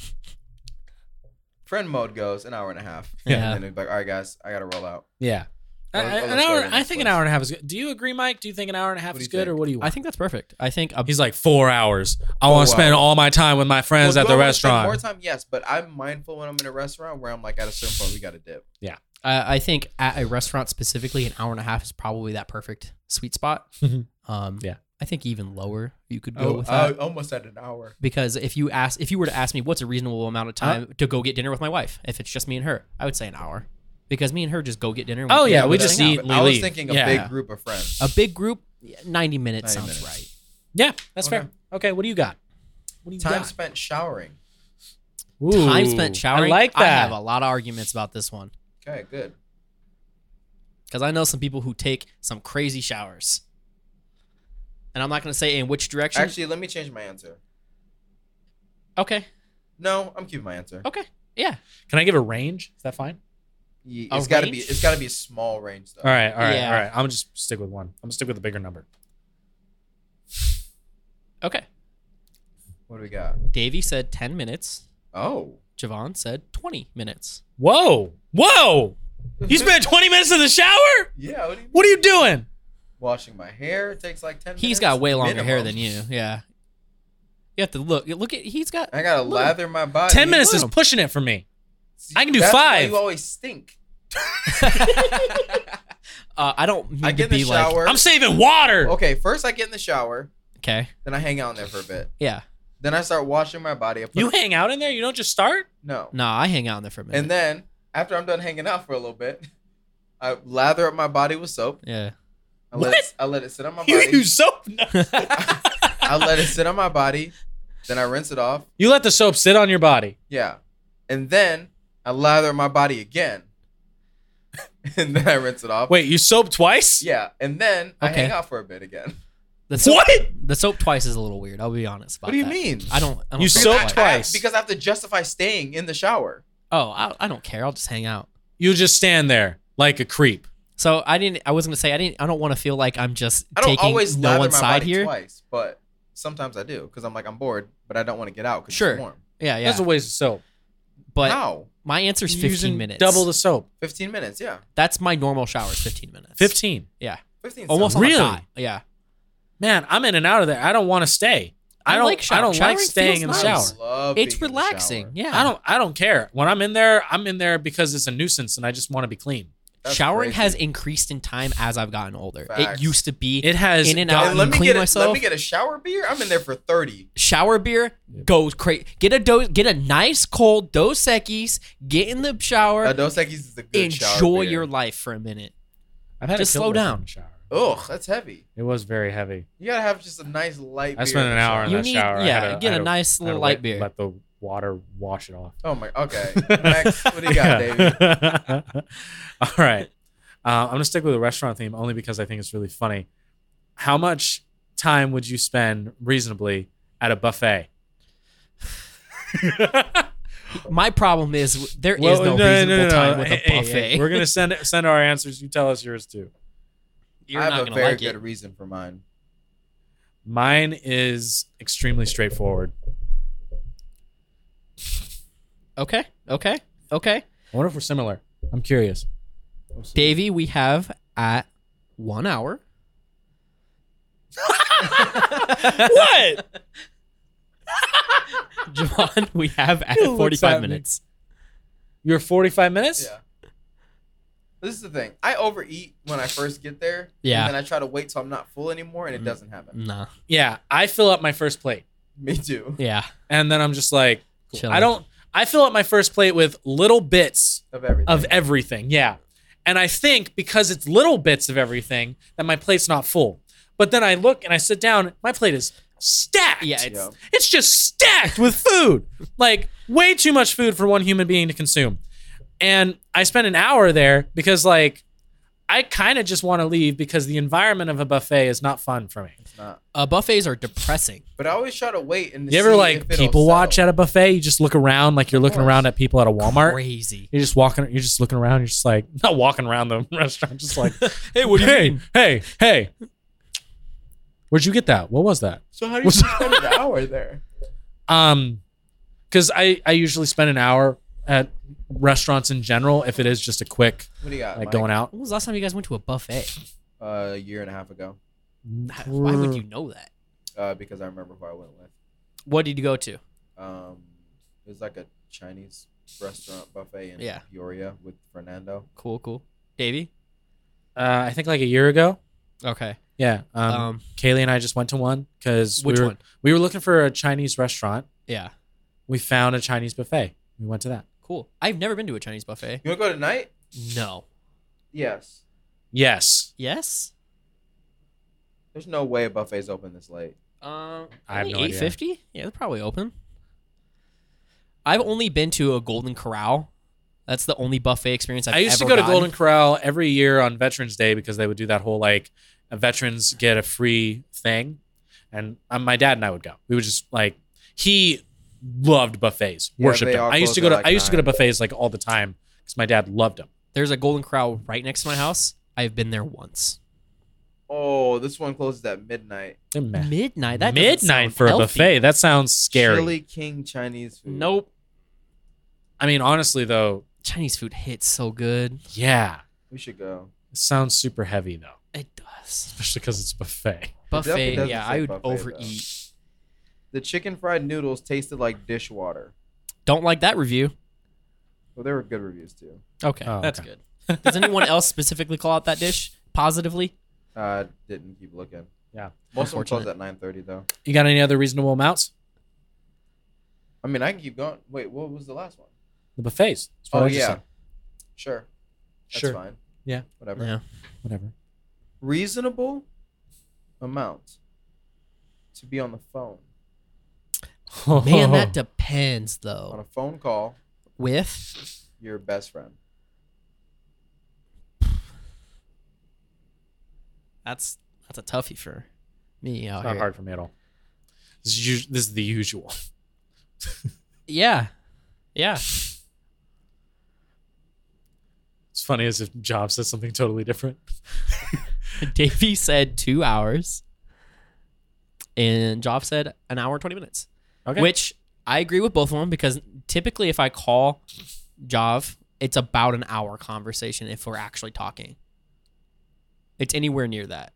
friend mode goes an hour and a half. Yeah. And then it's like, all right, guys, I gotta roll out. Yeah. Well, I- I- well, let's an go to hour. the I next think an place. hour and a half is good. Do you agree, Mike? Do you think an hour and a half What do is you good, or think? what do you want? I think that's perfect. I think a He's like four hours. I want Four to spend hours. all my time with my friends Well, at do the I wanna spend More restaurant. time, yes, but I'm mindful when I'm in a restaurant where I'm like, at a certain point, we gotta dip. I I think at a restaurant specifically, an hour and a half is probably that perfect sweet spot. Mhm. um, Yeah. I think even lower you could go Oh, with I that almost at an hour. because if you ask, if you were to ask me what's a reasonable amount Uh, of time to go get dinner with my wife, if it's just me and her, I would say an hour because me and her just go get dinner. and Oh, yeah, and we hang just out. eat. But I was Leave. thinking a Yeah. big group of friends. a big group. yeah, Ninety minutes 90 sounds minutes. right. Yeah, that's Okay. fair. Okay, what do you got? What do you Time got? spent showering. Time Ooh, spent showering. I like I that. have a lot of arguments about this one Okay, good. because I know some people who take some crazy showers, and I'm not going to say in which direction. Actually, let me change my answer. okay, No, I'm keeping my answer. okay, yeah. Can I give a range? Is that fine? Ye- A It's got to be. range? It's got to be a small range though. All right, all right, Yeah. all right. I'm gonna just stick with one. I'm gonna stick with a bigger number. Okay. What do we got? Davey said 10 minutes. Oh, Javon said 20 minutes. Whoa, whoa! You spent 20 minutes in the shower? yeah. What do you, What are you doing? washing my hair takes like ten. He's minutes, got way longer hair minimum. than you. Yeah. You have to look. Look at he's got I gotta Look. lather my body. 10 minutes is Look. pushing it for me. I can do That's why five. you always stink. uh, I don't mean I to get in be the like shower. I'm saving water. okay, first I get in the shower, Okay. then I hang out in there for a bit, Yeah. then I start washing my body. I put- You hang out in there? You don't just start? no, Nah, I hang out in there for a minute. and then after I'm done hanging out for a little bit, I lather up my body with soap. yeah. I let What? it, I let it sit on my You body. use soap? No. I let it sit on my body, then I rinse it off. You let the soap sit on your body. Yeah. And then I lather my body again. and then I rinse it off. Wait, you soap twice? Yeah. And then I Okay. hang out for a bit again. The soap, What? The soap twice is a little weird. I'll be honest. About What do you that. mean? I don't. I don't You soap soap I- I- twice. twice. because I have to justify staying in the shower. Oh, I, I don't care. I'll just hang out. You just stand there like a creep. So I didn't. I was gonna say I didn't. I don't want to feel like I'm just I don't taking always no lather one my side body here. twice, but sometimes I do because I'm like, I'm bored, but I don't want to get out because Sure. it's warm. Yeah, yeah. That's a waste of soap. but How? my answer's You're 15 using minutes. Double the soap. 15 minutes. Yeah. That's my normal shower is 15 minutes. 15. 15 Almost sounds- on the Really? dot. Yeah. Man, I'm in and out of there. I don't want to stay. I I don't like shower- I don't showering like staying feels in the nice. I shower. love It's being in the relaxing. shower. Yeah. I don't I don't care. When I'm in there, I'm in there because it's a nuisance and I just want to be clean. That's Showering crazy. has increased in time as I've gotten older. Facts. It used to be It has In and gotten- out. And let me clean get a, myself. let me get a shower beer. I'm in there for 30. shower beer goes crazy. Get a dose. Get a nice cold Dos Equis. Get in the shower. A Dos Equis is a good shower enjoy beer. your life for a minute. I've had Just a slow kilt lift down. in the shower. Ugh, that's heavy. It was very heavy. You gotta have just a nice light. I beer spent in an the hour shower. in You that need- shower. I yeah, had get I had a nice I had to light wait- beer. Let the water, wash it off. Oh my. Okay. Max, what do you got, Yeah. David? All right. Uh, I'm going to stick with the restaurant theme only because I think it's really funny. How much time would you spend reasonably at a buffet? My problem is there is no, no, reasonable no, no, time no. with Hey, hey, a buffet. hey, We're going to send send our answers. You tell us yours too. You're I not have a gonna very like good it. reason for mine. Mine is extremely straightforward. Okay, okay, okay. I wonder if we're similar. I'm curious. Davey, we have at one hour. What? Javon, we have at He looks 45 at me. minutes. You're 45 minutes? Yeah. This is the thing. I overeat when I first get there. Yeah. And then I try to wait till I'm not full anymore, Mm. and it doesn't happen. Nah. Yeah, I fill up my first plate. Me too. Yeah. and then I'm just like, cool. Chilling. I don't. I fill up my first plate with little bits Of everything. of everything. Yeah, and I think because it's little bits of everything that my plate's not full. But then I look and I sit down. My plate is stacked. Yeah, it's- yeah. It's just stacked with food. Like way too much food for one human being to consume. And I spent an hour there because like I kind of just want to leave because the environment of a buffet is not fun for me. It's not. Uh, buffets are depressing. But I always try to wait and You ever see like if it'll people watch settle. at a buffet? You just look around like you're looking course. around at people at a Walmart. Crazy. You're just walking. You're just looking around. You're just like not walking around the restaurant. Just like, hey, what do you hey, Hey, hey, where'd you get that? What was that? So how do you What's- spend an hour there? Um, because I I usually spend an hour at restaurants in general if it is just a quick What do you got? like Mike? going out. When was the last time you guys went to a buffet? Uh, a year and a half ago, Why would you know that? uh, because I remember who I went with. What did you go to? Um, it was like a Chinese restaurant buffet in Yeah. Peoria with Fernando. Cool, cool. Davey? Uh, I think like a year ago. Okay. Yeah. Um, Um, Kaylee and I just went to one because which we were, one? we were looking for a Chinese restaurant. Yeah. We found a Chinese buffet. We went to that. Cool. I've never been to a Chinese buffet. You want to go tonight? No. Yes. Yes. Yes? There's no way a buffet's open this late. Um, I have no idea. eight fifty. Yeah, they're probably open. I've only been to a Golden Corral. That's the only buffet experience I've i used to ever go to gotten. Golden Corral every year on Veterans Day because they would do that whole like uh, veterans get a free thing, and um, my dad and I would go. We would just like he loved buffets, Yeah, worshipped they them. all I used to close go at, to like, I used to go to nine. buffets like all the time because my dad loved them. There's a Golden Corral right next to my house. I've been there once. Oh, this one closes at midnight. They're meh. Midnight. That doesn't Midnight sound for healthy. a buffet that sounds scary. Chili King Chinese food. Nope. I mean, honestly though, Chinese food hits so good. yeah, We should go. it sounds super heavy though, It does. especially because it's buffet. definitely Buffet. doesn't Yeah, say I would buffet, though. overeat. The chicken fried noodles tasted like dishwater. Don't like that review. Well, there were good reviews too. Okay, Oh, that's okay. good. Does anyone else specifically call out that dish positively? Uh, didn't keep looking. Yeah. Most of them close Unfortunate. at 9:30 though. You got any other reasonable amounts? I mean, I can keep going. Wait, what was the last one? The buffets. That's what Oh I just yeah. said. Sure. That's sure, fine. Yeah. Whatever. Yeah. whatever. Reasonable amount to be on the phone Man, that depends on though. a phone call. With Your best friend. that's that's a toughie for me out It's not here. hard for me at all. This is, us- this is the usual. Yeah. Yeah. It's funny as if Job says something totally different. Davey said two hours. And Job said an hour and 20 minutes. Okay. Which I agree with both of them because typically if I call Jav, it's about an hour conversation if we're actually talking. It's anywhere near that.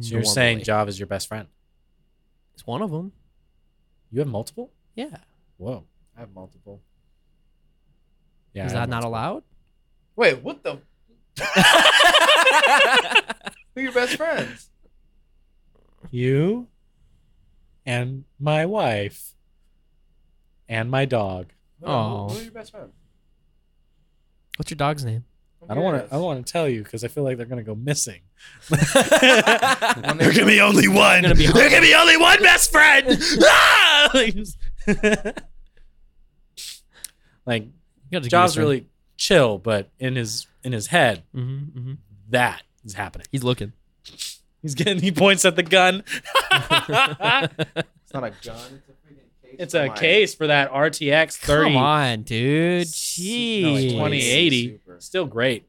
So you're saying normally. Job is your best friend. it's one of them. You have multiple? Yeah. Whoa. I have multiple. Yeah. Is I have that not multiple. allowed? Wait, what the? Who are your best friends? You and my wife and my dog. Hold on, Aw. Who, who are your best friends? What's your dog's name? I'm I don't want to. curious. I don't want to tell you because I feel like they're gonna go missing. One There name- can be only one. gonna be there can be only one best friend. Ah! Like, just- Like You gotta Jobs give me really chill, but in his in his head, some- Mhm, mhm. that is happening. He's looking. He's getting he points at the gun. It's not a gun. It's a freaking case. it's a case for that RTX 30. Come on, dude. No, Jeez. it's 2080. Still great.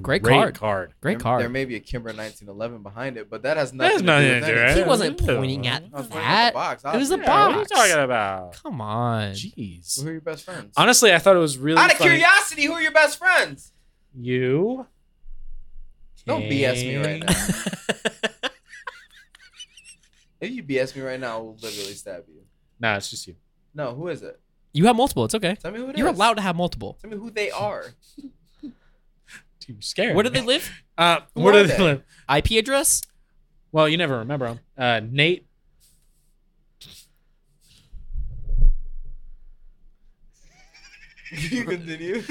Great, great card. card. Great There card. may be a Kimber 1911 behind it, but that has That nothing has to nothing do to do with with anything. He wasn't Yeah. pointing I at was looking at the that. box. I It was a yeah, Yeah, what are you box. talking about? Come on. Jeez. Who are your best friends? Honestly, I thought it was really Out of funny. curiosity, who are your best friends? You. Don't BS me right now. now. If you BS me right now, I will literally stab you. Nah, it's just you. No, who is it? you have multiple. It's okay. Tell me who it is. You're allowed to have multiple. Tell me who they are. Dude, you're scared. Where do they live? Uh, Who where are do they they? live? IP address? Well, you never remember them. Uh, Nate. you continue.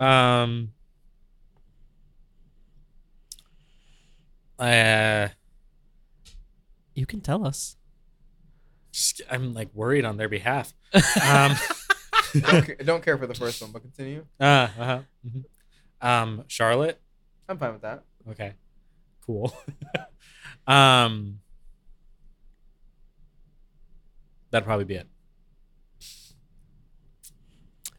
Um. Uh, you can tell us. just- I'm like worried on their behalf. Um. don't, care, don't care for the first one, but continue. uh, uh-huh. Mhm. Um. Charlotte. I'm fine with that. Okay. Cool. um. That'd probably be it.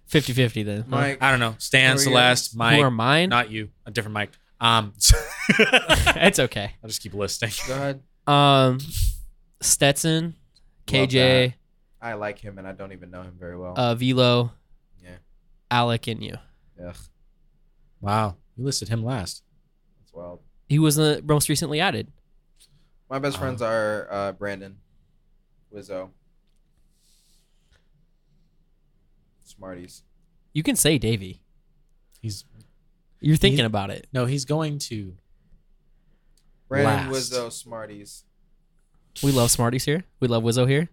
50 50 then. huh? Mike, I don't know. Who Stan, are Celeste, Who are Mike. mine? Not you. A different Mike. Um. I'll it's okay. just keep listing. go ahead. Um, Stetson, KJ, I like him, and I don't even know him very well. uh, Velo, yeah. Alec, and you. Ugh, Wow. You listed him last. that's wild. He was the most recently added. My best Uh, friends are uh, Brandon, Wizzo, Smarties. You can say Davy. He's You're thinking about it. no. He's going to. Brandon, Last. Wizzo, Smarties. We love Smarties here. We love Wizzo here.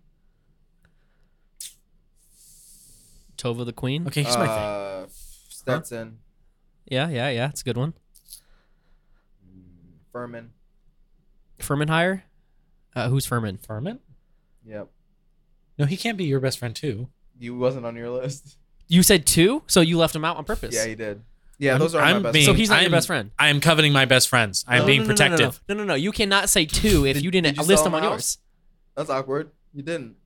Tova the Queen. Okay. Here's my thing. Uh, Stetson, Yeah, yeah, yeah. It's a good one. mm, Furman. Furman higher. Uh, who's Furman? Furman. Yep. No, he can't be your best friend too. You wasn't on your list. You said two, so you left him out on purpose. Yeah, he did. Yeah, I'm- those are I'm my best being- so friends. he's not I'm- your best friend. I am coveting my best friends. I am No, being no, no, no, no, no. protective. No, no, no, You cannot say two if you did didn't you list sell them him on out? yours. That's awkward. You didn't.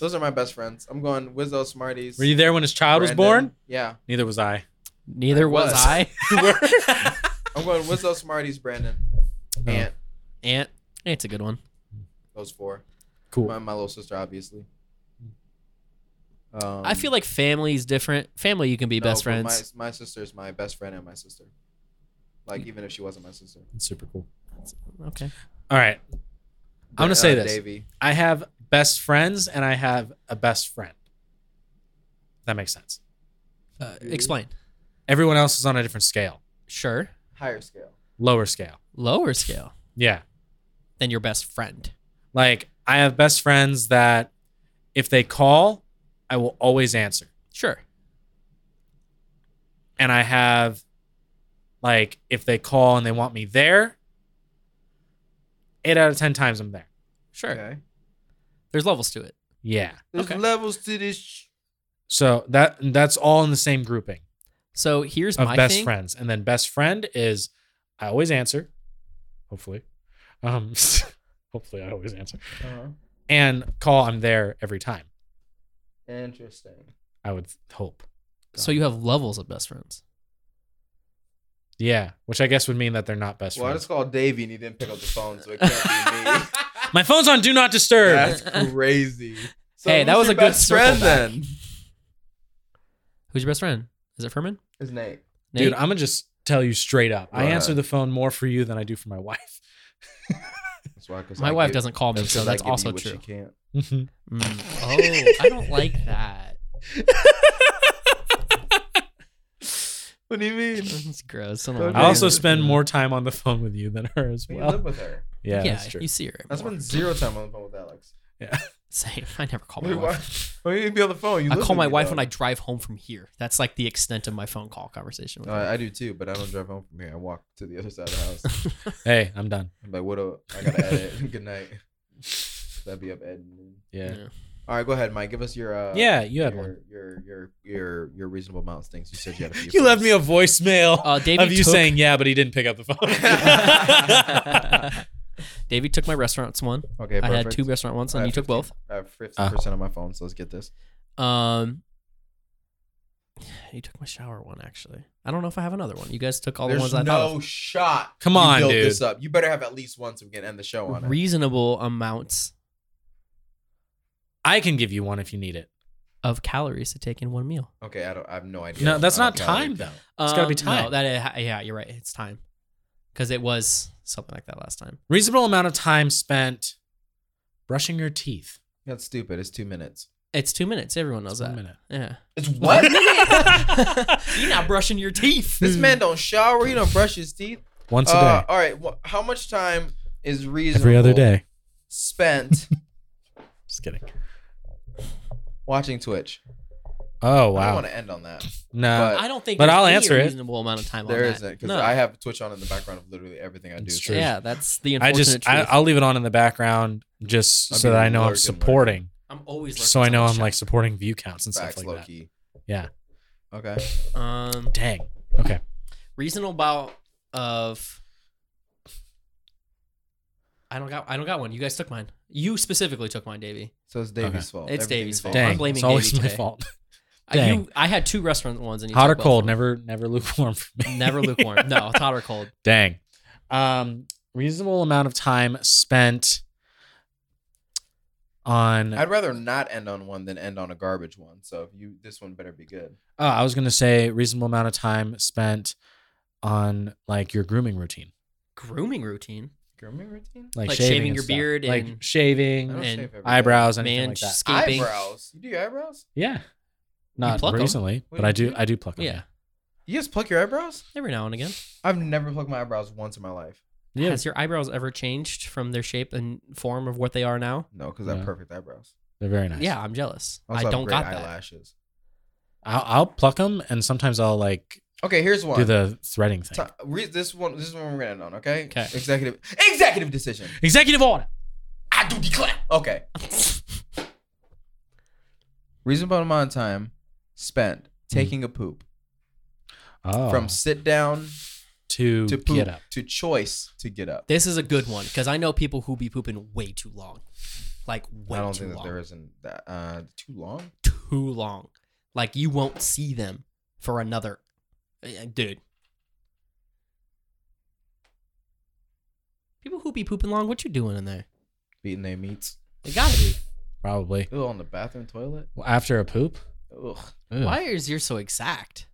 Those are my best friends. I'm going Wizzo, Smarties. Were you there when his child was Brandon. born? Yeah. Neither was I. Neither was, was. I. I'm going Wizzo, Smarties, Brandon, No. Ant. Ant. Ant's a good one. Those four. Cool. My, my little sister, obviously. Um, I feel like family is different. Family, you can be no, best but friends. My, my sister is my best friend and my sister. Like even if she wasn't my sister. That's super cool. Okay. All right. I'm gonna say Uh, this. Davey. I have best friends and I have a best friend. That makes sense. Uh, explain. Everyone else is on a different scale, Sure. Higher scale. lower scale. Lower scale Yeah. than your best friend. Like I have best friends that if they call, I will always answer. Sure. and I have like if they call and they want me there, eight out of ten times I'm there. Sure. Okay. There's levels to it. Yeah. There's Okay. levels to this. Sh- So that that's all in the same grouping So here's of my best thing. friends, and then best friend is I always answer, hopefully, um, hopefully I always answer uh-huh. and call. I'm there every time. Interesting. I would hope. So you have levels of best friends. Yeah, which I guess would mean that they're not best Well, I friends. just called Davey and he didn't pick up the phone, so it can't be me. My phone's on do not disturb. That's crazy. So Hey, that who's was your a good best circle friend back. then. Who's your best friend? Is it Furman? Is Nate. Nate? Dude, I'm gonna just tell you straight up. I Right. answer the phone more for you than I do for my wife. That's why, 'cause my I wife give- doesn't call me, so 'cause I that's give you also what true. She can't. Mhm. Mm. Oh, I don't like that. What do you mean? It's gross. I, don't I like I also that. spend more time on the phone with you than her as You live well. with her. Yeah, that's true. you see her. I more. spend zero time on the phone with Alex. Same. I never call my Wait, wife. why? Why you be on the phone? You I live call with my me, wife though. when I drive home from here. That's like the extent of my phone call conversation. With No, her. Uh, I, I do too, but I don't drive home from here. I walk to the other side of the house. Hey, I'm done. I'm like, what up? I gotta edit. Good night. That'd be up editing. Yeah. Yeah. All right, go ahead, Mike. Give us your. Uh, yeah, you had your, one. Your your your your reasonable amounts things. You said you had a few. You left me first. a voicemail Uh, Davey of you took- saying yeah, but he didn't pick up the phone. Davey took my restaurants one. Okay, I perfect. had two restaurant ones, and I you have took 15. both. Uh-huh. I have fifty percent on my phone, so let's get this. Um, you took my shower one actually. I don't know if I have another one. You guys took all There's the ones I thought. no shot. Come you on, built dude. This up. You better have at least one so we can end the show on it. reasonable amounts I can give you one if you need it. of calories to take in one meal. Okay, I don't. I have no idea. No, that's I not don't count it. time though. It's gotta be Um, no, time. that yeah, you're right. It's time because it was something like that last time. Reasonable amount of time spent brushing your teeth. That's stupid. It's two minutes. It's two minutes. Everyone knows It's one that. minute. Yeah. It's what? you're not brushing your teeth. this man don't shower. He don't brush his teeth. Hmm. Once a Uh, day. all right. wh- how much time is reasonable? Every other day. Spent Just kidding. watching Twitch. Oh I don't wow. want to end on that. No. but- I don't think. But there's I'll any answer it. Reasonable amount of time. Uh, There on isn't that. because No. I have Twitch on in the background of literally everything I do. It's so- true. Yeah, that's the I unfortunate just I, truth. I'll leave it on in the background just I'll so be that I know I'm lurking, supporting. I'm always Just so I lurking know on I'm the like supporting view counts and stuff Facts, like low that. key. Yeah. Okay. chat. um Dang. reasonable about of I don't got I don't got one. You guys took mine. You specifically took mine, Davey. So it's Davy's Okay. fault. It's Everything Davy's is fault. Dang. I'm blaming it's always Davey my today. fault. I, you, Dang. I had two restaurant ones and you Hot or took both cold, of them. never never lukewarm for me. never lukewarm. No, it's hot or cold. Dang. Um reasonable amount of time spent on uh, I'd rather not end on one than end on a garbage one. So if you, this one better be good. Oh, I was gonna say reasonable amount of time spent on like your grooming routine, Grooming routine. Grooming routine. like, Like shaving, shaving and your stuff. beard like and- I shaving, don't and shave every day. eyebrows, anything Man like that. scaping. Eyebrows. You do your eyebrows? Yeah, not pluck 'em. recently, We but I do do. too. I do pluck them. Yeah. You just pluck your eyebrows? Every now and again. I've never plucked my eyebrows once in my life. yeah. Has your eyebrows ever changed from their shape and form of what they are now? No, because I No. have perfect eyebrows. they're very nice. Yeah, I'm jealous. also I have don't great got that. eyelashes. I'll, I'll pluck them, and sometimes I'll like Okay, here's one. do the threading thing. Ti- re- this one. This is one we're gonna end on. Okay. 'Kay. Executive. Executive decision. Executive order. I do declare. Okay. Reasonable amount of time spent taking a poop Mm. Oh, from sit down to, to poop get up. to choice to get up. This is a good one because I know people who be pooping way too long. Like way I don't too think long. that there isn't that uh, too long. too long. Like you won't see them for another Yeah, dude. People who be pooping long, what you doing in there? Beating their meats. They gotta be. Probably Ooh, on the bathroom toilet. Well, after a poop. Ugh. Ugh. Why is yours so exact?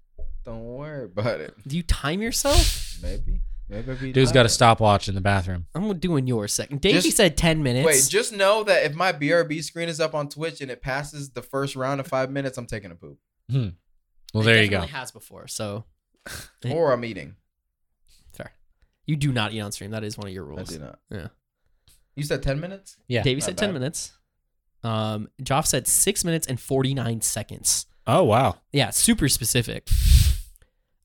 Don't worry about it. Do you time yourself? Maybe. Maybe I'll be Dude's got a tired. stopwatch in the bathroom. I'm doing yours second. Davey Just- said ten minutes. Wait, just know that if my BRB screen is up on Twitch and it passes the first round of five minutes, I'm taking a poop. Hmm. Well, It there you go. definitely Has before, so Hey. Or I'm eating. fair. You do not eat on stream. That is one of your I rules. do not. Yeah. You said 10 minutes? Yeah. Davey Not said ten bad. minutes. Um, Joff said six minutes and forty nine seconds. Oh wow. Yeah, super specific. That's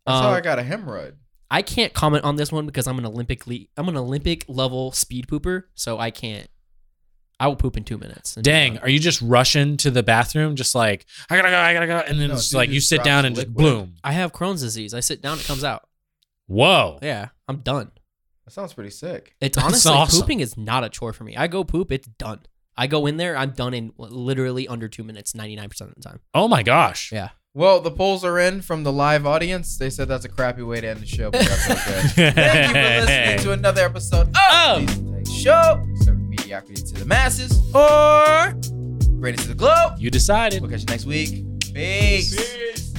how Um, I got a hemorrhoid. I can't comment on this one because I'm an Olympic le- I'm an Olympic level speed pooper, so I can't. I will poop in two minutes. and be Dang, done. are you just rushing to the bathroom, just like I gotta go, I gotta go, and then No, it's dude like you just sit drops down and just liquid. boom, I have Crohn's disease. I sit down, it comes out. whoa, Yeah, I'm done. That sounds pretty sick. It's That's honestly awesome. pooping is not a chore for me. I go poop, it's done. I go in there, I'm done in literally under two minutes, ninety nine percent of the time. oh my gosh, Yeah. Well, the polls are in from the live audience. They said that's a crappy way to end the show. But that's okay. Thank you for listening to another episode of Oh! These Things Show, serving mediocrity to the masses or greatness to the globe. you decided. We'll catch you next week. Peace. Peace.